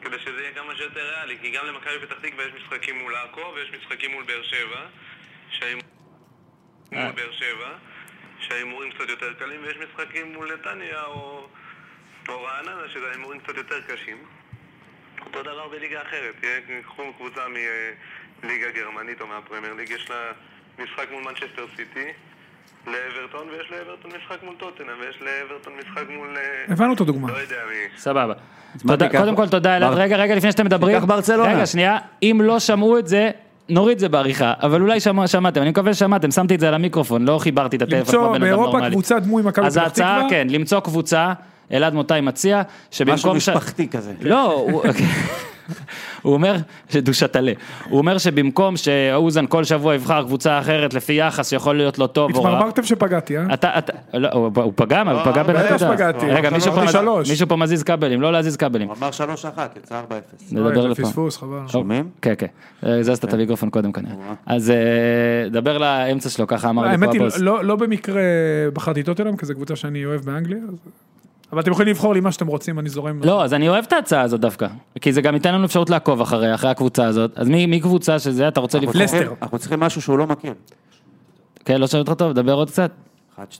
S5: כדי שזה יהיה כמה שיותר ריאלי, כי גם למכבי פתח תקווה יש משחקים מול עכו ויש משחקים מול באר שבע, שההימור-
S3: אה.
S5: מול באר שבע, שההימורים קצת יותר קלים, ויש משחקים מול נתניה או או רעננה, שזה ההימורים קצת יותר קשים. אותו דבר בליגה אחרת, תהיה- קחו קבוצה מליגה גרמנית או מהפרמייר ליג, יש לה משחק מול מנצ'סטר סיטי, לאברטון, ויש לאברטון משחק מול טוטנאם, ויש לאברטון משחק מול... אה,
S3: הבנו את הדוגמה.
S5: לא יודע מי.
S1: סבבה.
S2: מה
S1: תודה-
S2: תיקח?
S1: קודם כל תודה אלעד,
S2: בר-
S1: רגע, רגע, לפני שאתם מדברים.
S2: תיקח ברצלונה.
S1: רגע, שנייה, אם לא שמעו את זה, נוריד זה בעריכה, אבל אולי שמע- שמעתם, אני מקווה ששמעתם, שמתי את זה על המיקרופון, לא חיברתי את הטלפון כמו
S3: למצוא
S1: בן אדם נורמלי.
S3: באירופה קבוצה דמוי מכבי
S1: אז
S3: פתח
S1: ההצעה,
S3: תקווה.
S1: כן, למצוא קבוצה, אלעד מותי מציע, שבמקום...
S2: משהו
S1: ש-
S2: משפחתי כזה.
S1: לא, הוא- הוא אומר, שדושתלה, הוא אומר שבמקום שאוזן כל שבוע יבחר קבוצה אחרת לפי יחס שיכול להיות לא טוב או רע,
S3: התמרמרתם שפגעתי, אה?
S1: אתה, אתה, לא, הוא הוא פגע, מה, הוא פגע
S3: בטח
S1: בנקודה.
S3: לא, פגעתי. לא
S1: רגע,
S3: אמרתי
S1: מישהו פה-
S3: שלוש.
S1: מישהו פה מזיז כבלים, לא להזיז כבלים.
S2: הוא אמר 3-1, יצא 4-0.
S3: אוי,
S1: נדבר
S3: זה
S1: לפה.
S3: לא, פספוס, חבל.
S2: שומעים?
S1: כן, כן. אה, זזת את המיקרופון קודם כנראה. אז אה, דבר לאמצע שלו, ככה אמר לי
S3: האמת
S1: פה
S3: היא,
S1: הבוס.
S3: לא- לא במקרה בחרתי טוטנאם, כי זו קבוצה שאני אוהב באנגליה. אז- אבל אתם יכולים לבחור לי מה שאתם רוצים, אני זורם.
S1: לא, אז אני אוהב את ההצעה הזאת דווקא. כי זה גם ייתן לנו אפשרות לעקוב אחריה, אחרי הקבוצה הזאת. אז מי מי קבוצה שזה, אתה רוצה לבחור?
S3: לסטר.
S2: אנחנו צריכים משהו שהוא לא מכיר.
S1: כן, לא שומעים אותך טוב, דבר עוד קצת.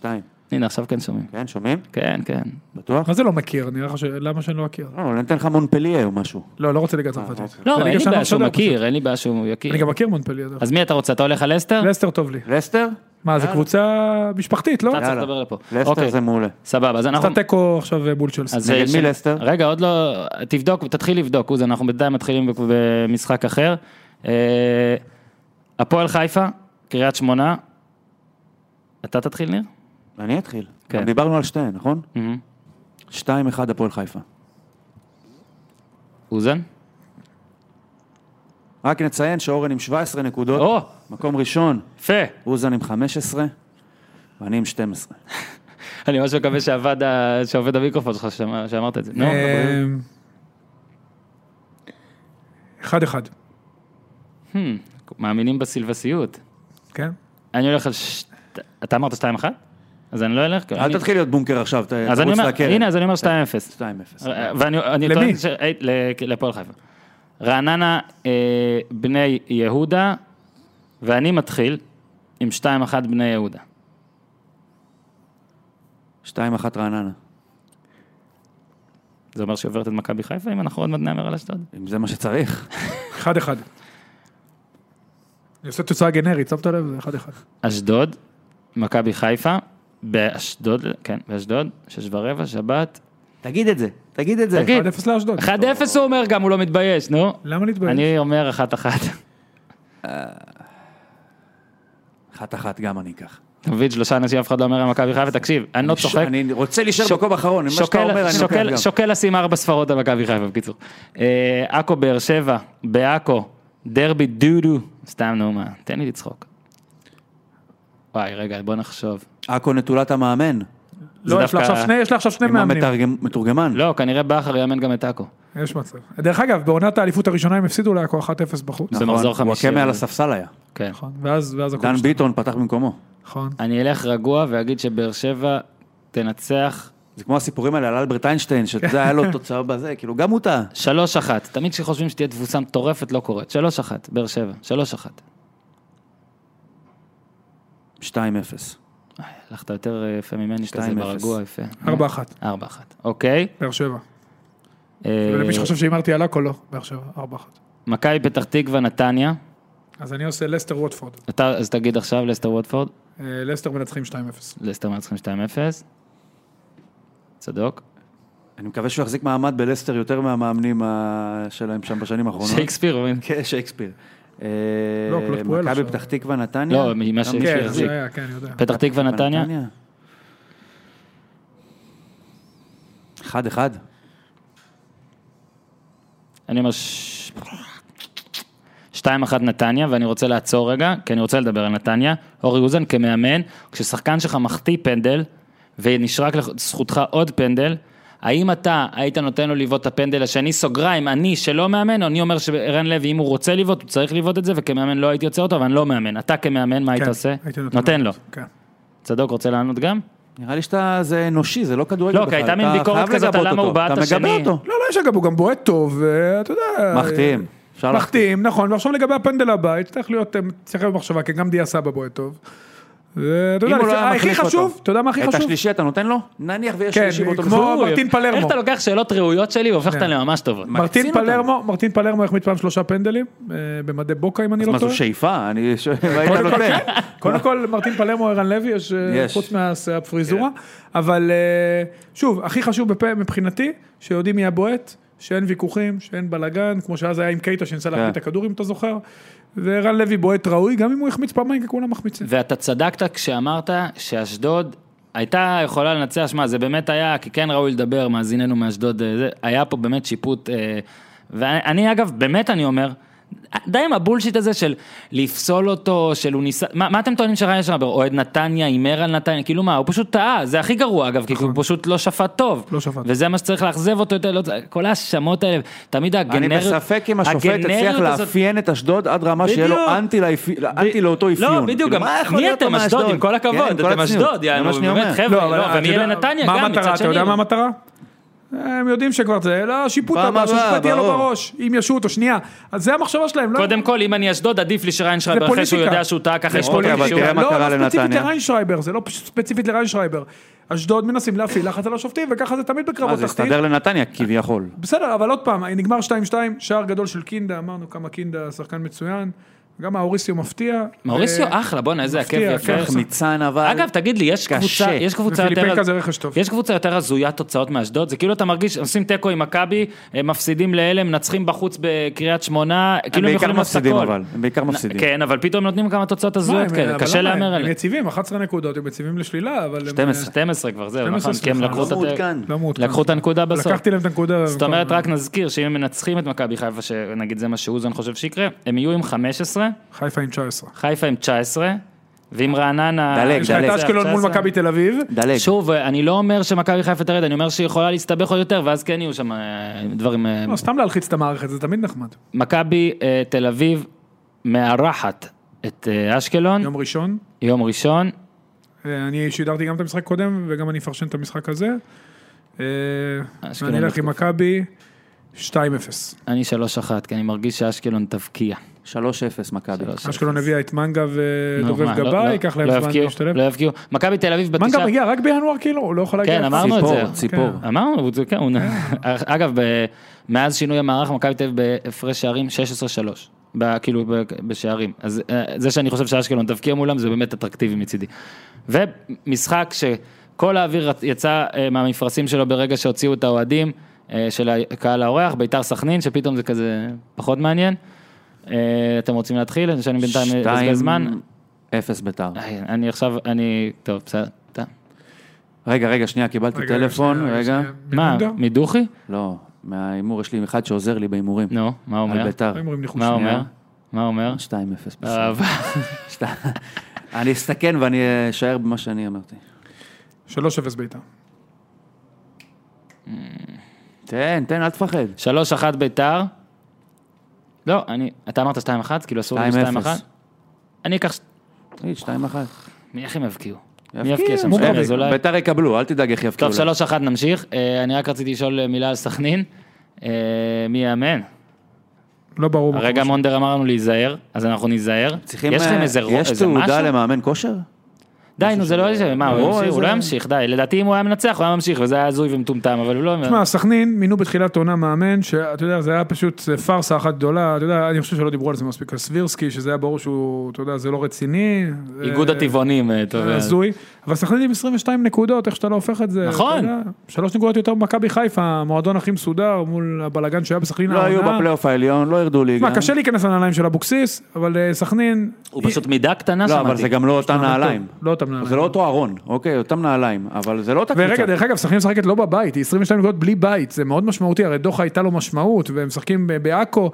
S2: 1-2,
S1: הנה, עכשיו כן שומעים.
S2: כן, שומעים?
S1: כן, כן.
S2: בטוח?
S3: מה זה לא מכיר? נראה לך ש... למה שאני לא אכיר?
S2: לא, אולי ניתן לך מונפליה או משהו.
S3: לא, לא רוצה ליגה צרפתית. זה
S1: לא,
S3: ליגה
S1: אין לי
S3: שאני
S1: בעיה שהוא
S3: יודע,
S1: מכיר, אין לי בעיה שהוא
S3: פשוט.
S1: יכיר.
S3: אני גם מכיר מונפליה. דרך אגב.
S1: אז אה. מי אתה רוצה? אתה הולך על אסתר?
S3: לסטר טוב לי.
S2: לסטר?
S3: מה, זו קבוצה משפחתית, לא?
S1: אתה צריך
S2: יאללה.
S1: לדבר לפה. אוקיי,
S2: לסטר זה מעולה.
S1: סבבה, אז אנחנו...
S3: עשתה תיקו עכשיו אה, מול צ'לסי.
S1: אז
S2: נגד
S1: ש-
S2: מי לסטר?
S1: רגע, עוד לא... תבדוק, תתחיל לבדוק, עוז, אנחנו בינתיים מתחילים בק- במשחק אחר. אה, הפועל חיפה, קריית שמונה. אתה תתחיל, ניר?
S2: אני אתחיל.
S1: כן.
S2: גם דיברנו על שתיהן, נכון?
S1: Mm-hmm.
S2: 2-1 הפועל חיפה.
S1: אוזן?
S2: רק נציין שאורן עם 17 נקודות,
S1: או,
S2: מקום ראשון,
S1: יפה.
S2: אוזן עם 15, ואני עם 12.
S1: אני ממש מקווה שעבד ה- שעובד המיקרופון שלך שמע- שאמרת את זה. נו,
S3: אה, אחד אחד.
S1: הם, מאמינים בסילבסיות.
S3: כן?
S1: אני הולך על... ש- אתה אמרת 2-1? אז אני לא אלך. כי אני-
S2: אל תתחיל להיות בונקר עכשיו, ת-
S1: אז אני
S2: תרוץ
S1: אומר,
S2: לקרן.
S1: הנה, אז אה, אני אומר 2-0.
S2: 2-0.
S1: ואני אני
S3: למי?
S1: טוען ש... אה, ל- לפועל חיפה. רעננה, אה, בני יהודה, ואני מתחיל עם 2-1 בני יהודה.
S2: 2-1 רעננה.
S1: זה אומר שעוברת את מכבי חיפה, אם אנחנו עוד מעט נאמר על אשדוד?
S2: אם זה מה שצריך.
S3: אחד אחד. אני עושה תוצאה גנרית, שמת לב? זה אחד אחד.
S1: כן. אשדוד, מכבי חיפה, באשדוד, כן, באשדוד, שש ורבע, שבת.
S2: תגיד את זה, תגיד את זה.
S1: תגיד,
S3: אחד אפס לאשדוד.
S1: 1-0 הוא אומר גם, הוא לא מתבייש, נו.
S3: למה להתבייש?
S1: אני אומר 1-1.
S2: 1-1 גם אני אקח.
S1: אתה מבין, שלושה אנשים, אף אחד לא אומר על מכבי חיפה, תקשיב, אני לא צוחק.
S2: אני רוצה להישאר
S1: שוק-
S2: במקום האחרון, עם מה שאתה
S1: שוקל-
S2: אומר אני
S1: שוקל-
S2: לוקח גם.
S1: שוקל לשים ארבע ספרות על מכבי חיפה, בקיצור. אה, עכו באר שבע, בעכו, דרבי דודו, סתם נו מה, תן לי לצחוק. וואי, רגע, בוא נחשוב.
S2: עכו נטולת אה, המאמן,
S1: זה
S3: לא, יש לה
S1: דווקא-
S3: עכשיו שני- יש לה עכשיו שני
S2: עם
S3: מאמנים.
S2: המתורגמן.
S1: לא, כנראה בכר יאמן גם את עכו.
S3: יש מצב. דרך אגב, בעונת האליפות הראשונה הם הפסידו לעכו 1-0 בחוץ.
S1: במחזור
S2: נכון. הוא
S1: חמישי,
S2: הקמא
S1: אבל-
S2: על הספסל היה.
S1: כן.
S3: נכון. ואז ואז הכל
S2: דן
S3: השתנה.
S2: ביטון פתח במקומו.
S3: נכון.
S1: אני אלך רגוע ואגיד שבאר שבע תנצח
S2: זה כמו הסיפורים האלה על אלברט איינשטיין, שזה היה לו תוצאה בזה, כאילו גם הוא טעה.
S1: 3-1. תמיד כשחושבים שתהיה תבוסה מטורפת, לא קורית. 3-1, באר שבע, 3-1.
S2: 2-0.
S1: איי, הלכת יותר אה, יפה ממני, כזה
S2: 2-0.
S1: ברגוע, יפה.
S3: ארבע אחת.
S1: 4-1, אוקיי.
S3: באר שבע.
S1: אה,
S3: ולמי שחושב שהימרתי על עכו, לא. באר שבע. ארבע אחת.
S1: מכבי פתח תקווה, נתניה.
S3: אז אני עושה לסטר ווטפורד.
S1: אתה, אז תגיד עכשיו לסטר ווטפורד,
S3: אה, לסטר מנצחים 2-0.
S1: לסטר מנצחים 2-0. צדוק.
S2: אני מקווה שהוא יחזיק מעמד בלסטר יותר מהמאמנים ה- שלהם שם בשנים האחרונות.
S1: שייקספיר, אומרים.
S2: כן, שייקספיר. אה,
S3: לא, קלופ פועל
S2: מכבי
S3: עכשיו.
S2: פתח תקווה, נתניה.
S1: לא, ממה
S2: גם
S1: שמישהו
S3: כן, זה
S1: יחזיק.
S3: היה, כן, אני יודע.
S1: פתח תקווה, נתניה.
S2: 1-1.
S1: אני אומר... ש- 2-1 נתניה, ואני רוצה לעצור רגע, כי אני רוצה לדבר על נתניה. אורי אוזן כמאמן, כששחקן שלך מחטיא פנדל, ונשרק לזכותך עוד פנדל, האם אתה היית נותן לו לבעוט את הפנדל השני, סוגריים, אני שלא מאמן, אני אומר שערן לוי, אם הוא רוצה לבעוט, הוא צריך לבעוט את זה, וכמאמן לא הייתי יוצא אותו, אבל אני לא מאמן. אתה כמאמן, מה היית
S3: כן,
S1: עושה?
S3: הייתי
S1: נותן לו.
S3: כן.
S1: צדוק רוצה לענות גם?
S2: נראה לי שאתה, זה אנושי, זה לא כדורגל
S1: לא, כי הייתה מין
S2: אתה
S1: ביקורת
S2: חייב
S1: כזאת על
S2: לגבות
S1: למה הוא
S2: אותו.
S1: בעט
S2: אתה מגבה
S1: השני.
S2: אותו.
S3: לא, לא, יש אגב, הוא גם בועט טוב, ואתה יודע...
S2: מחטיאים. אפשר
S3: מחטיאים, נכון. ועכשיו לגבי הפנדל הבא, צריך להיות, אה, צריך להיות במחשבה, כי גם דיה סבא בועט טוב. ואתה
S2: אם
S3: יודע,
S2: הוא לא
S3: לפי- אה,
S2: היה
S3: הכי
S2: מחליף
S3: חשוב,
S2: אותו.
S3: אתה יודע מה הכי
S2: את
S3: חשוב?
S2: השלישי אתה נותן לו? נניח ויש
S3: כן,
S2: שלישי באותו
S3: כמו
S2: משחק.
S3: מרטין
S1: איך
S3: פלרמו.
S1: אתה לוקח שאלות ראויות שלי והופך
S3: כן.
S1: אותן לממש טובות?
S2: מקצין
S3: מרטין
S2: אותנו.
S3: פלרמו, מרטין פלרמו החמיץ פעם שלושה פנדלים, אה, במדי בוקה אם אני
S2: אז
S3: לא
S2: מה זו
S3: טועה.
S2: שאיפה? אני שואל, היית נותן.
S3: קודם כל, מרטין פלמו, ערן לוי, יש, אה,
S2: יש. כן.
S3: חוץ מהפריזורה, אבל אה, שוב, הכי חשוב בפ- מבחינתי, שיודעים מי הבועט, שאין ויכוחים, שאין בלאגן, כמו שאז היה עם קייטה שניסה
S2: כן.
S3: להחליט את הכדור, אם אתה זוכר, וערן לוי בועט ראוי, גם אם הוא החמיץ פעמיים, כי כולם מחמיצים.
S1: ואתה צדקת כשאמרת שאשדוד הייתה יכולה לנצח, שמע, זה באמת היה, כי כן ראוי לדבר, מאזיננו מאשדוד, אה, זה, היה פה באמת שיפוט אה, ואני אגב, באמת אני אומר, די עם הבולשיט הזה של לפסול אותו, של הוא ניסה, מה, מה אתם טוענים שריין שרבר, אוהד נתניה, הימר על נתניה, כאילו מה, הוא פשוט טעה, זה הכי גרוע אגב, כי הוא פשוט לא שפט טוב.
S3: נכון. לא שפט.
S1: וזה מה שצריך לאכזב אותו יותר, לא, כל ההאשמות האלה, תמיד הגנריות,
S2: אני בספק אם השופט הצליח
S1: הגנריות הזאת-
S2: לאפיין את אשדוד עד רמה שיהיה
S1: בדיוק.
S2: לו אנטי לאפי- אנטי לאותו אפיון.
S1: לא, בדיוק,
S2: כאילו,
S1: גם
S2: מה יכול
S1: מי
S2: להיות לו
S1: אתם אשדוד,
S2: מאשדוד?
S1: עם כל
S2: כן, עם
S1: הכבוד,
S2: כל
S1: אתם
S2: הצניעות.
S1: אשדוד,
S2: זה מה
S1: יענו,
S2: שאני אומר.
S1: באמת, חבר'ה, לא,
S3: אתה
S1: ומי
S3: יודע-
S1: אלה נתניה
S3: מה
S1: גם,
S3: המטרה?
S1: מצד
S3: אתה
S1: שני.
S3: יודע מה המטרה? הם יודעים שכבר זה, לא, שיפוט
S2: פעם
S3: הבא,
S2: הבאה,
S3: שהשופט יהיה לו
S2: ברור.
S3: בראש, אם ישו אותו, שנייה. אז זה המחשבה שלהם, לא?
S1: קודם כל, אם אני אשדוד, עדיף לי שריינשרייבר, אחרי שהוא
S3: פוליטיקה.
S1: יודע שהוא טעה, ככה
S3: זה
S1: יש פה
S2: אוקיי, אבל
S3: פוליטיקה.
S2: תראה מה קרה
S3: לא, אבל ספציפית
S2: לנתניה.
S3: לריינשרייבר, זה לא פשוט ספציפית לריינשרייבר. אשדוד מנסים להפעיל לחץ על השופטים, וככה זה תמיד
S2: מה,
S3: בקרבות
S2: זה
S3: תחתית.
S2: הסתדר לנתניה כביכול.
S3: בסדר, אבל עוד פעם, נגמר 2-2, שער גדול של קינדה, אמרנו כמה קינדה, שחקן מצוין. גם מאוריסיו מפתיע.
S1: מאוריסיו
S3: אה,
S1: אחלה, בואנה, איזה עקב
S3: מפתיע,
S1: יפה.
S3: כן.
S2: חמיצן אבל...
S1: אגב, תגיד לי, יש
S2: קשה.
S1: קבוצה, יש קבוצה יותר...
S3: ופיליפנקה זה רכש טוב.
S1: יש קבוצה יותר הזויה תוצאות מאשדוד, זה כאילו אתה מרגיש, עושים תיקו עם מכבי, הם מפסידים לאלה, מנצחים בחוץ בקריית שמונה, כאילו הם
S2: בעיקר
S1: יכולים לעשות
S2: מפסידים,
S1: הכל.
S2: אבל. הם בעיקר
S1: נ-
S2: מפסידים.
S1: כן, אבל פתאום נותנים כמה תוצאות
S3: מה,
S1: הזויות
S3: לא, הם-
S1: כאלה,
S3: אבל
S1: קשה
S3: למה הם?
S1: להמר
S3: הם
S1: עליהם.
S3: יציבים, 11 נקודות, הם יציבים לשלילה, אבל... הם-
S2: 12.
S1: 12 כבר, זהו,
S3: 12,
S1: נכון, כי הם
S3: סליחה,
S1: לקחו
S3: לא
S1: את ה-
S3: לא מעודכן.
S1: לקחו את הנקודה בסוף.
S3: לקחתי להם את הנקודה.
S1: זאת אומרת, רק נזכיר שאם הם מנצחים את מכבי חיפה, שנגיד זה מה שאוזן חושב שיקרה, הם יהיו עם 15,
S3: חיפה עם 19.
S1: חיפה עם 19, ועם רעננה...
S2: דלג,
S3: יש לך את
S2: דלג.
S3: אשקלון מול
S1: 19.
S3: מכבי תל אביב.
S2: דלג.
S1: שוב, אני לא אומר שמכבי חיפה תרד, אני אומר שהיא יכולה להסתבך עוד יותר, ואז כן יהיו שם אה, דברים... אה,
S3: לא, סתם להלחיץ את המערכת, זה תמיד נחמד.
S1: מכבי אה, תל אביב מארחת את אה, אשקלון,
S3: יום ראשון.
S1: יום ראשון.
S3: אה, אני שידרתי גם את המשחק קודם, וגם אני אפרשן את המשחק הזה. אה,
S1: אשקלון
S3: ואני אלך
S1: בחוץ.
S3: עם מכבי 2-0.
S1: אני 3-1, כי אני מרגיש שאשקלון תבקיע.
S2: 3-0 מכבי.
S1: שלוש.
S3: אשקלון הביאה את מנגה
S1: נו,
S3: ודובב
S1: מה, לא-
S3: גבאי,
S1: לא-
S3: ייקח להם
S1: לא
S3: זמן
S1: יבקיעו,
S3: להשתלב.
S1: לא יבקיעו. מכבי תל אביב בתשעה...
S3: מנגה מגיע רק בינואר, כאילו, הוא לא יכול להגיע.
S1: כן, אמרנו את זה.
S2: ציפור, ציפור.
S1: אמרנו, הוא צודק, הוא... אגב, ב- מאז שינוי המערך, מכבי תל אביב בהפרש שערים 16-3. ב- כאילו ב- בשערים, אז אה, זה שאני חושב שאשקלון לא תבקיע מולם זה באמת אטרקטיבי מצידי. ומשחק שכל האוויר יצא אה, מהמפרשים שלו ברגע שהוציאו את האוהדים אה, של הקהל האורח, ביתר סכנין, שפתאום זה כזה פחות מעניין. אה, אתם רוצים להתחיל? אני שאני בינתיים אבזבז זמן.
S2: 2-0 ביתר.
S1: אה, אני עכשיו, אני, טוב, בסדר. אתה-
S2: רגע, רגע, שנייה, קיבלתי
S3: רגע,
S2: טלפון,
S3: שנייה,
S2: רגע.
S3: שנייה.
S1: מה,
S3: מנגה?
S1: מדוכי?
S2: לא, מההימור יש לי אחד שעוזר לי בהימורים.
S1: נו, מה הוא
S2: על
S1: אומר?
S2: ביתר.
S3: לא אומרים ניחוש.
S1: מה אה. הוא
S2: שנייה.
S1: אומר? מה הוא אומר?
S2: 2-0 בסדר.
S1: אבל-
S2: שת- אני אסתכן ואני אשאר במה שאני אמרתי.
S3: 3-0 ביתר.
S2: תן, תן, אל תפחד.
S1: 3-1 ביתר. לא, אני, אתה אמרת 2-1, כאילו אסור לי 2-1.
S2: 2-0.
S1: אני אקח, ש-
S2: תגיד, 2-1.
S1: מי איך הם יבקיעו? מי יבקיע
S2: יבקיעו,
S1: שם?
S2: מוגרבי.
S1: שרי אזולאי?
S2: ביתר יקבלו, אל תדאג איך יבקיעו.
S1: טוב, 3-1 נמשיך. אה, אני רק רציתי לשאול מילה על סכנין. אה, מי יאמן?
S3: לא ברור. מה
S1: הרגע
S3: קורה שם.
S1: מונדר אמרנו להיזהר, אז אנחנו ניזהר.
S2: צריכים,
S1: יש לכם
S2: אה,
S1: איזה רוע-
S2: יש
S1: איזה
S2: תעודה
S1: משהו?
S2: למאמן כושר?
S1: די, נו, זה לא איזה, מה, הוא
S2: או,
S1: ימשיך? הוא
S2: איזה-
S1: לא ימשיך, די. לדעתי אם הוא היה מנצח, הוא היה ממשיך, וזה היה הזוי ומטומטם, אבל הוא לא...
S3: תשמע, סכנין מינו בתחילת עונה מאמן, שאתה יודע, זה היה פשוט פארסה אחת גדולה, אתה יודע, אני חושב שלא דיברו על זה מספיק, על סבירסקי, שזה היה ברור שהוא, אתה יודע, זה לא רציני.
S1: איגוד
S3: אה,
S1: הטבעונים, אה, טוב.
S3: זה הזוי, אבל סכנין עם 22 נקודות, איך שאתה לא הופך את זה.
S1: נכון.
S3: אתה יודע, שלוש נקודות יותר ממכבי חיפה, המועדון הכי מסודר מול הבלגן שהיה בסכנין
S2: לא היו בפלייאוף העליון, לא ירדו ליגה.
S3: מה, קשה להיכנס לנעליים של אבוקסיס, אבל אה, סכנין...
S1: הוא פשוט מידה קטנה,
S2: לא, אבל
S1: שמעתי.
S2: זה גם לא אותן נעליים.
S3: לא אותם נעליים.
S2: זה לא אותו ארון, אוקיי, אותם נעליים, אבל זה לא אותה
S3: ורגע,
S2: קבוצה.
S3: דרך אגב, סכנין משחקת לא בבית, היא 22 נקודות בלי בית, זה מאוד משמעותי, הרי דוחה הייתה לו משמעות, והם משחקים ב- בעכו,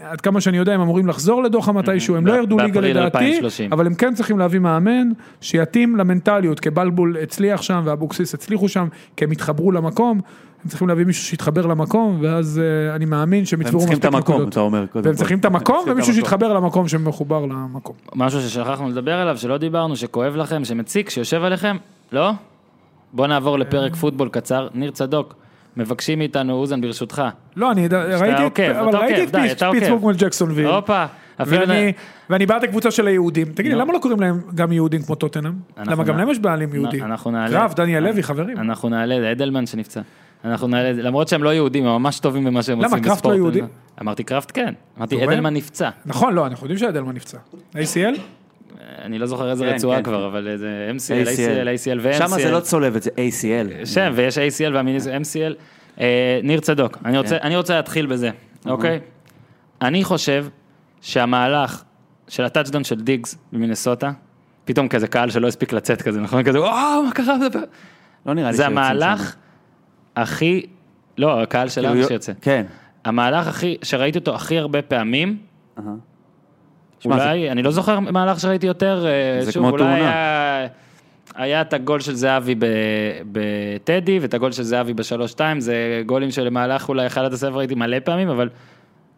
S3: עד כמה שאני יודע, הם אמורים לחזור לדוחה מתישהו, הם לא
S1: בא-
S3: ירדו ליגה
S1: באפריל
S3: לדעתי,
S1: 2030.
S3: אבל הם כן צריכים להביא מאמן שיתאים למנטליות, כי בלבול הצליח שם, ואבוקסיס הצליחו שם, כי הם התחברו למקום, הם צריכים להביא מישהו שיתחבר למקום, ואז אה, אני מאמין שהם
S2: והם
S3: יצברו
S2: צריכים את
S3: מספיק
S2: המקום,
S3: נקודות.
S2: אתה אומר. קודם
S3: והם
S2: כל.
S3: צריכים את המקום,
S2: צריכים את
S3: ומישהו
S2: המקום.
S3: שיתחבר למקום שמחובר למקום.
S1: משהו ששכחנו לדבר עליו, שלא דיברנו, שכואב לכם, שמציק, שיושב עליכם, לא? בואו נעבור לפרק
S3: אה.
S1: פוטבול קצר. ניר צדוק, מבקשים מאיתנו, אוזן, ברשותך.
S3: לא, אני יודע, ראיתי את-
S1: עוקב, אתה
S3: אבל ראיתי
S1: עוקב,
S3: את
S1: די,
S3: פיטס-
S1: אתה עוקב.
S3: פיטסבורג מול ג'קסונוויל.
S1: הופה, אפילו...
S3: ואני, ואני בעד הקבוצה של היהודים. תגיד לי,
S1: נו.
S3: למה לא קוראים להם גם יהודים כמו טוטנאם?
S1: אנחנו
S3: למה גם
S1: נע-
S3: להם יש בעלים יהודי?
S1: נ- אנחנו נעלה.
S3: קרב, דניאל
S1: אה,
S3: לוי, חברים.
S1: אנחנו נעלה, זה אדלמן שנפצע. אנחנו נעלה, למרות שהם לא יהודים, הם ממש טובים במה שהם
S3: למה,
S1: עושים
S3: קראפט
S1: בספורט.
S3: לא יהודי?
S1: אמרתי קראפט כן. אמרתי
S3: אתה רואה?
S1: אדלמן נפצע.
S3: נכון, לא, אנחנו יודעים שאדלמן נפצע. ACL?
S1: Mm-hmm. אני לא זוכר איזה
S2: כן,
S1: רצועה
S2: כן,
S1: כבר,
S2: כן.
S1: אבל זה MCL, ACL, ACL ו-MCL.
S2: שם זה לא צולבת, זה ACL.
S1: שם, ויש ACL והמיניס MCL. אה, ניר צדוק, אני רוצה,
S2: כן.
S1: אני רוצה להתחיל בזה, אוקיי? אני חושב שהמהלך של הטאצ'דאון של דיגס במינסוטה, פתאום כזה קהל שלא הספיק לצאת כזה, נכון? כזה, וואו, מה קרה?
S2: לא נראה לי
S1: זה
S2: שיוצאים
S1: המהלך
S2: שם.
S1: הכי, לא, הקהל שלנו
S2: כאילו,
S1: שיוצא.
S2: כן.
S1: המהלך הכי, שראיתי אותו הכי הרבה פעמים,
S2: שמע,
S1: אולי, אני לא זוכר מהלך שראיתי יותר, אה,
S2: זה
S1: שוב,
S2: כמו
S1: אולי
S2: תאונה.
S1: היה- היה את הגול של זהבי ב- בטדי, ואת הגול של זהבי בשלוש-שתיים, זה גולים שלמהלך אולי אחד עד הספר ראיתי מלא פעמים, אבל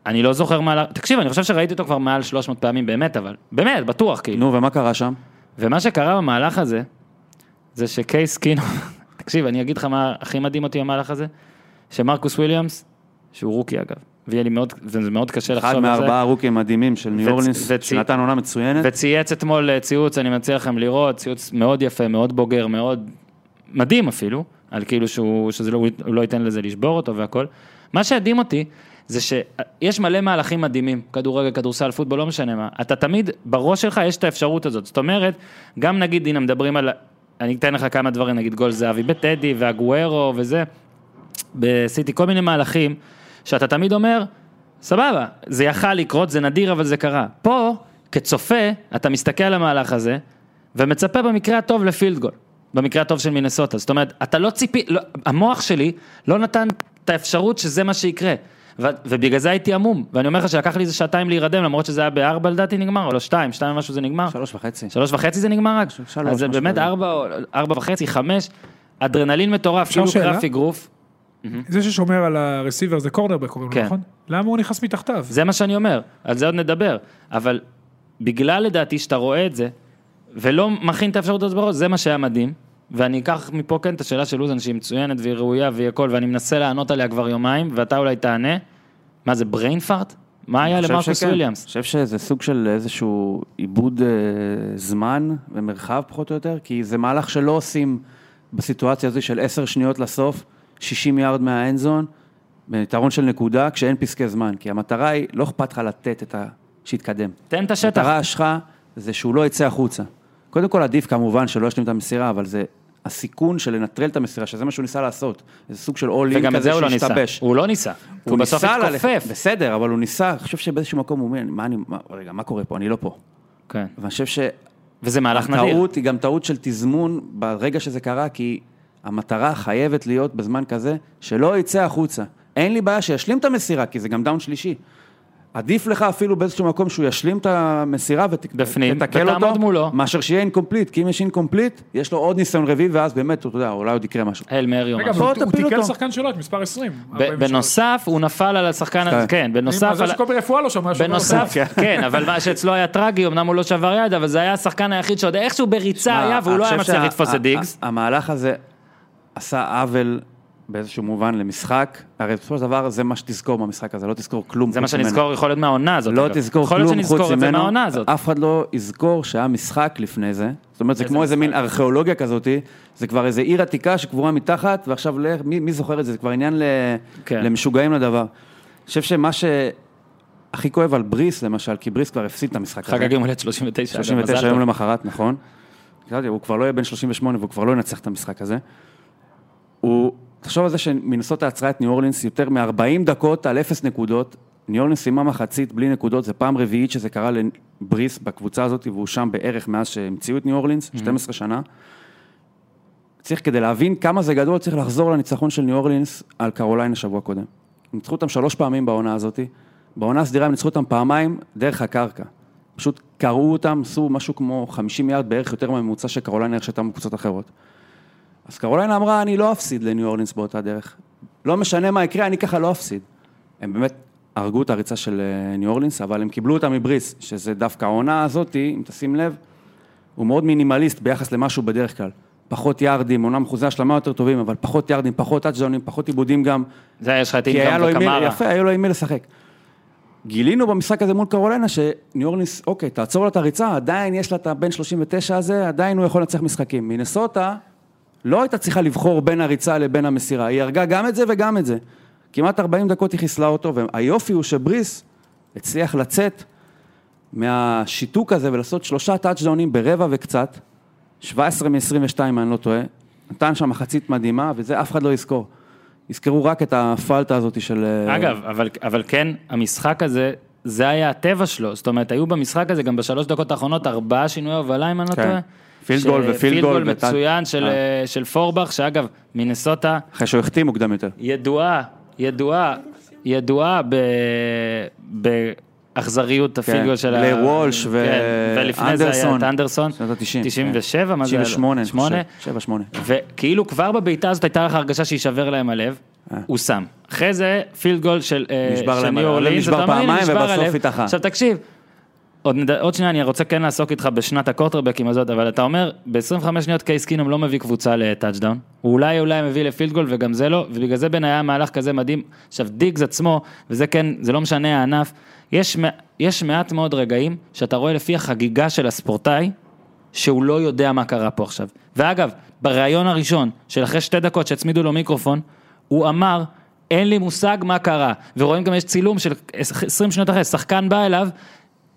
S1: אני לא זוכר מהלך, תקשיב, אני חושב שראיתי אותו כבר מעל 300 פעמים, באמת, אבל, באמת, בטוח, כאילו.
S2: נו, ומה קרה שם?
S1: ומה שקרה במהלך הזה, זה שקייס קינו, תקשיב, אני אגיד לך מה הכי מדהים אותי במהלך הזה, שמרקוס וויליאמס, שהוא רוקי אגב, ויהיה לי מאוד, וזה מאוד קשה לחשוב
S2: אחד
S1: על זה.
S2: מארבעה רוקים מדהימים של ניו
S1: וצ-
S2: אורלינס,
S1: וצי-
S2: שנתן עונה מצוינת.
S1: וצייץ אתמול אה, ציוץ, אני מציע לכם לראות, ציוץ מאוד יפה, מאוד בוגר, מאוד מדהים אפילו, על כאילו שהוא, שזה לא, הוא לא ייתן לזה לשבור אותו והכל. מה שהדהים אותי, זה שיש מלא מהלכים מדהימים, כדורגל, כדורסל, פוטבול, לא משנה מה. אתה תמיד, בראש שלך יש את האפשרות הזאת. זאת אומרת, גם נגיד, הנה, מדברים על... אני אתן לך כמה דברים, נגיד גול זהבי בטדי והגוארו וזה, בסיטי, כל מיני מהלכים, שאתה תמיד אומר, סבבה, זה יכל לקרות, זה נדיר, אבל זה קרה. פה, כצופה, אתה מסתכל על המהלך הזה, ומצפה במקרה הטוב לפילד גול. במקרה הטוב של מינסוטה. זאת אומרת, אתה לא ציפי... לא, המוח שלי לא נתן את האפשרות שזה מה שיקרה. ו, ובגלל זה הייתי עמום. ואני אומר לך שלקח לי איזה שעתיים להירדם, למרות שזה היה בארבע לדעתי נגמר, או לא שתיים, שתיים ומשהו זה נגמר.
S2: שלוש וחצי.
S1: שלוש וחצי זה נגמר רק?
S2: שלוש,
S1: אז זה
S2: משהו
S1: באמת
S2: כזה.
S1: ארבע, או- ארבע וחצי, חמש, אדרנלין מטורף,
S3: אפשר
S1: כאילו
S3: שאלה?
S1: קרף אגרוף.
S3: זה ששומר על הרסיבר זה קורנרבק קוראים לו,
S1: כן.
S3: נכון? למה הוא נכנס מתחתיו?
S1: זה מה שאני אומר, על זה עוד נדבר. אבל בגלל לדעתי שאתה רואה את זה, ולא מכין את האפשרות הזאת בראש, זה מה שהיה מדהים. ואני אקח מפה כן את השאלה של אוזן שהיא מצוינת והיא ראויה והיא הכל, ואני מנסה לענות עליה כבר יומיים, ואתה אולי תענה. מה זה brain fart? מה היה
S2: חושב
S1: למרקוס
S2: שכן.
S1: וויליאמס?
S2: חושב שזה סוג של איזשהו עיבוד אה, זמן ומרחב פחות או יותר, כי זה מהלך שלא עושים בסיטואציה הזו של עשר שניות לסוף, 60 יארד מהאנזון, ביתרון של נקודה, כשאין פסקי זמן, כי המטרה היא, לא אכפת לך לתת את ה... שיתקדם.
S1: תן את השטח.
S2: המטרה שלך זה שהוא לא יצא החוצה. קודם כל עדיף כמובן שלא ישלים את המסירה, אבל זה הסיכון של לנטרל את המסירה, שזה מה שהוא ניסה לעשות. זה סוג של אול אין
S1: וגם את זה
S2: כזה
S1: הוא לא ניסה.
S2: שהשתבש.
S1: הוא לא ניסה. הוא בסוף
S2: ניסה ללכת-
S1: התכופף.
S2: בסדר, אבל הוא ניסה, אני חושב שבאיזשהו מקום הוא אומר, מה אני, מה, רגע, מה קורה פה? אני לא פה.
S1: כן.
S2: ואני חושב שהטעות
S1: וזה מהלך נדיר.
S2: היא גם טעות של תזמון ברגע שזה קרה, כי המטרה חייבת להיות בזמן כזה, שלא יצא החוצה. אין לי בעיה שישלים את המסירה, כי זה גם דאון שלישי. עדיף לך אפילו באיזשהו מקום שהוא ישלים את המסירה
S1: בפנים,
S2: ותקל
S1: ותעמוד
S2: אותו,
S1: מולו.
S2: מאשר שיהיה אינקומפליט, כי אם יש אינקומפליט, יש לו עוד ניסיון רביעי, ואז באמת, אתה יודע, אולי עוד יקרה משהו.
S1: האל מארי או
S3: רגע, אבל
S1: משהו.
S2: בוא
S3: הוא הוא
S2: תפיל
S3: תיקל
S2: אותו.
S3: שחקן שלו את מספר 20.
S1: ב-
S3: 43.
S1: בנוסף, הוא נפל על השחקן הזה, כן, בנוסף
S3: מזל
S1: על...
S3: שקובי רפואה לא שמע שהוא לא
S1: בנוסף,
S3: עושה.
S1: כן, אבל מה שאצלו היה טרגי, אמנם הוא לא שבר יד, אבל זה היה השחקן היחיד שעוד איכשהו בריצה היה, והוא לא היה
S2: אני חושב
S1: מצליח
S2: שה- אה,
S1: לתפוס
S2: ה-
S1: את דיגס.
S2: ה- המהלך הזה עשה עוול באיזשהו מובן למשחק, הרי בסופו של דבר זה מה שתזכור במשחק הזה, לא תזכור כלום
S1: זה מה
S2: חוץ ממנו.
S1: שנזכור, יכול להיות מהעונה הזאת.
S2: לא
S1: אגב.
S2: תזכור
S1: יכול להיות
S2: כלום חוץ
S1: שנזכור את זה
S2: ממנו,
S1: מהעונה הזאת.
S2: אף אחד לא יזכור שהיה משחק לפני זה, זאת אומרת זה כמו איזה מין ארכיאולוגיה כזאתי, זה כבר איזה עיר עתיקה שקבורה מתחת, ועכשיו לך, מי מי זוכר את זה, זה כבר עניין ל-
S1: כן.
S2: למשוגעים לדבר. אני חושב שמה שהכי כואב על בריס למשל, כי בריס כבר הפסיד את המשחק הזה.
S1: חגג יום הולדת 39. אגב, אוקיי, מזל
S2: 39
S1: טוב.
S2: יום למחרת, נכון. קראתי, הוא כבר לא יהיה בן 38 והוא כבר לא ינצח את המשחק הזה. הוא, תחשוב על זה שמנסות עצרה את ניו אורלינס יותר מ-40 דקות על 0 נקודות. ניו אורלינס סיימה מחצית בלי נקודות, זה פעם רביעית שזה קרה לבריס בקבוצה הזאת, והוא שם בערך מאז שהמציאו את ניו אורלינס, 12 שנה. צריך, כדי להבין כמה זה גדול, צריך לחזור לניצחון של ניו אורלינס על קרוליינה שבוע קודם. הם ניצחו אותם שלוש פעמים בעונה הזאת, בעונה הסדירה הם ניצחו אותם פעמיים דרך הקרקע. פשוט קרעו אותם, עשו משהו כמו 50 מיליארד בערך יותר מהממוצע של קרוליינה איך שהייתה מקבוצות אחרות. אז קרוליינה אמרה, אני לא אפסיד לניו אורלינס באותה דרך. לא משנה מה יקרה, אני ככה לא אפסיד. הם באמת הרגו את הריצה של אה, ניו אורלינס, אבל הם קיבלו אותה מבריס, שזה דווקא העונה הזאת, אם תשים לב, הוא מאוד מינימליסט ביחס למה שהוא בדרך כלל. פחות יארדים, אומנם אחוזי השלמה יותר טובים, אבל פחות יארדים, פחות טאצ'דאונים, פחות עיבודים גם.
S1: זה היה, יש לך את
S2: כי היה
S1: אינגרם
S2: לו עם מי,
S1: וקמרה.
S2: יפה, היה לו עם מי לשחק. גילינו במשחק הזה מול קרוליינה שניו אורלינס, אוקיי, תעצור לה את הריצה, עדיין יש לה את הבן 39 הזה, עדיין הוא יכול לנצח משחקים. מינסוטה לא הייתה צריכה לבחור בין הריצה לבין המסירה, היא הרגה גם את זה וגם את זה. כמעט 40 דקות היא חיסלה אותו, והיופי הוא שבריס הצליח לצאת מהשיתוק הזה ולעשות שלושה טאצ'דאונים ברבע וקצת, 17 מ-22, אם אני לא טועה, נתן שם מחצית מדהימה, וזה אף אחד לא יזכור. יזכרו רק את הפלטה הזאת של... אה,
S1: אגב, אבל- אבל כן, המשחק הזה, זה היה הטבע שלו. זאת אומרת, היו במשחק הזה גם בשלוש דקות האחרונות ארבעה שינויי הובלה, אם אני לא
S2: כן.
S1: טועה.
S2: פילד
S1: ש-
S2: גול ופילד גול וטל-
S1: מצוין של,
S2: אה.
S1: אה, של פורבך, שאגב, מינסוטה
S2: אחרי שהוא החטיא מוקדם יותר.
S1: ידועה, ידועה, ידועה ב... באכזריות הפינגול של ה...
S2: בלייר כן, וולש ו-
S1: כן, ולפני זה היה את
S2: אנדרסון.
S1: אנדרסון.
S2: שנות ה-90.
S1: 97, מה זה היה לו?
S2: 98,
S1: 98.
S2: 7, 8.
S1: וכאילו כבר בבעיטה הזאת הייתה לך הרגשה שיישבר להם הלב, הוא שם. אחרי זה פילד גול של אה,
S2: אה. נשבר
S1: של
S2: להם
S1: ניו
S2: הלב,
S1: אורלינס,
S2: נשבר
S1: אתה אומר, הנה,
S2: פעמיים
S1: נשבר
S2: ובסוף
S1: הלב.
S2: התאחה.
S1: עכשיו תקשיב, עוד, נד... עוד שנייה אני רוצה כן לעסוק איתך בשנת הקורטרבקים הזאת, אבל אתה אומר, ב-25 שניות קייס קינום לא מביא קבוצה לטאצ'דאון, הוא אולי אולי מביא לפילד גול וגם זה לא, ובגלל זה בין היה מהלך כזה מדהים. עכשיו דיגס עצמו, וזה כן, זה לא משנה הענף, יש, מע- יש מעט מאוד רגעים שאתה רואה לפי החגיגה של הספורטאי, שהוא לא יודע מה קרה פה עכשיו. ואגב, בריאיון הראשון, של אחרי שתי דקות שהצמידו לו מיקרופון, הוא אמר, אין לי מושג מה קרה. ורואים גם יש צילום של 20 שניות אחרי, שחקן בא אליו,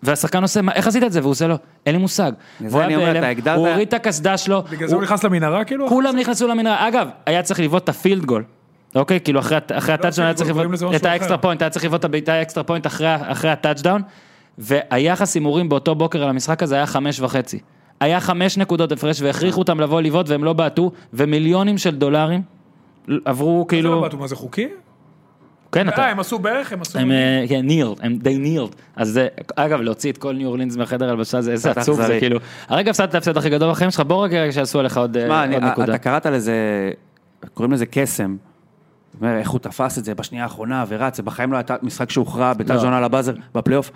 S1: והשחקן עושה, "מה, איך עשית את זה? והוא עושה לו, אין לי מושג.
S2: זה
S1: והוא היה
S2: אני אומר,
S1: בהלם,
S2: אתה הגדרת-
S1: הוא הוריד את הקסדה שלו,
S3: בגלל זה
S1: הוא-
S3: הוא נכנס למנהרה כאילו?
S1: כולם נכנסו למנהרה. אגב, היה צריך לבעוט את הפילד גול. אוקיי, כאילו אחרי הט-
S3: לא,
S1: אחרי הטאצ'דאון היה
S3: פילד גול,
S1: צריך
S3: קוראים לזה
S1: לבעוט
S3: משהו
S1: את האקסטרה
S3: אחר.
S1: פוינט, היה צריך לבעוט את הבעיטה האקסטרה פוינט אחרי ה- אחרי הטאצ'דאון, והיחס הימורים באותו בוקר על המשחק הזה היה חמש וחצי. היה חמש נקודות הפרש והכריחו אותם לבוא לבעוט והם לא בעטו, ומיליונים של דולרים עברו
S3: כאילו...
S1: כאילו...
S3: מה זה חוקי?
S1: כן, אתה...
S3: אה, הם עשו בערך, הם עשו...
S1: הם אה, נירד, הם די נירד. אז זה, אגב, להוציא את כל ניו אורלינס מהחדר הלבשה זה איזה
S2: קצת
S1: עצוב זה
S2: אכזרי.
S1: כאילו. הרגע הפסדת את ההפסד הכי גדול בחיים שלך, בוא רק רגע שיעשו עליך עוד
S2: מה,
S1: אה,
S2: אני-
S1: עוד נקודה.
S2: אתה קראת לזה, קוראים לזה קסם. אתה אומר, איך הוא תפס את זה בשנייה האחרונה ורץ, זה בחיים לא היה משחק שהוכרע ביתר
S1: לא.
S2: זונה לבאזר בפלייאוף.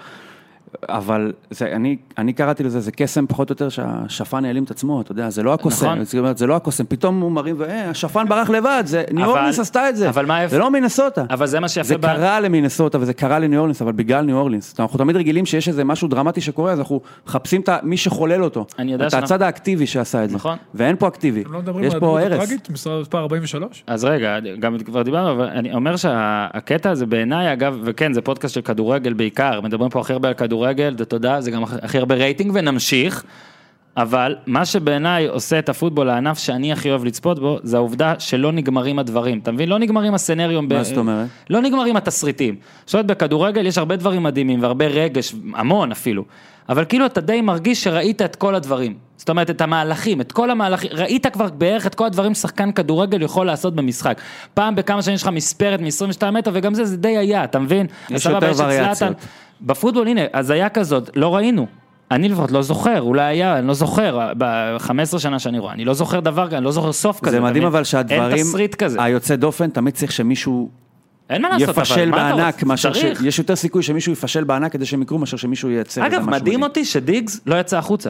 S2: אבל זה, אני, אני קראתי לזה, זה קסם פחות או יותר שהשפן העלים את עצמו, אתה יודע, זה לא הקוסם,
S1: נכון.
S2: זאת אומרת, זה לא הקוסם, פתאום הוא מרים, אה, השפן ברח לבד, זה, ניו
S1: אבל-
S2: אורלינס עשתה את זה,
S1: אבל מה ההפ-
S2: זה לא מינסוטה.
S1: אבל זה מה שיפה
S2: זה
S1: ב-
S2: קרה למינסוטה וזה קרה לניו אורלינס, אבל בגלל ניו אורלינס. זאת אומרת, אנחנו תמיד רגילים שיש איזה משהו דרמטי שקורה, אז אנחנו מחפשים את ה- מי שחולל אותו.
S1: אני יודע
S2: את
S1: שאנחנו-
S2: הצד האקטיבי שעשה את זה.
S1: נכון.
S2: ואין פה אקטיבי.
S3: הם לא מדברים
S2: יש
S3: על
S2: פה
S3: הדמות
S2: הרס.
S3: הטראגית, מספר 43?
S1: אז רגע, גם כבר דיברנו, אבל אני אומר שהקטע הזה בעיניי, אגב, וכן, זה פודקאסט של כדורגל בעיקר, מדברים פה הכי הרבה על כדורגל, זה תודה, זה גם הכי הרבה רייטינג, ונמשיך, אבל מה שבעיניי עושה את הפוטבול, הענף שאני הכי אוהב לצפות בו, זה העובדה שלא נגמרים הדברים, אתה מבין? לא נגמרים הסצנריום.
S2: מה
S1: ב-
S2: זאת אומרת?
S1: לא נגמרים התסריטים. זאת אומרת, בכדורגל יש הרבה דברים מדהימים והרבה רגש, המון אפילו. אבל כאילו אתה די מרגיש שראית את כל הדברים. זאת אומרת, את המהלכים, את כל המהלכים, ראית כבר בערך את כל הדברים ששחקן כדורגל יכול לעשות במשחק. פעם בכמה שנים יש לך מספרת מ-22 מטר, וגם זה, זה די היה, אתה מבין? אז סבבה,
S2: יותר
S1: את זלאטן.
S2: וריאציות.
S1: בפוטבול, הנה, הזיה כזאת, לא ראינו. אני לפחות לא זוכר, אולי היה, אני לא זוכר, ב-15 שנה שאני רואה, אני לא זוכר דבר כזה, אני לא זוכר סוף כזה.
S2: זה
S1: אתה
S2: מדהים
S1: מבין?
S2: אבל שהדברים...
S1: אין תסריט כזה,
S2: היוצא דופן, תמיד צריך שמישהו
S1: אין מה לעשות, אבל
S2: יפשל
S1: מה אתה
S2: בענק,
S1: רוצה?
S2: מאשר ש...
S1: צריך.
S2: יש יותר סיכוי שמישהו יפשל בענק כדי שהם יקרו, מאשר שמישהו ייצר איזה
S1: אגב,
S2: משהו
S1: מדהים אותי שדיגס לא יצא החוצה.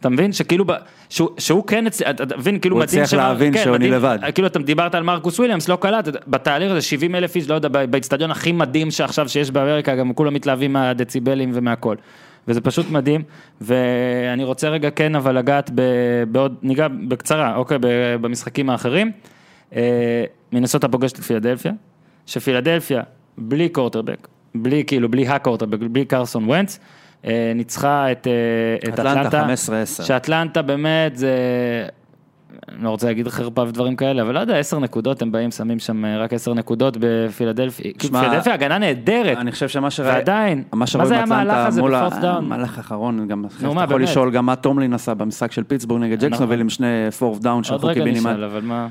S1: אתה מבין? שכאילו, ב- שהוא- שהוא כן, הצ- אתה אתה מבין, כאילו
S2: הוא
S1: מדהים
S2: הצליח
S1: שמר-
S2: להבין
S1: כן,
S2: שהוא אני
S1: מדהים.
S2: לבד.
S1: כאילו, אתה דיברת על מרקוס וויליאמס, לא קלט, אתה- בתהליך הזה 70 אלף איש, לא יודע, ב- באצטדיון הכי מדהים שעכשיו שיש באמריקה, גם כולם מתלהבים מהדציבלים ומהכל. וזה פשוט מדהים, ואני רוצה רגע כן, אבל לגעת ב- בעוד, ניגע בקצרה, אוקיי, ב- במשחקים האחרים. אה, מנסוטה פוגשת את פילדלפיה, שפילדלפיה, בלי קורטרבק, בלי כאילו, בלי הקורטרבק, בלי קרסון ונץ, אה, ניצחה את אה, את
S2: אטלנטה,
S1: אטלנטה.
S2: 15-10.
S1: שאטלנטה באמת זה... אני לא רוצה להגיד חרפה ודברים כאלה, אבל לא יודע, עשר נקודות, הם באים, שמים שם אה, רק עשר נקודות בפילדלפיה.
S2: שמע,
S1: פילדלפיה הגנה נהדרת.
S2: אני חושב שמה שראה...
S1: ועדיין,
S2: מה
S1: מה
S2: שרואים
S1: זה היה המהלך
S2: באטלנטה
S1: הזה
S2: מול
S1: בפורט דאון?
S2: המהלך האחרון, גם
S1: מה,
S2: אתה יכול
S1: באמת. נכון.
S2: לשאול גם מה טומלין עשה במשחק של פיטסבורג נגד ג'קסונוויל עם שני פורט דאון
S1: עוד
S2: שלחו
S1: רגע
S2: קיבינימט.
S1: נשאל, אבל מה...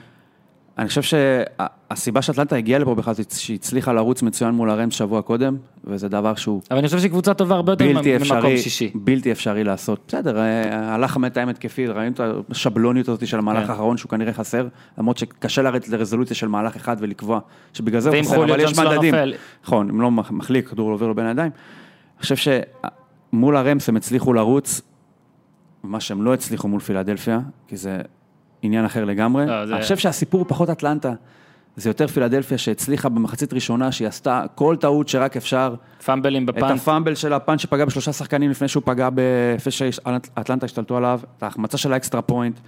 S2: אני חושב שהסיבה שאטלנטה הגיעה לפה בכלל זה שהיא הצליחה לרוץ מצוין מול הרמס שבוע קודם, וזה דבר שהוא
S1: אבל אני חושב שהיא קבוצה טובה הרבה יותר
S2: בלתי
S1: ממקום
S2: אפשרי,
S1: שישי.
S2: בלתי אפשרי לעשות. בסדר, אה, הלך מתאם התקפי, ראינו את השבלוניות הזאת של המהלך
S1: כן.
S2: האחרון שהוא כנראה חסר, למרות שקשה לרדת לרזולוציה של מהלך אחד ולקבוע שבגלל זה
S1: ואם
S2: הוא חסר,
S1: חוליו
S2: אבל יש
S1: ג'ונס לא
S2: מדדים.
S1: נופל.
S2: נכון, אם לא מח- מחליק, כדור לא עובר לו בין הידיים. אני חושב שמול הרמס הם הצליחו לרוץ, מה שהם לא הצליחו מול פילדלפיה, כי זה עניין אחר לגמרי.
S1: לא, זה-
S2: אני חושב שהסיפור הוא פחות אטלנטה. זה יותר פילדלפיה שהצליחה במחצית ראשונה, שהיא עשתה כל טעות שרק אפשר.
S1: פאמבלים
S2: את
S1: בפאנט.
S2: הפאמבל של הפאנץ' שפגע בשלושה שחקנים לפני שהוא פגע, ב- לפני שאטלנטה השתלטו עליו, את ההחמצה של האקסטרה פוינט,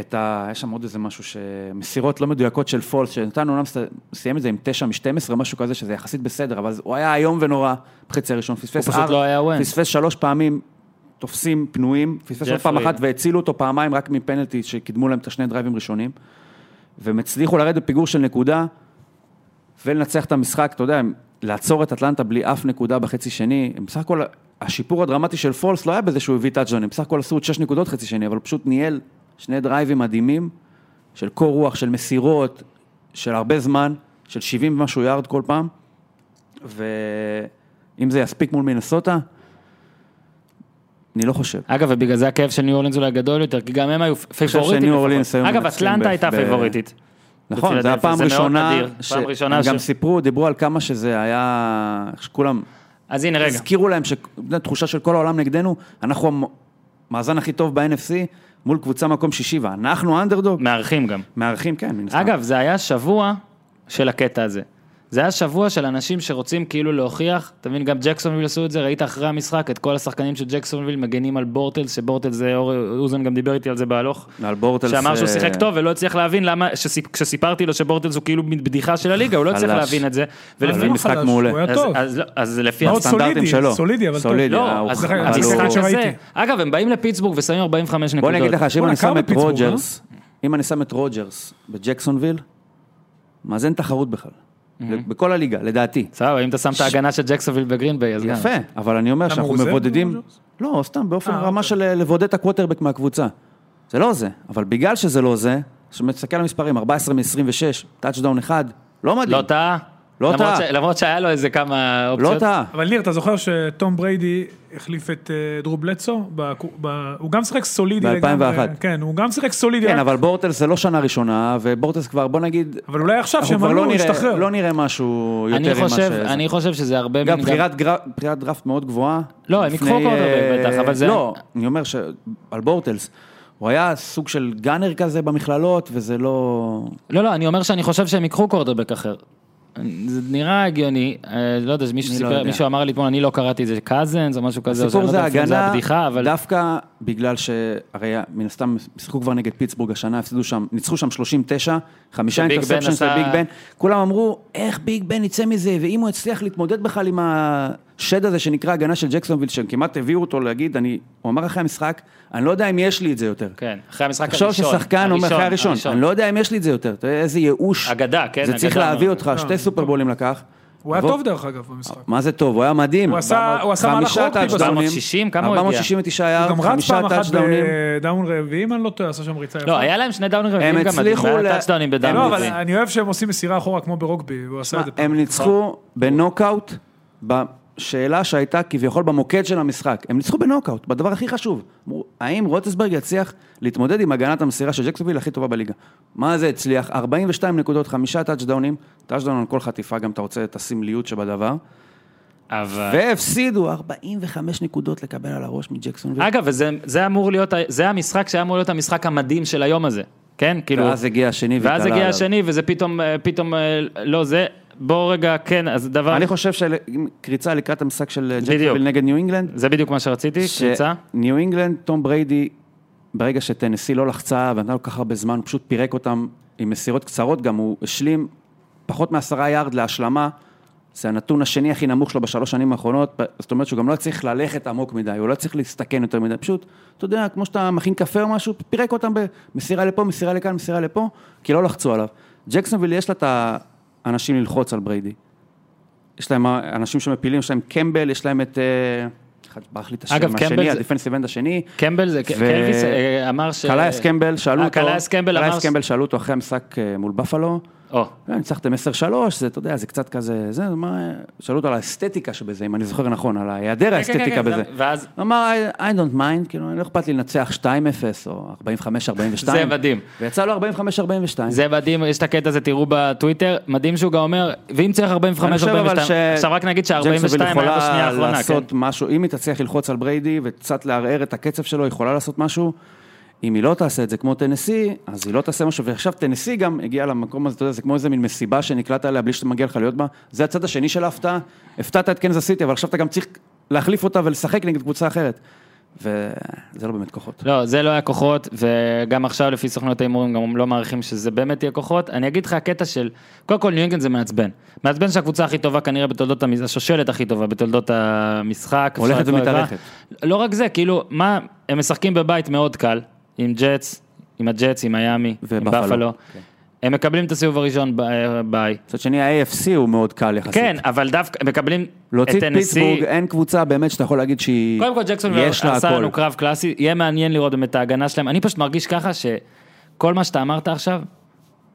S2: את ה... יש שם עוד איזה משהו ש... מסירות לא מדויקות של פולס, שנתן אומנם ס- סיים את זה עם 9 מ-12, משהו כזה, שזה יחסית בסדר, אבל הוא היה איום ונורא בחצי הראשון, פספס
S1: פשוט
S2: אר-
S1: לא היה וונס.
S2: פספס שלוש פעמים. תופסים פנויים, פספס עוד פעם
S1: ג'פרי.
S2: אחת והצילו אותו פעמיים רק מפנלטי שקידמו להם את השני דרייבים ראשונים. והם הצליחו לרדת בפיגור של נקודה, ולנצח את המשחק, אתה יודע, לעצור את אטלנטה בלי אף נקודה בחצי שני, הם בסך הכל, השיפור הדרמטי של פולס לא היה בזה שהוא הביא טאצ'דאון, הם בסך הכל עשו עוד שש נקודות חצי שני, אבל הוא פשוט ניהל שני דרייבים מדהימים, של קור רוח, של מסירות, של הרבה זמן, של 70 ומשהו יארד כל פעם, ואם זה יספיק מול מינסוטה, אני לא חושב.
S1: אגב, ובגלל זה הכאב של ניו אורלינס אולי גדול יותר, כי גם הם היו פייבוריטים.
S2: שניו
S1: לפחות.
S2: אורלינס היו
S1: אגב,
S2: מנצחים
S1: אטלנטה
S2: ב-
S1: הייתה
S2: ב-
S1: פייבוריטית.
S2: נכון, זה היה פעם
S1: זה מאוד
S2: ראשונה,
S1: נדיר.
S2: ש-
S1: פעם ראשונה
S2: הם גם
S1: ש-
S2: סיפרו, דיברו על כמה שזה היה, שכולם
S1: אז הנה, רגע.
S2: הזכירו להם שהתחושה של כל העולם נגדנו, אנחנו המאזן הכי טוב ב-NFC מול קבוצה מקום שישי, ואנחנו אנדרדוג,
S1: מארחים גם.
S2: מארחים, כן, מן הסתם.
S1: אגב, זה היה שבוע של הקטע הזה. זה היה שבוע של אנשים שרוצים כאילו להוכיח, אתה מבין, גם ג'קסונוויל עשו את זה, ראית אחרי המשחק את כל השחקנים של ג'קסונוויל מגנים על בורטלס, שבורטלס זה, אור אוזן גם דיבר איתי על זה בהלוך,
S2: על בורטלס...
S1: שאמר שהוא
S2: אה,
S1: שיחק טוב ולא הצליח להבין למה, שסיפ, כשסיפרתי לו שבורטלס הוא כאילו מין בדיחה של הליגה, הוא לא הצליח
S2: חלש.
S1: להבין את זה. ולפי-
S2: אבל
S3: לא
S2: משחק
S3: חלש,
S2: מעולה.
S3: הוא היה
S1: אז,
S3: טוב.
S1: אז, לא- אז לפי
S3: מאוד
S1: הסטנדרט-
S2: כן, הסטנדרטים
S3: סולידי,
S2: שלו.
S3: סולידי, אבל טוב.
S2: סולידי,
S1: לא,
S2: אה, הוא-
S1: אז
S2: אבל
S3: אז
S2: הוא-
S1: המשחק הזה,
S3: שראיתי.
S1: אגב, הם באים לפיטסבורג ושמים 45 נקודות.
S2: בוא אני אגיד לך שאם
S3: בואנה,
S2: אני שם
S3: כמה
S2: את
S3: פיטסבורג,
S2: רוג'רס, אם אני שם את רוג'רס בג'קסונוויל, אז אין תחרות בכלל. בכל הליגה, לדעתי.
S1: סבבה, אם אתה שם את ההגנה של ג'קסונוויל בגרינביי, אז גם.
S2: יפה, אבל אני אומר שאנחנו
S3: עוזר
S2: מבודדים...
S3: ברוג'רס?
S2: לא, סתם, באופן
S3: אה,
S2: רמה
S3: אוקיי.
S2: של אה, לבודד את הקווטרבק מהקבוצה. זה לא זה, אבל בגלל שזה לא זה, כשמסתכל על המספרים, 14 מ-26, טאצ'דאון אחד, לא מדהים.
S1: לא טעה?
S2: לא
S1: למרות
S2: טעה.
S1: ש- למרות שהיה לו איזה כמה אופציות.
S2: לא טעה.
S3: אבל ניר, אתה זוכר שטום בריידי החליף את אה, דרו בלצו? בקו- ב- הוא גם שיחק סולידי.
S2: ב- 2001.
S3: לגמרי. כן, הוא גם שיחק סולידי.
S2: כן, אבל בורטלס זה לא שנה ראשונה, ובורטלס כבר, בוא נגיד,
S3: אבל אולי עכשיו
S2: אנחנו
S3: שהם
S2: כבר
S3: עלו,
S2: לא
S3: הוא
S2: נראה-
S3: השתחרר.
S2: לא נראה משהו יותר
S1: אני
S2: ממה ש...
S1: חושב, אני חושב שזה הרבה...
S2: גם
S1: מן-
S2: בחירת גרא- בחירת דראפט מאוד גבוהה.
S1: לא, הם ייקחו
S2: לפני,
S1: קוורטרבק
S2: אה,
S1: בטח, אבל זה-
S2: לא, אני אומר שעל בורטלס, הוא היה סוג של גאנר כזה במכללות, וזה לא...
S1: לא, לא, אני אומר שאני חושב שהם ייקחו קורדרבק אחר. זה נראה הגיוני, אה, לא יודע, מישהו,
S2: אני לא
S1: סיפר,
S2: יודע.
S1: מישהו אמר לי אתמול, אני לא קראתי את זה, קזנס או משהו כזה, או
S2: הסיפור
S1: שאני לא
S2: זה
S1: יודע אפילו אם
S2: ההגנה,
S1: זה הבדיחה, אבל...
S2: דווקא בגלל ש... הרי מן הסתם שיחקו כבר נגד פיטסבורג השנה, הפסידו שם, ניצחו שם 39, חמישה
S1: שביג בן
S2: אינטרספצ'נס
S1: עשה-
S2: לביג בן. כולם אמרו, איך ביג בן יצא מזה, ואם הוא יצליח להתמודד בכלל עם השד הזה שנקרא הגנה של ג'קסונוויל, שהם כמעט הביאו אותו להגיד, אני... הוא אמר אחרי המשחק, אני לא יודע אם יש לי את זה יותר.
S1: כן, אחרי המשחק הראשון.
S2: תחשוב ששחקן אומר אחרי הראשון, אני לא יודע אם יש לי את זה יותר, תראה איזה ייאוש.
S1: אגדה, כן,
S2: זה צריך
S1: אגדה
S2: להביא
S1: מאוד.
S2: אותך, שתי סופרבולים לקח.
S3: כן, הוא היה
S2: לבוא-
S3: טוב דרך אגב במשחק.
S2: מה זה טוב, הוא היה מדהים.
S3: הוא עשה- הוא עשה מהלך
S2: חמישה
S3: רוקבי בסוף.
S2: טאצ'דאונים,
S1: 460, כמה הוא הגיע?
S2: 469
S3: הוא גם
S2: יארד,
S3: רץ
S2: אה, חמישה
S3: פעם אחת
S2: טאצ'דאונים.
S3: בדאון רביעי, אם אני לא טועה, עשה שם ריצה יפה.
S1: לא, היה להם שני דאונים רביעים גם,
S2: הצליחו
S1: מדהים,
S2: ל-
S1: היה טאצ'דאונים בדם.
S3: לא, אבל
S1: רביעי.
S3: אני אוהב שהם עושים מסירה אחורה כמו ברוגבי, הוא עשה את זה פעם.
S2: הם ניצחו בנוקאוט, בשאלה שהייתה כביכול במוקד של המשחק. הם ניצחו בנוקאוט, בדבר הכי חשוב. אמרו, האם רוטסברג יצליח להתמודד עם הגנת המסירה של ג'קסונוויל הכי טובה בליגה? מה זה הצליח? 42 נקודות, חמישה טאצ'דאונים, טאצ'דאון על כל חטיפה, גם אתה רוצה את הסמליות שבדבר.
S1: אבל...
S2: והפסידו 45 נקודות לקבל על הראש מג'קסונוויל.
S1: אגב, וזה זה אמור להיות, ה- זה המשחק שהיה אמור להיות המשחק המדהים של היום הזה, כן? כאילו,
S2: ואז הגיע השני והתעלה
S1: ואז הגיע
S2: עליו.
S1: השני, וזה פתאום, אה, פתאום, אה, לא זה, בוא רגע, כן, אז דבר,
S2: אני חושב שקריצה לקראת המשחק של
S1: בדיוק.
S2: ג'קסונוויל נגד ניו אינגלנד,
S1: זה בדיוק מה שרציתי, קבוצה.
S2: שניו אינגלנד, תום בריידי, ברגע שטנסי לא לחצה ונתנה לו כל כך הרבה זמן, הוא פשוט פירק אותם עם מסירות קצרות, גם הוא השלים פחות מעשרה יארד להשלמה, זה הנתון השני הכי נמוך שלו בשלוש שנים האחרונות, זאת אומרת שהוא גם לא צריך ללכת עמוק מדי, הוא לא צריך להסתכן יותר מדי, פשוט, אתה יודע, כמו שאתה מכין קפה או משהו, פירק אותם במסירה לפה, מסירה לכאן, מסירה לפה, כי לא לחצו עליו. ג'קסונוויל יש לה את האנשים ללחוץ על בריידי. יש להם אנשים שמפילים, יש להם קמבל, יש להם את... אה, אחד, ברח לי את השם
S1: אגב, קמבל
S2: השני,
S1: זה-
S2: הדפנסיב אנד השני.
S1: קמבל זה,
S2: ו-
S1: קלוויס אה, אמר ש...
S2: קלייס קמבל, שאלו
S1: אה,
S2: אותו,
S1: קלייס קמבל אמר...
S2: קלייס
S1: ש-
S2: קמבל שאלו אותו אחרי המשחק אה, מול בפלו,
S1: או,
S2: "אה, ניצחתם 10-3, זה, אתה יודע, זה קצת כזה, זה, מה, שאלו אותו על האסתטיקה שבזה, אם אני זוכר נכון, על היעדר
S1: כן, כן,
S2: האסתטיקה
S1: כן,
S2: בזה.
S1: זה- ואז-
S2: הוא אמר, I I don't mind, כאילו, לא אכפת לי לנצח 2-0 או 45-42.
S1: זה מדהים.
S2: ויצא לו 45-42.
S1: זה מדהים, יש את הקטע הזה, תראו בטוויטר, מדהים שהוא גם אומר, ואם צריך 45,
S2: אני חושב אבל
S1: 42,
S2: ש-
S1: עכשיו רק נגיד ש-42
S2: ג'קסונוויל
S1: היה בשנייה
S2: יכולה
S1: האחרונה, כן?
S2: לעשות משהו, אם היא תצליח ללחוץ על בריידי וקצת לערער את הקצב שלו, היא יכולה לעשות משהו. אם היא לא תעשה את זה כמו טנסי, אז היא לא תעשה משהו. ועכשיו טנסי גם הגיעה למקום הזה, אתה יודע, זה כמו איזה מין מסיבה שנקלעת עליה בלי שמגיע לך להיות בה. זה הצד השני של ההפתעה. הפתעת את קנזס סיטי, אבל עכשיו אתה גם צריך להחליף אותה ולשחק נגד קבוצה אחרת. וזה לא באמת כוחות.
S1: לא, זה לא היה כוחות, וגם עכשיו לפי סוכנות ההימורים גם לא מעריכים שזה באמת יהיה כוחות. אני אגיד לך הקטע של, קודם כל ניו אינגלנד זה מעצבן. מעצבן שהקבוצה הכי טובה כנראה בתולדות, המש... השושלת הכי טובה בתולדות המשחק.
S2: הולכת
S1: אפשר לקרוא לזה.
S2: ומתארכת.
S1: לא רק זה, כאילו, מה, הם משחקים בבית מאוד קל, עם ג'אטס, עם הג'אטס, עם מיאמי, עם
S2: ובאפלו.
S1: באפלו. הם מקבלים את הסיבוב הראשון ב- אה, ביי.
S2: מצד שני, ה-AFC הוא מאוד קל יחסית.
S1: כן, אבל דווקא, הם מקבלים את
S2: להוציא את
S1: טנסי,
S2: פיטסבורג, אין קבוצה באמת שאתה יכול להגיד שהיא...
S1: קודם כל ג'קסון
S2: יש לה
S1: עשה
S2: הכל.
S1: לנו קרב קלאסי, יהיה מעניין לראות באמת את ההגנה שלהם. אני פשוט מרגיש ככה שכל מה שאתה אמרת עכשיו,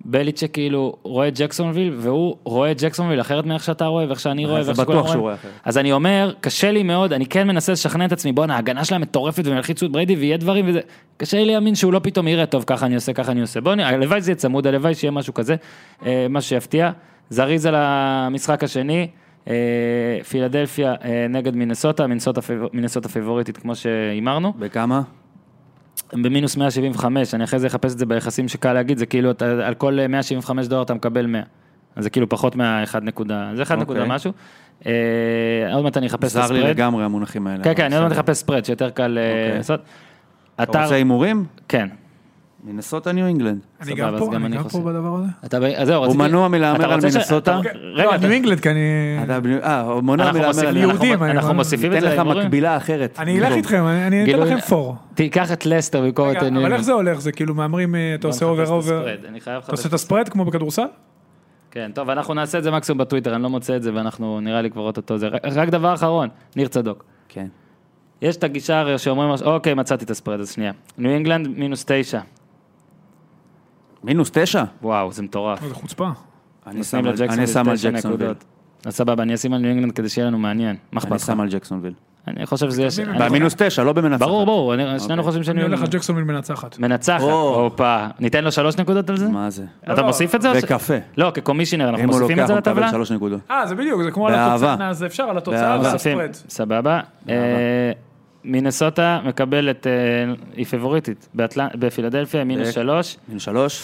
S1: בליצ'ק כאילו רואה את ג'קסונוויל, והוא רואה את ג'קסונוויל אחרת מאיך שאתה רואה, ואיך שאני רואה,
S2: אה, זה
S1: ואיך שכולם
S2: בטוח
S1: רואים.
S2: שהוא רואה אחרת.
S1: כן. אז אני אומר, קשה לי מאוד, אני כן מנסה לשכנע את עצמי, בואנה, ההגנה שלהם מטורפת והם ילחיצו את בריידי ויהיה דברים וזה, קשה לי להאמין שהוא לא פתאום יראה טוב, ככה אני עושה, ככה אני עושה. בואו, נראה, הלוואי זה יהיה צמוד, הלוואי שיהיה משהו כזה, אה, משהו שיפתיע. זריז על המשחק השני, אה, פילדלפיה אה, נגד מינסוטה, מינסוטה פייב- מינסוטה פיבוריטית כמו שהימרנו.
S2: בכמה?
S1: הם במינוס 175, אני אחרי זה אחפש את זה ביחסים שקל להגיד, זה כאילו, אתה, על כל אה, 175 דולר אתה מקבל 100. אז זה כאילו פחות מה-1 נקודה, זה 1 נקודה
S2: אוקיי.
S1: משהו. אה, עוד מעט אני אחפש את
S2: זר לי
S1: הספרד.
S2: לגמרי המונחים האלה.
S1: כן,
S2: אבל
S1: כן, אני עוד מעט
S2: בסדר.
S1: אחפש ספרד, שיותר קל אה,
S2: אוקיי.
S1: לעשות.
S2: אתה
S1: אתר, אה.
S2: רוצה הימורים?
S1: כן.
S2: מנסוטה ניו אינגלנד.
S3: אני
S1: סבבה,
S3: גם
S1: אז
S3: פה,
S1: גם
S3: אני
S1: אני
S3: גם
S1: חושב.
S3: פה בדבר הזה.
S1: אתה, ב- אז זהו, רציתי...
S2: מנוע מלהמר
S1: אתה
S2: על
S1: רוצה ש-
S2: מינסוטה?
S1: אתה-
S3: לא,
S1: רגע, אתה-
S3: ניו אינגלנד, כי אני...
S2: אתה בני- אה, הוא מונע
S1: אנחנו
S2: מלהמר
S1: מוסיפים-
S2: על
S1: אנחנו-
S3: יהודים, אני
S1: אנחנו
S3: לא-
S1: מוסיפים את
S2: ניתן
S1: זה
S2: לך
S1: להימורים?
S2: מקבילה אחרת. כן.
S3: אני אלך איתכם, אני אני אתן
S1: גילו-
S3: לכם פור.
S1: תיקח את לסטר במקום את...
S3: רגע, אבל איך זה הולך? זה כאילו מהמרים, אה, אתה
S1: בוא
S3: עושה
S1: נחפש
S3: אובר
S1: את
S3: אובר,
S1: הספרד, לא, אני חייב
S3: אתה עושה
S1: לחפש.
S3: את הספרד כמו בכדורסל?
S1: כן, טוב, אנחנו נעשה את זה מקסימום בטוויטר, אני לא מוצא את זה, ואנחנו נראה לי כבר אוטוטו זה. רק- רק דבר אחרון, ניר צדוק.
S2: כן.
S1: יש את הגישה הרי שאומרים, מש- אוקיי, מצאתי את הספרד, אז שנייה. ניו אינגלנד מינוס תשע.
S2: מינוס תשע?
S1: וואו, זה מטורף.
S3: לא, זה חוצפה.
S2: אני שם
S1: נותנים
S2: על- אני
S1: לג'קסונוויל
S2: שם על
S1: תשע
S2: ג'קסונוויל.
S1: נקודות. אז סבבה, אני אשים על ניו אינגלנד כדי שיהיה לנו מעניין. מה
S2: אני
S1: אכפת לך?
S2: שם על ג'קסונוויל.
S1: אני חושב שזה יש... אני-
S2: במינוס אוקיי. תשע, לא במנצחת.
S1: ברור, ברור, אני- שנינו חושבים
S3: אני
S1: שניו
S3: הולך
S1: אינגלנד.
S3: לג'קסון מנצחת.
S1: מנצחת,
S2: או.
S1: הופה. ניתן לו שלוש נקודות על זה?
S2: מה זה?
S1: אתה מוסיף את זה? או ש-
S2: וקפה.
S1: לא, כקומישיונר, אנחנו
S2: אם הוא
S1: מוסיפים את
S2: לוקח,
S1: זה
S2: הוא מקבל
S1: לטבלה?
S2: שלוש נקודות.
S3: אה, זה בדיוק, זה כמו על
S2: באהבה.
S3: התוצאה, זה אפשר על התוצאה ועל
S1: מוסיפים,
S3: הספרד.
S1: סבבה. אה, מינסוטה מקבלת, אה, היא פבוריטית, באטל- בפילדלפיה מינוס
S2: ו-
S1: שלוש,
S2: מינוס שלוש?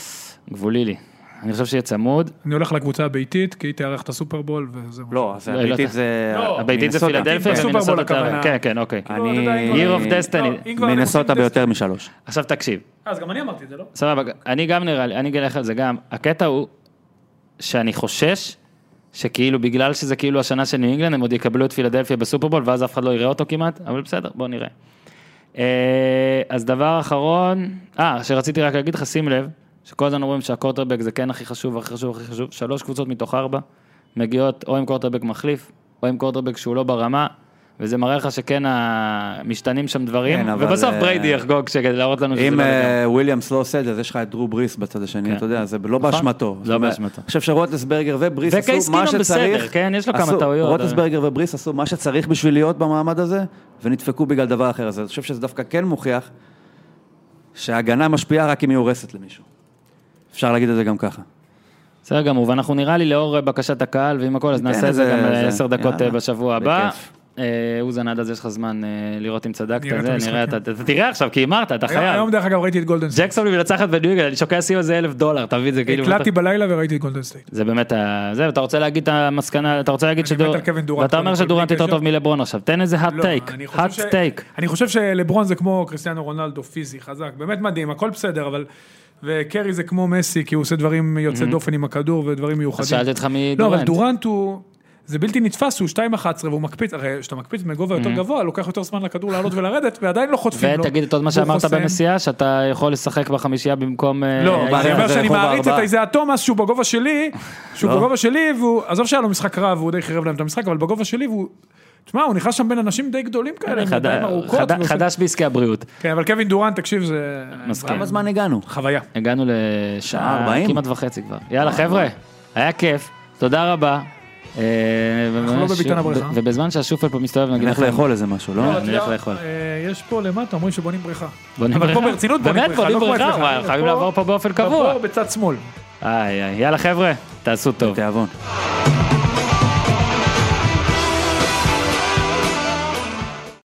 S1: גבולי לי. אני חושב שיהיה צמוד,
S3: אני הולך לקבוצה הביתית, כי היא תארח את הסופרבול וזהו.
S2: לא, אז
S1: לא, היא לא
S2: הביתית
S1: ת-
S2: זה...
S3: לא.
S1: הביתית זה
S2: מינסוטה.
S1: פילדלפיה
S3: בסופרבול
S1: ומינסוטה
S3: הכוונה.
S1: תארח. כן, כן, אוקיי.
S3: לא, אתה
S2: אני...
S3: יודע, אם
S1: Year of
S3: כבר-
S1: Destiny.
S3: לא, אם כבר אנחנו
S2: מנסוטה
S3: עושים
S2: ביותר משלוש.
S1: עכשיו תקשיב,
S3: טסט- אז גם אני אמרתי את זה, לא?
S1: סבבה, אני גם נראה לי, אני אלך על זה גם. הקטע הוא שאני חושש שכאילו בגלל שזה כאילו השנה של ניו אינגלנד, הם עוד יקבלו את פילדלפיה בסופרבול ואז אף אחד לא יראה אותו כמעט, אבל בסדר, בוא נראה. אה, אז דבר אחרון, אה, שרציתי רק להגיד לך, שים לב, שכל הזמן אומרים שהקורטרבק זה כן הכי חשוב, הכי חשוב, הכי חשוב, שלוש קבוצות מתוך ארבע מגיעות או עם קורטרבק מחליף, או עם קורטרבק שהוא לא ברמה, וזה מראה לך שכן ה- משתנים שם דברים,
S2: כן, אבל,
S1: ובסוף
S2: אה,
S1: בריידי יחגוג כדי להראות לנו שזה
S2: אם
S1: לא לגמרי.
S2: אה, וויליאמס לא עושה את זה, אז יש לך את דרו בריס בצד השני,
S1: כן.
S2: אתה יודע, זה לא באשמתו. זאת אומרת,
S1: באשמתו.
S2: אני חושב שרוטסברגר ובריס עשו
S1: וקייס
S2: מה
S1: קינום
S2: שצריך.
S1: בסדר, כן? יש לו כמה
S2: עשו-
S1: טעויות,
S2: רוטסברגר ובריס עשו מה שצריך בשביל להיות במעמד הזה, ונדפקו בגלל דבר אחר. אז אני חושב שזה דווקא כן מוכיח שההגנה משפיעה רק אם היא הורסת למישהו. אפשר להגיד את זה גם ככה.
S1: בסדר גמור, ואנחנו נראה לי לאור אה, בקשת הקהל ועם הכל, אז
S2: ניתן
S1: נעשה את זה
S2: איזה-
S1: גם
S2: כן, זה,
S1: עשר דקות אה,
S2: יאללה,
S1: בשבוע הבא.
S2: בכיף.
S1: אה, אוזן, עד אז יש לך זמן אה, לראות אם צדקת,
S3: נראה את
S1: זה,
S3: המשחקים.
S1: נראה, אתה- אתה תראה עכשיו, כי הימרת, אתה
S3: היום-
S1: חייב.
S3: היום דרך אגב ראיתי את גולדן סטייט.
S1: ג'קסון מנצחת בניו יגל, אני שוקע סיוע זה אלף דולר, תביא את זה כאילו.
S3: הקלטתי בלילה וראיתי את גולדן סטייט.
S1: זה באמת, ה- זה, אתה רוצה להגיד את המסקנה, אתה רוצה להגיד
S3: אני
S1: שדור,
S3: מת על קווין דורנט,
S1: ואתה אומר
S3: קודם כל,
S1: שדורנט
S3: בלי
S1: יותר
S3: קשר.
S1: טוב מלברון עכשיו, תן איזה hot
S3: לא,
S1: take,
S3: אני חושב
S1: hot
S3: ש-
S1: take.
S3: אני חושב שלברון זה כמו קריסטיאנו רונלדו, פיזי, חזק, באמת מדהים, הכל בסדר, אבל... וקרי זה כמו מסי, כי הוא עושה דברים יוצא דופן עם הכדור ודברים מיוחדים.
S1: אז שאלתי אותך מי
S3: לא, אבל
S1: דורנט.
S3: דורנט הוא... זה בלתי נתפס, הוא 2.11 והוא מקפיץ, הרי כשאתה מקפיץ מגובה יותר גבוה, לוקח יותר זמן לכדור לעלות ולרדת, ועדיין לא חוטפים לו.
S1: ותגיד את עוד מה
S3: והוא
S1: שאמרת
S3: חוסם.
S1: בנסיעה, שאתה יכול לשחק בחמישייה במקום... אה,
S3: לא,
S1: איזה-
S3: אני אומר
S2: זה
S3: שאני
S2: רחוב
S3: מעריץ את
S2: הארבעה.
S3: איזה התומאס שהוא בגובה שלי, שהוא
S1: לא.
S3: בגובה שלי, והוא, עזוב שהיה לו משחק רע והוא די חירב להם את המשחק, אבל בגובה שלי, והוא, תשמע, הוא נכנס שם בין אנשים די גדולים כאלה, עם
S1: חד-
S3: ידיים ארוכות. לא
S1: חד-
S3: ועושה-
S1: חדש בעסקי הבריאות.
S3: כן, אבל קווין דורן, תקשיב, זה...
S1: מסכים.
S2: כמה זמן הגענו?
S3: חוויה.
S1: הגענו לשעה
S2: 40?
S1: כמעט וחצי כבר. יאללה חבר'ה, היה כיף, תודה רבה. אה, ובאמת
S3: לא בביתן
S1: שוב-
S3: הבריכה.
S1: ב- ובזמן שהשופל פה מסתובב נגיד
S2: נלך
S1: לכם,
S2: לאכול איזה משהו, לא?
S1: אני אלך לאכול.
S3: אה, יש פה למטה, אומרים שבונים בריכה.
S1: בונים
S3: אבל פה
S1: בריכה?
S3: ברצינות בונים
S1: באמת,
S3: בריכה,
S1: בונים
S3: לא כמו לא
S1: בריכה,
S3: אצלך.
S1: וואי,
S3: פה-
S1: חייבים לעבור פה באופן קבוע.
S3: פה בצד שמאל. אוקיי.
S1: איי, איי. יאללה חבר'ה, תעשו טוב.
S2: תיאבון.